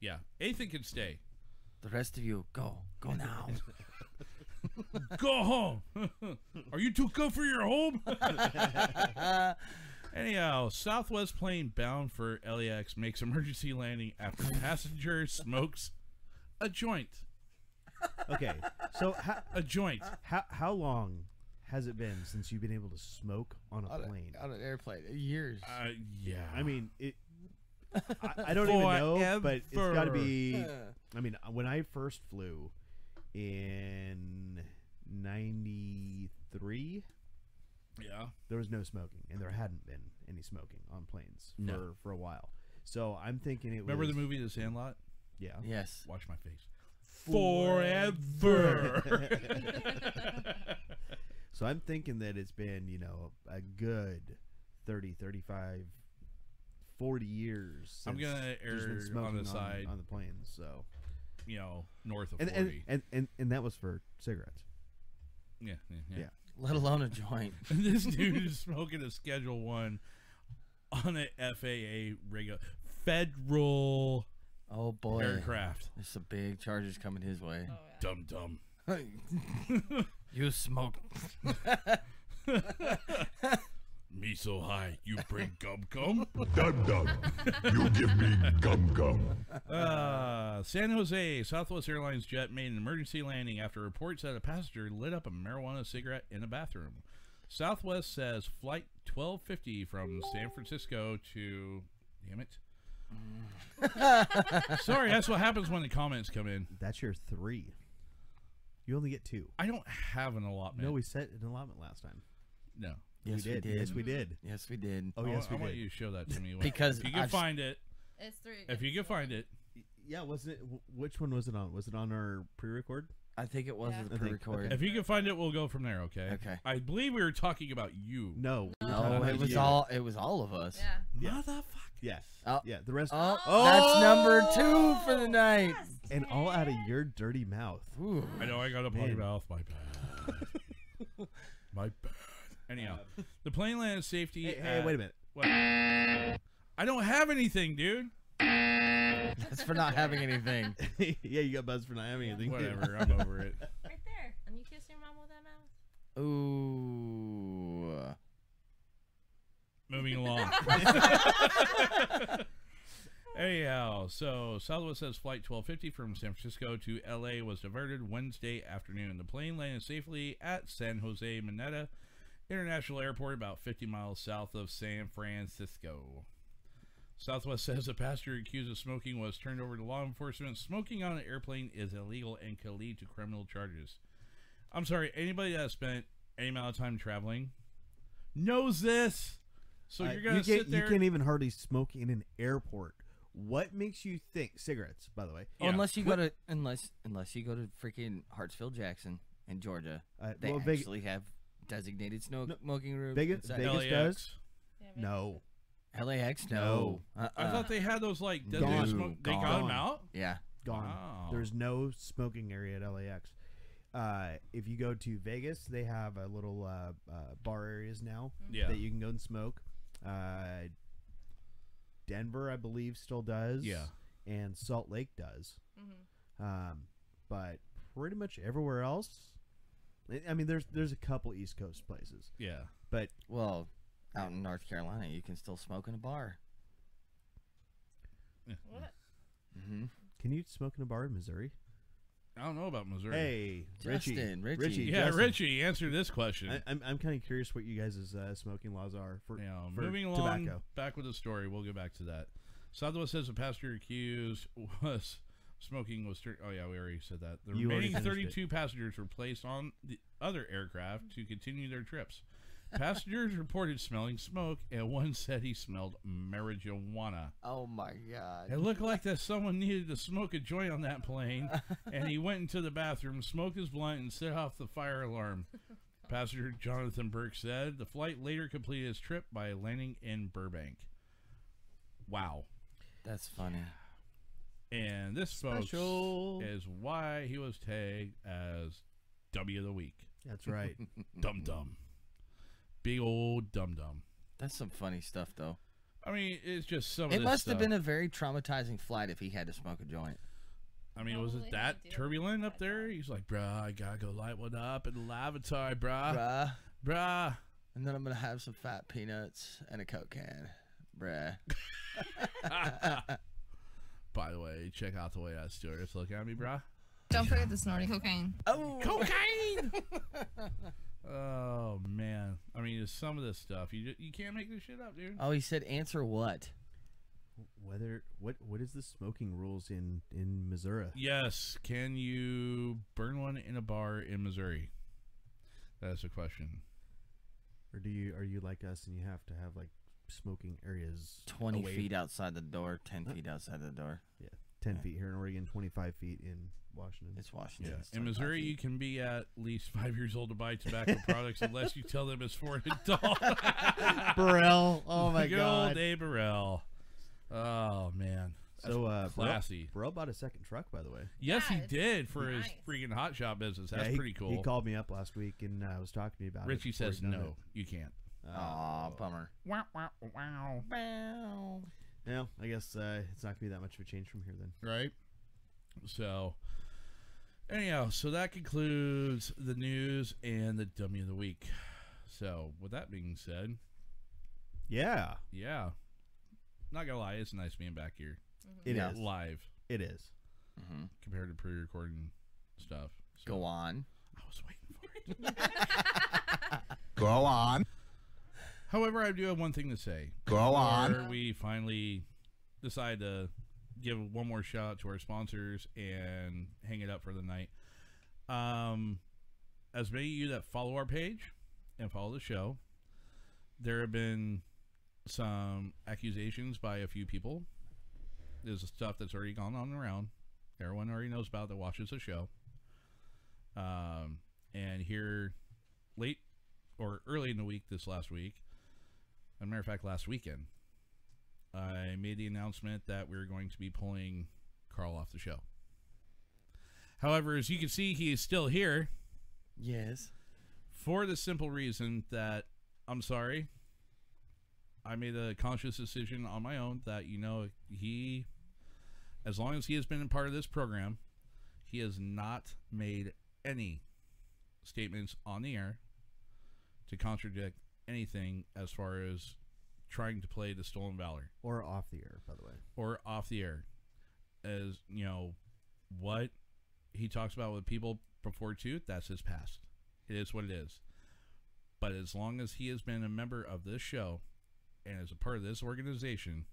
Speaker 3: yeah, Ethan can stay.
Speaker 6: The rest of you, go. Go now.
Speaker 3: go home. Are you too good for your home? Anyhow, Southwest plane bound for LAX makes emergency landing after passenger smokes a joint.
Speaker 5: Okay, so how,
Speaker 3: a joint.
Speaker 5: How how long has it been since you've been able to smoke on a
Speaker 6: On a-
Speaker 5: plane?
Speaker 6: on an airplane, years.
Speaker 3: Uh, yeah.
Speaker 5: I mean it. I, I don't even know, but it's got to be.
Speaker 6: Forever.
Speaker 5: I mean, when I first flew in '93,
Speaker 3: yeah,
Speaker 5: there was no smoking, and there hadn't been any smoking on planes for
Speaker 3: No.
Speaker 5: for a while. So I'm thinking it.
Speaker 3: Remember the
Speaker 5: was-
Speaker 3: movie The Sandlot?
Speaker 5: Yeah.
Speaker 6: Yes.
Speaker 3: Watch my face.
Speaker 5: Forever.
Speaker 3: Forever.
Speaker 5: so I'm thinking that it's been, you know, a good 30, 35, 40 years.
Speaker 3: I'm
Speaker 5: since
Speaker 3: gonna
Speaker 5: there's been
Speaker 3: err on
Speaker 5: smoking
Speaker 3: the side.
Speaker 5: on the planes. So,
Speaker 3: you know, north of
Speaker 5: And,
Speaker 3: 40.
Speaker 5: and, and and and that was for cigarettes.
Speaker 3: yeah, yeah, yeah.
Speaker 5: Yeah.
Speaker 6: Let alone a joint.
Speaker 3: this dude is smoking a Schedule One on a FAA regular federal
Speaker 6: oh boy.
Speaker 3: aircraft.
Speaker 6: There's some big charges coming his way.
Speaker 3: Dum dum.
Speaker 6: you smoked.
Speaker 3: Me so high, you bring gum gum.
Speaker 20: Dum dum. You give me gum gum.
Speaker 3: Uh, San Jose Southwest Airlines jet made an emergency landing after reports that a passenger lit up a marijuana cigarette in a bathroom. Southwest says flight 1250 from San Francisco to damn it. Sorry, that's what happens when the comments come in.
Speaker 5: That's your three. You only get two.
Speaker 3: I don't have an allotment.
Speaker 5: No, we set an allotment last time.
Speaker 3: No.
Speaker 6: Yes, we
Speaker 5: we did.
Speaker 6: did.
Speaker 5: Yes, we did.
Speaker 6: Yes, we did.
Speaker 5: Oh,
Speaker 3: I
Speaker 5: yes,
Speaker 3: wa-
Speaker 5: we
Speaker 3: I want
Speaker 5: did.
Speaker 3: you to show that to me.
Speaker 6: Because
Speaker 3: if you can
Speaker 6: I've-
Speaker 3: find it,
Speaker 13: It's three
Speaker 3: if you can find it,
Speaker 5: Yeah, wasn't it? wh- Which one was it on? Was it on our pre-record?
Speaker 6: I think it was
Speaker 5: Yeah.
Speaker 6: the
Speaker 5: I think-
Speaker 6: pre-record.
Speaker 5: okay.
Speaker 3: if you can find it, we'll go from there. Okay.
Speaker 6: Okay.
Speaker 3: I believe we were talking about you.
Speaker 5: No. we were talking
Speaker 6: No,
Speaker 5: about
Speaker 6: it was
Speaker 5: you.
Speaker 6: all it was all of us.
Speaker 3: Motherfucker.
Speaker 5: Yes.
Speaker 6: Oh.
Speaker 5: Yeah. The rest.
Speaker 6: Oh, that's number two for the night.
Speaker 5: And all out of your dirty mouth.
Speaker 3: I know I got a potty
Speaker 5: Man.
Speaker 3: mouth. My bad. my bad. Anyhow, the plane landed safety.
Speaker 5: Hey, hey,
Speaker 3: at-
Speaker 5: wait a minute.
Speaker 3: What? I don't have anything, dude.
Speaker 6: That's for not having anything.
Speaker 5: yeah, you got buzzed for not having anything.
Speaker 3: Whatever, I'm over it.
Speaker 13: Right there. And you kiss your mom with that mouth?
Speaker 6: Ooh.
Speaker 3: Moving along. Anyhow, so Southwest says flight 1250 from San Francisco to LA was diverted Wednesday afternoon. The plane landed safely at San Jose Mineta International Airport, about 50 miles south of San Francisco. Southwest says a passenger accused of smoking was turned over to law enforcement. Smoking on an airplane is illegal and can lead to criminal charges. I'm sorry, anybody that spent any amount of time traveling knows this. So
Speaker 5: Uh,
Speaker 3: you're gonna
Speaker 5: you
Speaker 3: sit
Speaker 5: can't,
Speaker 3: there.
Speaker 5: You can't even hardly smoke in an airport. What makes you think cigarettes? By the way,
Speaker 6: Unless you go to unless unless you go to freaking Hartsfield Jackson in Georgia,
Speaker 5: Uh,
Speaker 6: they
Speaker 5: well, Veg-
Speaker 6: actually have designated snow- smoking rooms.
Speaker 5: Vegas,
Speaker 6: inside-
Speaker 5: Vegas does. No.
Speaker 6: LAX, no. Uh-uh.
Speaker 5: No.
Speaker 3: I thought they had those like
Speaker 5: Gone.
Speaker 3: designated smoke. They got them out. Oh.
Speaker 6: Yeah.
Speaker 5: Gone.
Speaker 3: Wow.
Speaker 5: There's no smoking area at LAX. Uh, if you go to Vegas, they have a little uh, uh, bar areas now
Speaker 3: Mm-hmm. Yeah.
Speaker 5: that you can go and smoke. Uh, Denver, I believe, still does.
Speaker 3: Yeah. Mm-hmm.
Speaker 5: And Salt Lake does.
Speaker 13: Mhm.
Speaker 5: Um, but pretty much everywhere else, I- I mean, there's there's a couple East Coast places.
Speaker 3: Yeah.
Speaker 5: But
Speaker 6: well, out in North Carolina, you can still smoke in a bar.
Speaker 13: What?
Speaker 6: Mm-hmm.
Speaker 5: Can you smoke in a bar in Missouri?
Speaker 3: I don't know about Missouri.
Speaker 5: Hey, Richie. Justin, Richie. Richie,
Speaker 3: yeah,
Speaker 5: Justin.
Speaker 3: Richie, answer this question.
Speaker 5: I, I'm, I'm kind of curious what you guys' uh, smoking laws are for,
Speaker 3: Now,
Speaker 5: for
Speaker 3: moving along,
Speaker 5: tobacco.
Speaker 3: back with the story. We'll get back to that. Southwest says the passenger accused was smoking was. Stir- oh yeah, we already said that. The
Speaker 5: You already
Speaker 3: remaining
Speaker 5: finished it.
Speaker 3: 32 passengers were placed on the other aircraft to continue their trips. Passengers reported smelling smoke, and one said he smelled marijuana.
Speaker 6: Oh my god!
Speaker 3: It looked like that someone needed to smoke a joint on that plane, and he went into the bathroom, smoked his blunt, and set off the fire alarm. Passenger Jonathan Burke said the flight later completed his trip by landing in Burbank. Wow.
Speaker 6: That's funny.
Speaker 3: And this
Speaker 6: Special.
Speaker 3: folks is why he was tagged as W of the week.
Speaker 5: That's right.
Speaker 3: dum dum. Big old dum dum.
Speaker 6: That's some funny stuff, though.
Speaker 3: I mean, it's just some. of
Speaker 6: it
Speaker 3: this
Speaker 6: must have
Speaker 3: stuff.
Speaker 6: been a very traumatizing flight if he had to smoke a joint.
Speaker 3: I mean, was it that turbulent up there? He's like, bruh, I gotta go light one up in the lavatory, bruh.
Speaker 6: Bruh.
Speaker 3: Bruh.
Speaker 6: And then I'm gonna have some fat peanuts and a coke can. Bruh.
Speaker 3: By the way, check out the way that stewardess looking at me, bruh.
Speaker 13: Don't forget the snorting cocaine.
Speaker 6: Oh,
Speaker 13: cocaine!
Speaker 3: Oh man, I mean, there's some of this stuff you ju- you can't make this shit up, dude.
Speaker 6: Oh, he said answer what?
Speaker 5: Whether what what is the smoking rules in in Missouri?
Speaker 3: Yes, can you burn one in a bar in Missouri? That's a question.
Speaker 5: Or do you are you like us and you have to have like smoking areas
Speaker 6: 20
Speaker 5: away-
Speaker 6: feet outside the door, 10 feet outside the door.
Speaker 5: Oh, Yeah. ten feet here in Oregon, twenty five feet in Washington.
Speaker 6: It's Washington.
Speaker 3: Yeah. In Missouri, you can be at least five years old to buy tobacco products unless you tell them it's for an adult.
Speaker 5: Burrell. Oh, my
Speaker 3: Good
Speaker 5: God.
Speaker 3: old Dave Burrell. Oh man.
Speaker 5: So uh,
Speaker 3: That's classy.
Speaker 5: Bro, bought a second truck, by the way.
Speaker 3: Yes, he did for his freaking hot shop business. That's
Speaker 5: Yeah, he-
Speaker 3: pretty cool.
Speaker 5: He called me up last week and uh, was talking to me about it.
Speaker 3: Richie
Speaker 5: before he'd
Speaker 3: says
Speaker 5: done
Speaker 3: no,
Speaker 5: it. Uh,
Speaker 3: you can't.
Speaker 6: Aw, bummer.
Speaker 3: Wow, wow, wow.
Speaker 6: Wow.
Speaker 5: No, I guess uh, it's not gonna be that much of a change from here then.
Speaker 3: Right. So, anyhow, so that concludes the news and the dummy of the week. So, with that being said,
Speaker 5: Yeah,
Speaker 3: yeah, not gonna lie, it's nice being back here.
Speaker 5: It
Speaker 6: Mm-hmm.
Speaker 3: It is
Speaker 5: is.
Speaker 3: live.
Speaker 5: it is.
Speaker 3: compared to pre-recording stuff. So-
Speaker 6: Go on.
Speaker 3: I was waiting for it.
Speaker 6: Go on.
Speaker 3: However, I do have one thing to say.
Speaker 6: Go on.
Speaker 3: Before We finally decide to give one more shout out to our sponsors and hang it up for the night. Um, as many of you that follow our page and follow the show, there have been some accusations by a few people. There's stuff that's already gone on around. Everyone already knows about that watches the show. Um, and here late or early in the week this last week, as a matter of fact, last weekend, I made the announcement that we were going to be pulling Carl off the show. However, as you can see, he is still here.
Speaker 6: Yes.
Speaker 3: For the simple reason that I'm sorry. I made a conscious decision on my own that, you know, he, as long as he has been a part of this program, he has not made any statements on the air to contradict anything as far as trying to play the stolen valor
Speaker 5: Or off the air, by the way.
Speaker 3: or off the air as you know what he talks about with people before too that's his past it is what it is but as long as he has been a member of this show and as a part of this organization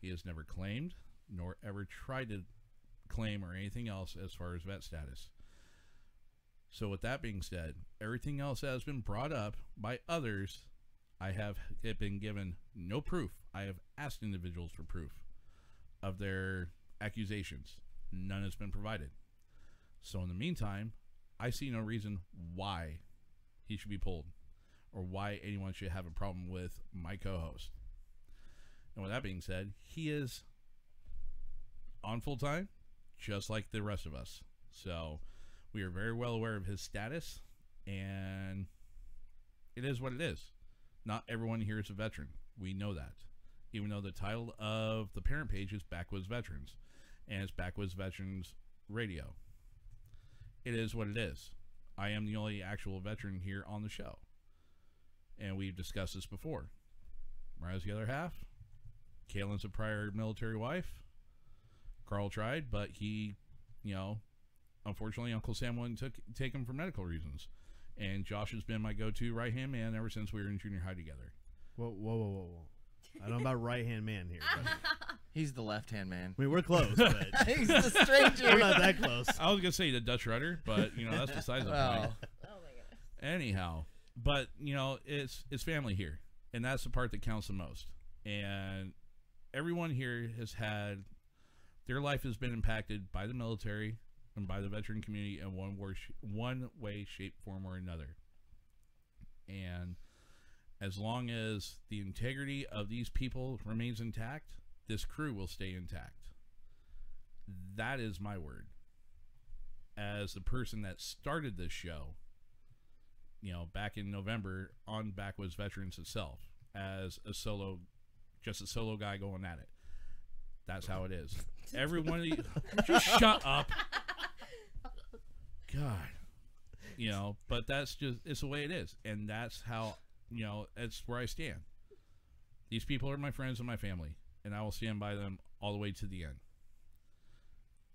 Speaker 3: he has never claimed nor ever tried to claim or anything else as far as vet status so with that being said everything else that has been brought up by others I have had been given no proof. I have asked individuals for proof of their accusations. None has been provided. So in the meantime, I see no reason why he should be pulled or why anyone should have a problem with my co-host. And with that being said, he is on full time just like the rest of us. So We are very well aware of his status, and it is what it is. Not everyone here is a veteran. We know that. Even though the title of the parent page is Backwoods Veterans, and it's Backwoods Veterans Radio. It is what it is. I am the only actual veteran here on the show. And we've discussed this before. Mariah's the other half. Kaylin's a prior military wife. Carl tried, but he, you know, unfortunately, Uncle Sam wouldn't took, take him for medical reasons. And Josh has been my go to right hand man ever since we were in junior high together.
Speaker 5: Whoa, whoa, whoa, whoa, whoa. I don't know about right hand man here. but-
Speaker 6: He's the left hand man.
Speaker 5: I mean, we're close, but
Speaker 6: He's the stranger.
Speaker 5: we're not that close.
Speaker 3: I was gonna say the Dutch rudder, but you know that's besides the
Speaker 6: Wow.
Speaker 3: point. Anyhow, but you know it's it's family here, and that's the part that counts the most. And everyone here has had their life has been impacted by the military and by the veteran community in one war, one way, shape, form, or another. And as long as the integrity of these people remains intact, this crew will stay intact. That is my word. As the person that started this show, you know, back in November on Backwoods Veterans itself, as a solo, just a solo guy going at it. That's how it is. Every one of you, just shut up. God. You know, but that's just it's the way it is. And that's how you know, that's where I stand. These people are my friends and my family, and I will stand by them all the way to the end.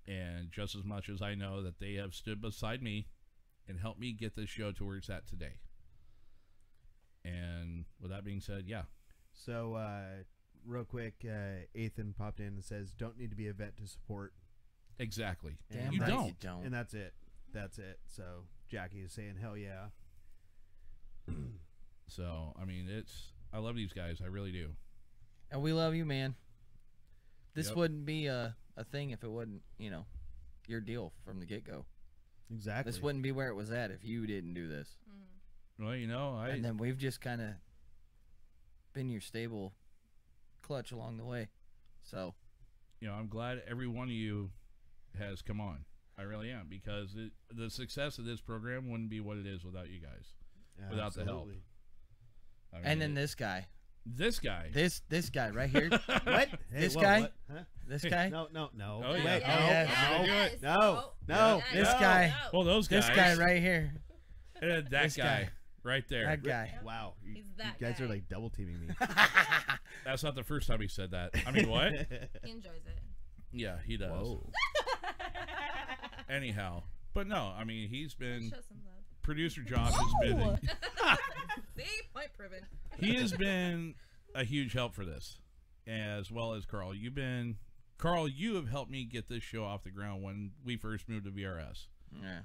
Speaker 3: And just as much as I know that they have stood beside me and helped me get this show to where it's at today. And with that being said, yeah.
Speaker 5: So, uh, real quick, uh, Ethan popped in and says, "Don't need to be a vet to support."
Speaker 3: Exactly.
Speaker 5: And
Speaker 3: Damn You right you
Speaker 5: that's-
Speaker 3: don't.
Speaker 5: And that's it. That's it. So Jackie is saying, "Hell yeah."
Speaker 3: So I mean it's I love these guys, I really do.
Speaker 6: And we love you, man. This
Speaker 3: Yep.
Speaker 6: wouldn't be a, a thing if it wasn't, you know, your deal from the get go.
Speaker 5: Exactly.
Speaker 6: This wouldn't be where it was at if you didn't do this.
Speaker 3: Mm-hmm. Well, you know, I
Speaker 6: and then we've just kind of been your stable clutch along the way. So
Speaker 3: you know, I'm glad every one of you has come on. I really am because it, the success of this program wouldn't be what it is without you guys, without the help.
Speaker 6: Absolutely.
Speaker 3: I mean,
Speaker 6: and then this guy,
Speaker 3: this guy,
Speaker 6: this this guy right here,
Speaker 5: What? Hey,
Speaker 6: This
Speaker 5: whoa,
Speaker 6: guy,
Speaker 5: what? Huh?
Speaker 6: this
Speaker 5: Hey,
Speaker 6: guy?
Speaker 5: no, no, no.
Speaker 3: Oh, yeah.
Speaker 5: Wait,
Speaker 3: Yeah,
Speaker 5: no,
Speaker 3: yeah,
Speaker 5: no,
Speaker 3: yeah.
Speaker 5: no, no,
Speaker 6: This guy.
Speaker 3: Well, those guys.
Speaker 6: This guy right here.
Speaker 3: And then that
Speaker 6: This
Speaker 3: guy,
Speaker 6: guy.
Speaker 3: right there.
Speaker 6: That guy.
Speaker 5: Wow.
Speaker 6: He's
Speaker 13: that
Speaker 5: guys are like double teaming me.
Speaker 3: That's not the first time he said that. I mean, what?
Speaker 13: He enjoys it.
Speaker 3: yeah, he does. Anyhow, but no, I mean, he's been
Speaker 13: Show some love.
Speaker 3: producer Josh has been.
Speaker 13: See, point proven.
Speaker 3: he has been a huge help for this, as well as Carl. You've been Carl. You have helped me get this show off the ground when we first moved to VRS.
Speaker 6: Yeah.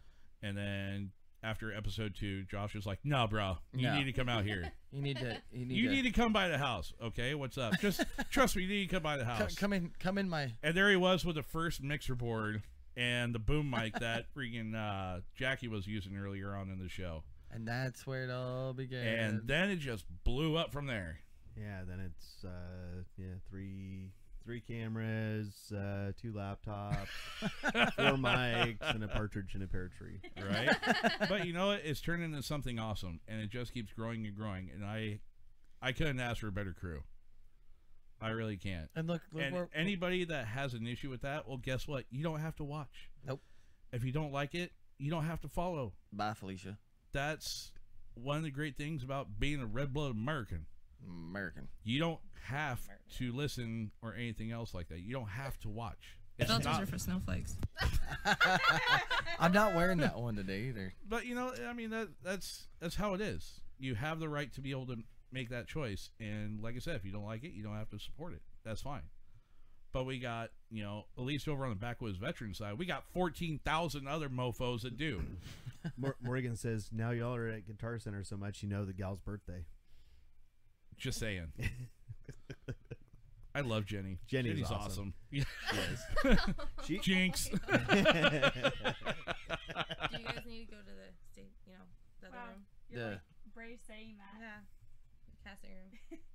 Speaker 3: And then after episode two, Josh was like, "No, bro, you
Speaker 6: No.
Speaker 3: need to come out here.
Speaker 6: You need to. You need
Speaker 3: you
Speaker 6: to,
Speaker 3: need to come by the house. Okay, what's up? Just trust me. You need to come by the
Speaker 6: co-
Speaker 3: house.
Speaker 6: come in. Come in my.
Speaker 3: And there he was with the first mixer board and the boom mic that freaking uh, Jackie was using earlier on in the show.
Speaker 6: And that's where it all began.
Speaker 3: And then it just blew up from there.
Speaker 5: Yeah, then it's uh yeah, three three cameras, uh two laptops, four mics, and a partridge in a pear tree.
Speaker 3: right? but you know what? It's turned into something awesome, and it just keeps growing and growing. And I, I couldn't ask for a better crew. I really can't.
Speaker 6: And look- look
Speaker 3: and
Speaker 6: where-
Speaker 3: anybody that has an issue with that, well, guess what? You don't have to watch.
Speaker 6: Nope.
Speaker 3: If you don't like it, you don't have to follow.
Speaker 6: Bye, Felicia.
Speaker 3: That's one of the great things about being a red blooded American.
Speaker 6: American.
Speaker 3: You don't have to listen or anything else like that. You don't have to watch.
Speaker 13: Filters are for snowflakes.
Speaker 6: I'm not wearing that one today either.
Speaker 3: But you know, I mean that that's that's how it is. You have the right to be able to make that choice, and like I said, if you don't like it, you don't have to support it. That's fine. But we got you know at least over on the backwoods veteran side, we got fourteen thousand other mofo's that do.
Speaker 5: Mor- Morgan says, Now y'all are at Guitar Center so much you know the gal's birthday.
Speaker 3: Just saying. I love Jenny.
Speaker 5: Jenny's
Speaker 3: Jenny's awesome.
Speaker 5: awesome. Yes. She-
Speaker 3: Jinx.
Speaker 13: Do you guys need to go to the state? You know, the other
Speaker 12: Wow,
Speaker 13: room.
Speaker 12: you're
Speaker 6: Yeah.
Speaker 12: like brave saying that.
Speaker 13: Yeah, the casting room.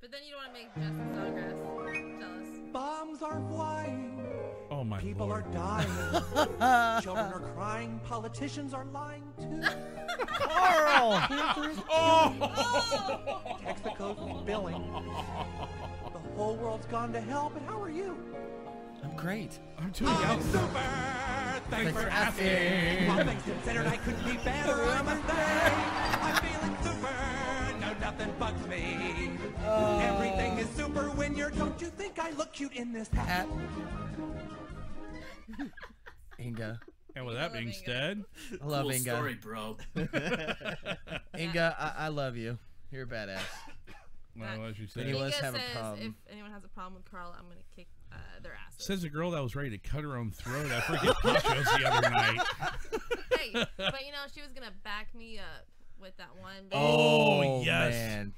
Speaker 13: But then you don't want to make Justin's autographs jealous.
Speaker 19: Bombs are flying.
Speaker 3: Oh Oh my
Speaker 15: People
Speaker 3: lord.
Speaker 15: are dying. Children are crying. Politicians are lying too. Carl! oh! Tax the code for billing. The whole world's gone to hell, but how are you?
Speaker 6: I'm great.
Speaker 3: I'm doing
Speaker 15: super. Thanks, for asking. All things considered, I couldn't be better. I'm a thing. I'm feeling super. No, nothing bugs me. Everything is super when you're. Don't you think I look cute in this hat?
Speaker 6: Inga.
Speaker 3: And with that being said,
Speaker 6: I love Inga. Inga,
Speaker 13: Yeah.
Speaker 6: I, I love you. You're a badass.
Speaker 3: Well, as you said.
Speaker 6: Any of us
Speaker 13: Inga
Speaker 6: have a
Speaker 13: says
Speaker 6: problem.
Speaker 13: if anyone has a problem with Carl, I'm gonna kick uh, their ass.
Speaker 3: Says a girl that was ready to cut her own throat after getting nachos the other night.
Speaker 13: hey, but you know she was gonna back me up with that one. but-
Speaker 3: Oh, yes.
Speaker 6: man.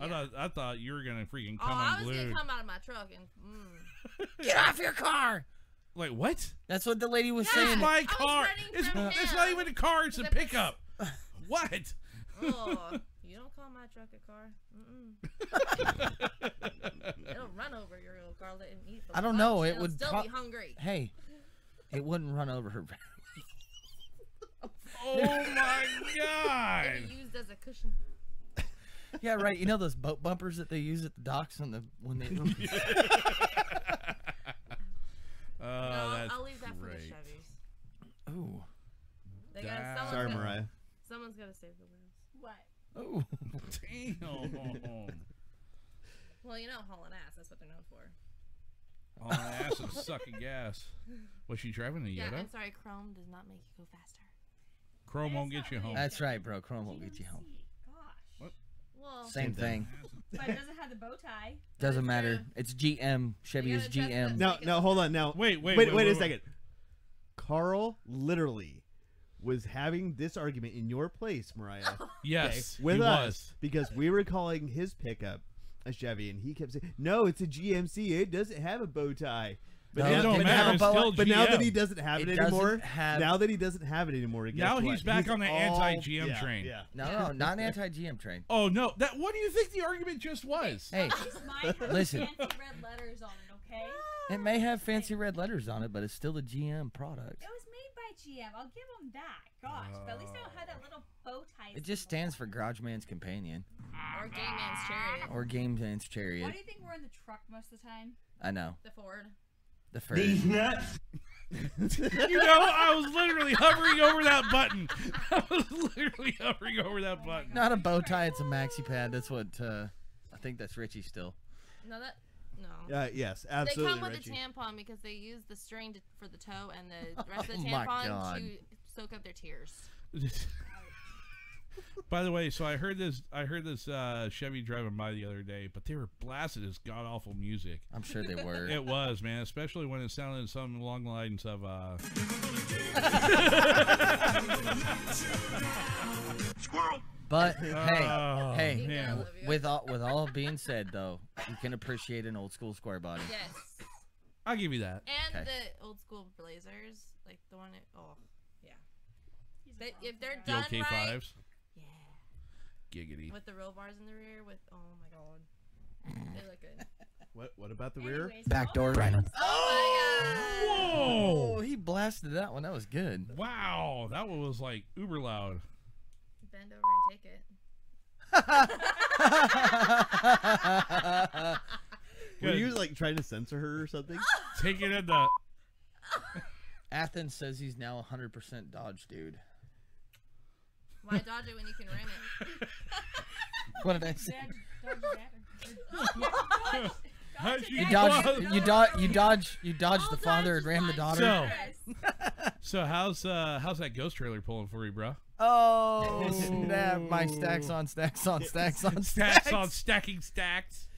Speaker 3: I thought I thought you were gonna freaking
Speaker 13: Oh,
Speaker 3: come
Speaker 13: I was
Speaker 3: unglued.
Speaker 13: gonna come out of my truck and. Mm.
Speaker 6: Get off your car!
Speaker 3: Wait, what?
Speaker 6: That's what the lady was
Speaker 13: Yeah,
Speaker 6: saying.
Speaker 13: It's my I was car. running
Speaker 3: It's,
Speaker 13: from
Speaker 3: it's not
Speaker 13: him.
Speaker 3: even a car. It's a
Speaker 13: It's a-
Speaker 3: pickup. what?
Speaker 13: oh, you don't call my truck a car. Mm-mm. It'll run over your little car and eat. the
Speaker 6: I don't know.
Speaker 13: lunch,
Speaker 6: It
Speaker 13: and
Speaker 6: would
Speaker 13: still
Speaker 6: pro-
Speaker 13: be hungry.
Speaker 6: Hey, it wouldn't run over her.
Speaker 3: Oh my
Speaker 13: It'd be used as a cushion.
Speaker 6: yeah, right. You know those boat bumpers that they use at the docks when the when they.
Speaker 3: Oh,
Speaker 13: no,
Speaker 3: that's
Speaker 13: I'll leave that for the
Speaker 3: great.
Speaker 13: Chevys.
Speaker 6: Ooh.
Speaker 13: They gotta,
Speaker 3: Damn.
Speaker 13: someone's
Speaker 5: Sorry,
Speaker 13: gotta-
Speaker 5: Mariah.
Speaker 13: Someone's gotta save the wheels.
Speaker 12: What?
Speaker 6: Oh.
Speaker 3: Damn.
Speaker 13: Well, you know, hauling ass. That's what they're known for.
Speaker 3: On ass and sucking gas. Was she driving a
Speaker 13: Yeah,
Speaker 3: Jetta?
Speaker 13: I'm sorry. Chrome does not make you go faster.
Speaker 3: Chrome won't get you home.
Speaker 6: That's right, bro. Chrome will get you home.
Speaker 13: Well,
Speaker 6: Same thing.
Speaker 12: But it doesn't have the bow tie.
Speaker 6: Doesn't matter. It's GM. Chevy is GM.
Speaker 5: No, no, hold on. Now,
Speaker 3: wait,
Speaker 5: wait, wait, a second. Carl literally was having this argument in your place, Mariah.
Speaker 3: Yes,
Speaker 5: with
Speaker 3: he
Speaker 5: us
Speaker 3: was.
Speaker 5: because we were calling his pickup a Chevy, and he kept saying, "No, it's a GMC. It doesn't have a bow tie." But,
Speaker 3: No, it don't
Speaker 5: but
Speaker 3: matter,
Speaker 5: now-
Speaker 3: it's
Speaker 5: but,
Speaker 3: still
Speaker 5: now
Speaker 3: GM.
Speaker 5: that he doesn't have it,
Speaker 3: It doesn't
Speaker 5: anymore,
Speaker 6: have-
Speaker 5: now that he doesn't have it anymore, guess
Speaker 3: Now
Speaker 5: what?
Speaker 3: he's back on the
Speaker 5: all-
Speaker 3: anti-GM
Speaker 5: yeah,
Speaker 3: train.
Speaker 5: Yeah.
Speaker 6: No, no, not an anti-GM train.
Speaker 3: Oh no! That what do you think the argument just was?
Speaker 6: Hey,
Speaker 12: Mine has
Speaker 6: Listen.
Speaker 12: fancy red letters on it, okay?
Speaker 6: it may have fancy red letters on it, but it's still a GM product.
Speaker 12: It was made by GM. I'll give them that. Gosh, but at least I don't have that little bow tie.
Speaker 6: It just stands for Garage Man's Companion
Speaker 13: Or gay man's chariot.
Speaker 6: or Game Man's
Speaker 12: Why
Speaker 6: Chariot.
Speaker 12: do you think we're in the truck most of the time?
Speaker 6: I know.
Speaker 13: The Ford.
Speaker 6: The first. These
Speaker 3: nuts. you know, I was literally hovering over that button. I was literally hovering over that button.
Speaker 6: Not a bow tie. It's a maxi pad. That's what uh, I think. That's Richie still.
Speaker 13: No, that no.
Speaker 5: Uh, yes,
Speaker 13: They come
Speaker 5: absolutely,
Speaker 13: with
Speaker 5: Richie.
Speaker 13: a tampon because they use the string to, for the toe and the rest of
Speaker 6: Oh
Speaker 13: the
Speaker 6: my
Speaker 13: tampon
Speaker 6: God.
Speaker 13: to soak up their tears.
Speaker 3: By the way, so I heard this. I heard this uh, Chevy driving by the other day, but they were blasted as god awful music.
Speaker 6: I'm sure they were.
Speaker 3: It was man, especially when it sounded something along the lines of. Uh...
Speaker 6: Squirrel. But hey,
Speaker 3: Oh,
Speaker 6: hey,
Speaker 3: man.
Speaker 6: with all with all being said though, you can appreciate an old school square body.
Speaker 13: Yes.
Speaker 3: I'll give you that.
Speaker 6: 'Kay.
Speaker 13: And the old school blazers, like the one. That, oh, yeah. They, if they're
Speaker 3: The
Speaker 13: done
Speaker 3: old K
Speaker 13: right
Speaker 3: fives. Yeah. Giggity.
Speaker 13: with the roll bars in the rear, with oh my god, they look good.
Speaker 5: What? What about the rear?
Speaker 6: Back door. Rhino.
Speaker 3: Oh Whoa!
Speaker 6: oh, he blasted that one. That was good.
Speaker 3: Wow, that one was like uber loud.
Speaker 13: Bend over and take it.
Speaker 5: Were you like trying to censor her or something?
Speaker 3: Take it in the.
Speaker 6: Athens says he's now 100% Dodge dude.
Speaker 13: Why dodge it when you can ram it?
Speaker 6: What did I say?
Speaker 3: How'd
Speaker 6: You dodge, you dodge, you dodge, you dodge the father and ram the
Speaker 3: So,
Speaker 6: daughter.
Speaker 3: so how's uh how's that ghost trailer pulling for you, bro?
Speaker 6: Oh snap! My stacks on stacks on stacks on stacks.
Speaker 3: Stacks on stacking stacks.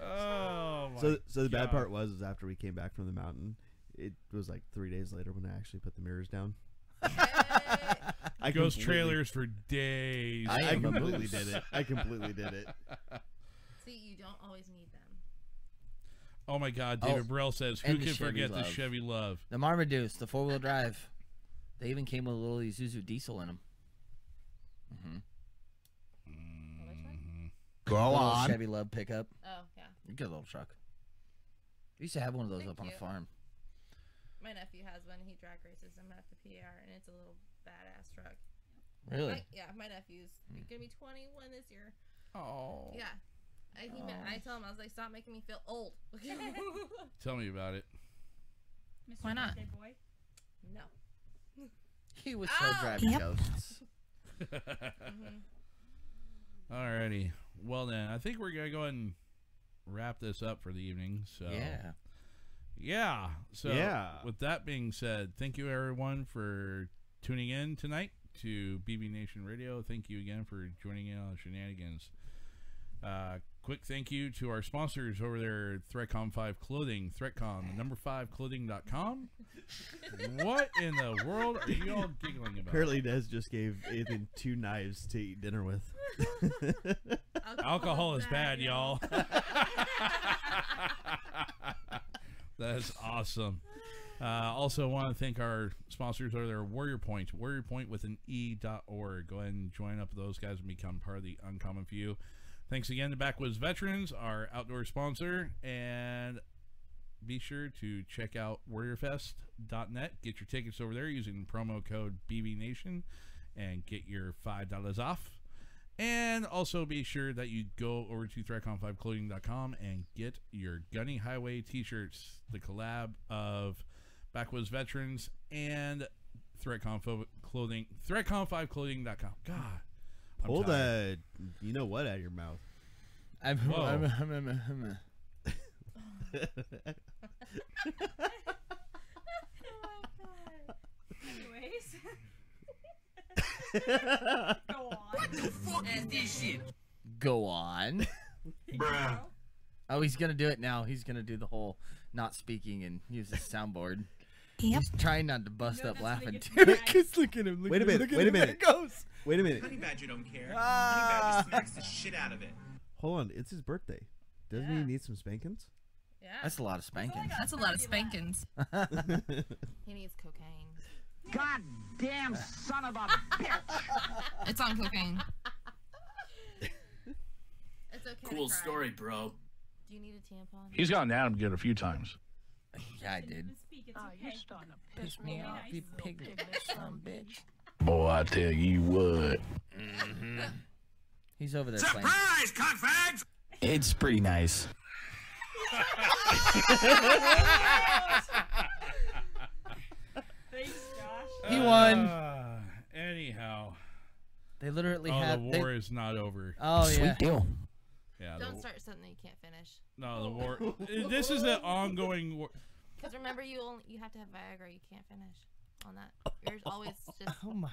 Speaker 3: Oh my.
Speaker 5: So, so the bad
Speaker 3: God.
Speaker 5: part was is after we came back from the mountain, it was like three days later when I actually put the mirrors down. I
Speaker 3: Ghost
Speaker 5: completely-
Speaker 3: trailers for days.
Speaker 5: I, I completely did it. I completely did it.
Speaker 13: See, you don't always need them.
Speaker 3: Oh my God, David
Speaker 6: Oh,
Speaker 3: Burrell says, "Who
Speaker 6: and the
Speaker 3: can
Speaker 6: Chevy
Speaker 3: forget the
Speaker 6: love."
Speaker 3: Chevy love?"
Speaker 6: The Marmaduke, the four wheel drive. They even came with a little Isuzu diesel in them. Mm-hmm.
Speaker 19: Go on.
Speaker 6: Chevy Love pickup.
Speaker 13: Oh yeah.
Speaker 6: Good little truck. We used to have one of those up on a farm.
Speaker 13: My nephew has one. He drag races him at the PR, and it's a little badass truck.
Speaker 11: Really?
Speaker 13: My- yeah, my nephew's
Speaker 11: Hmm.
Speaker 13: gonna be 21 this year.
Speaker 11: Oh.
Speaker 13: Yeah. I, he, ma- I tell him, I was like, stop making me feel old.
Speaker 3: Tell me about it.
Speaker 13: Why not?
Speaker 12: boy?
Speaker 13: No.
Speaker 6: He was
Speaker 3: Ah.
Speaker 6: so driving ghosts. Mm-hmm.
Speaker 3: Alrighty. Well then, I think we're gonna go ahead and wrap this up for the evening. So
Speaker 6: Yeah.
Speaker 3: yeah. So
Speaker 5: Yeah.
Speaker 3: With that being said, thank you everyone for tuning in tonight to BB Nation Radio. Thank you again for joining in on the shenanigans. Uh, quick thank you to our sponsors over there, at ThreatCon Five Clothing, ThreatCon the number five clothing.com. what in the world are you all giggling about?
Speaker 5: Apparently, Des just gave Ethan two knives to eat dinner with.
Speaker 3: Alcohol is bad, y'all. that is awesome. Uh, also, want to thank our sponsors over there, Warrior Point, Warrior Point with an E dot org. Go ahead and join up with those guys and become part of the Uncommon Few. Thanks again to Backwoods Veterans, our outdoor sponsor, and be sure to check out warriorfest.net. Get your tickets over there using promo code BBNation and get your $5 off. And also be sure that you go over to ThreatCon5clothing.com and get your Gunny Highway t shirts, the collab of Backwoods Veterans and ThreatCon Fo- Clothing, ThreatCon5clothing.com. God. I'm
Speaker 5: Pull
Speaker 3: tired.
Speaker 5: the, you know what, out of your mouth.
Speaker 6: I'm,
Speaker 3: Whoa.
Speaker 6: I'm, I'm, I'm, I'm,
Speaker 12: Anyways.
Speaker 6: Go
Speaker 12: on.
Speaker 6: What the fuck
Speaker 12: is
Speaker 6: this shit? Go on. Bruh. Oh, he's gonna do it now. He's gonna do the whole not speaking and use his soundboard. He's trying not to bust up laughing too. Just look at him. Look
Speaker 5: Wait a
Speaker 6: at him,
Speaker 5: minute,
Speaker 6: Look at
Speaker 5: wait a
Speaker 6: him, there
Speaker 5: minute.
Speaker 6: it goes.
Speaker 5: Wait a minute.
Speaker 21: Honey Badger don't care.
Speaker 6: Ah.
Speaker 21: Honey Badger smacks the shit out of it.
Speaker 5: Hold on, it's his birthday. Doesn't he need some spankings?
Speaker 13: Yeah.
Speaker 6: That's a lot of spankings.
Speaker 13: That's a lot of spankings. he needs cocaine. God damn son of a bitch! it's on cocaine. it's okay. to cry.
Speaker 2: bro.
Speaker 13: Do you need a tampon?
Speaker 2: He's gotten Adam good a few times.
Speaker 6: Yeah, I did.
Speaker 13: Oh, you're starting to piss me off, you piglet son bitch.
Speaker 2: Boy, I tell you what.
Speaker 3: Mm-hmm.
Speaker 6: He's over there playing.
Speaker 21: Surprise, cockfags!
Speaker 6: It's pretty nice.
Speaker 12: Thanks, Josh.
Speaker 6: He
Speaker 3: oh,
Speaker 6: won.
Speaker 3: Uh, anyhow.
Speaker 6: They literally
Speaker 3: oh,
Speaker 6: have.
Speaker 3: the
Speaker 6: they-
Speaker 3: war is not over.
Speaker 6: Oh yeah.
Speaker 3: Yeah. the
Speaker 13: Don't
Speaker 3: wa-
Speaker 13: start something that you can't finish.
Speaker 3: No, the war. this is an ongoing war.
Speaker 13: Because remember, you only you have to have Viagra. You can't finish on that. There's always just.
Speaker 6: Oh my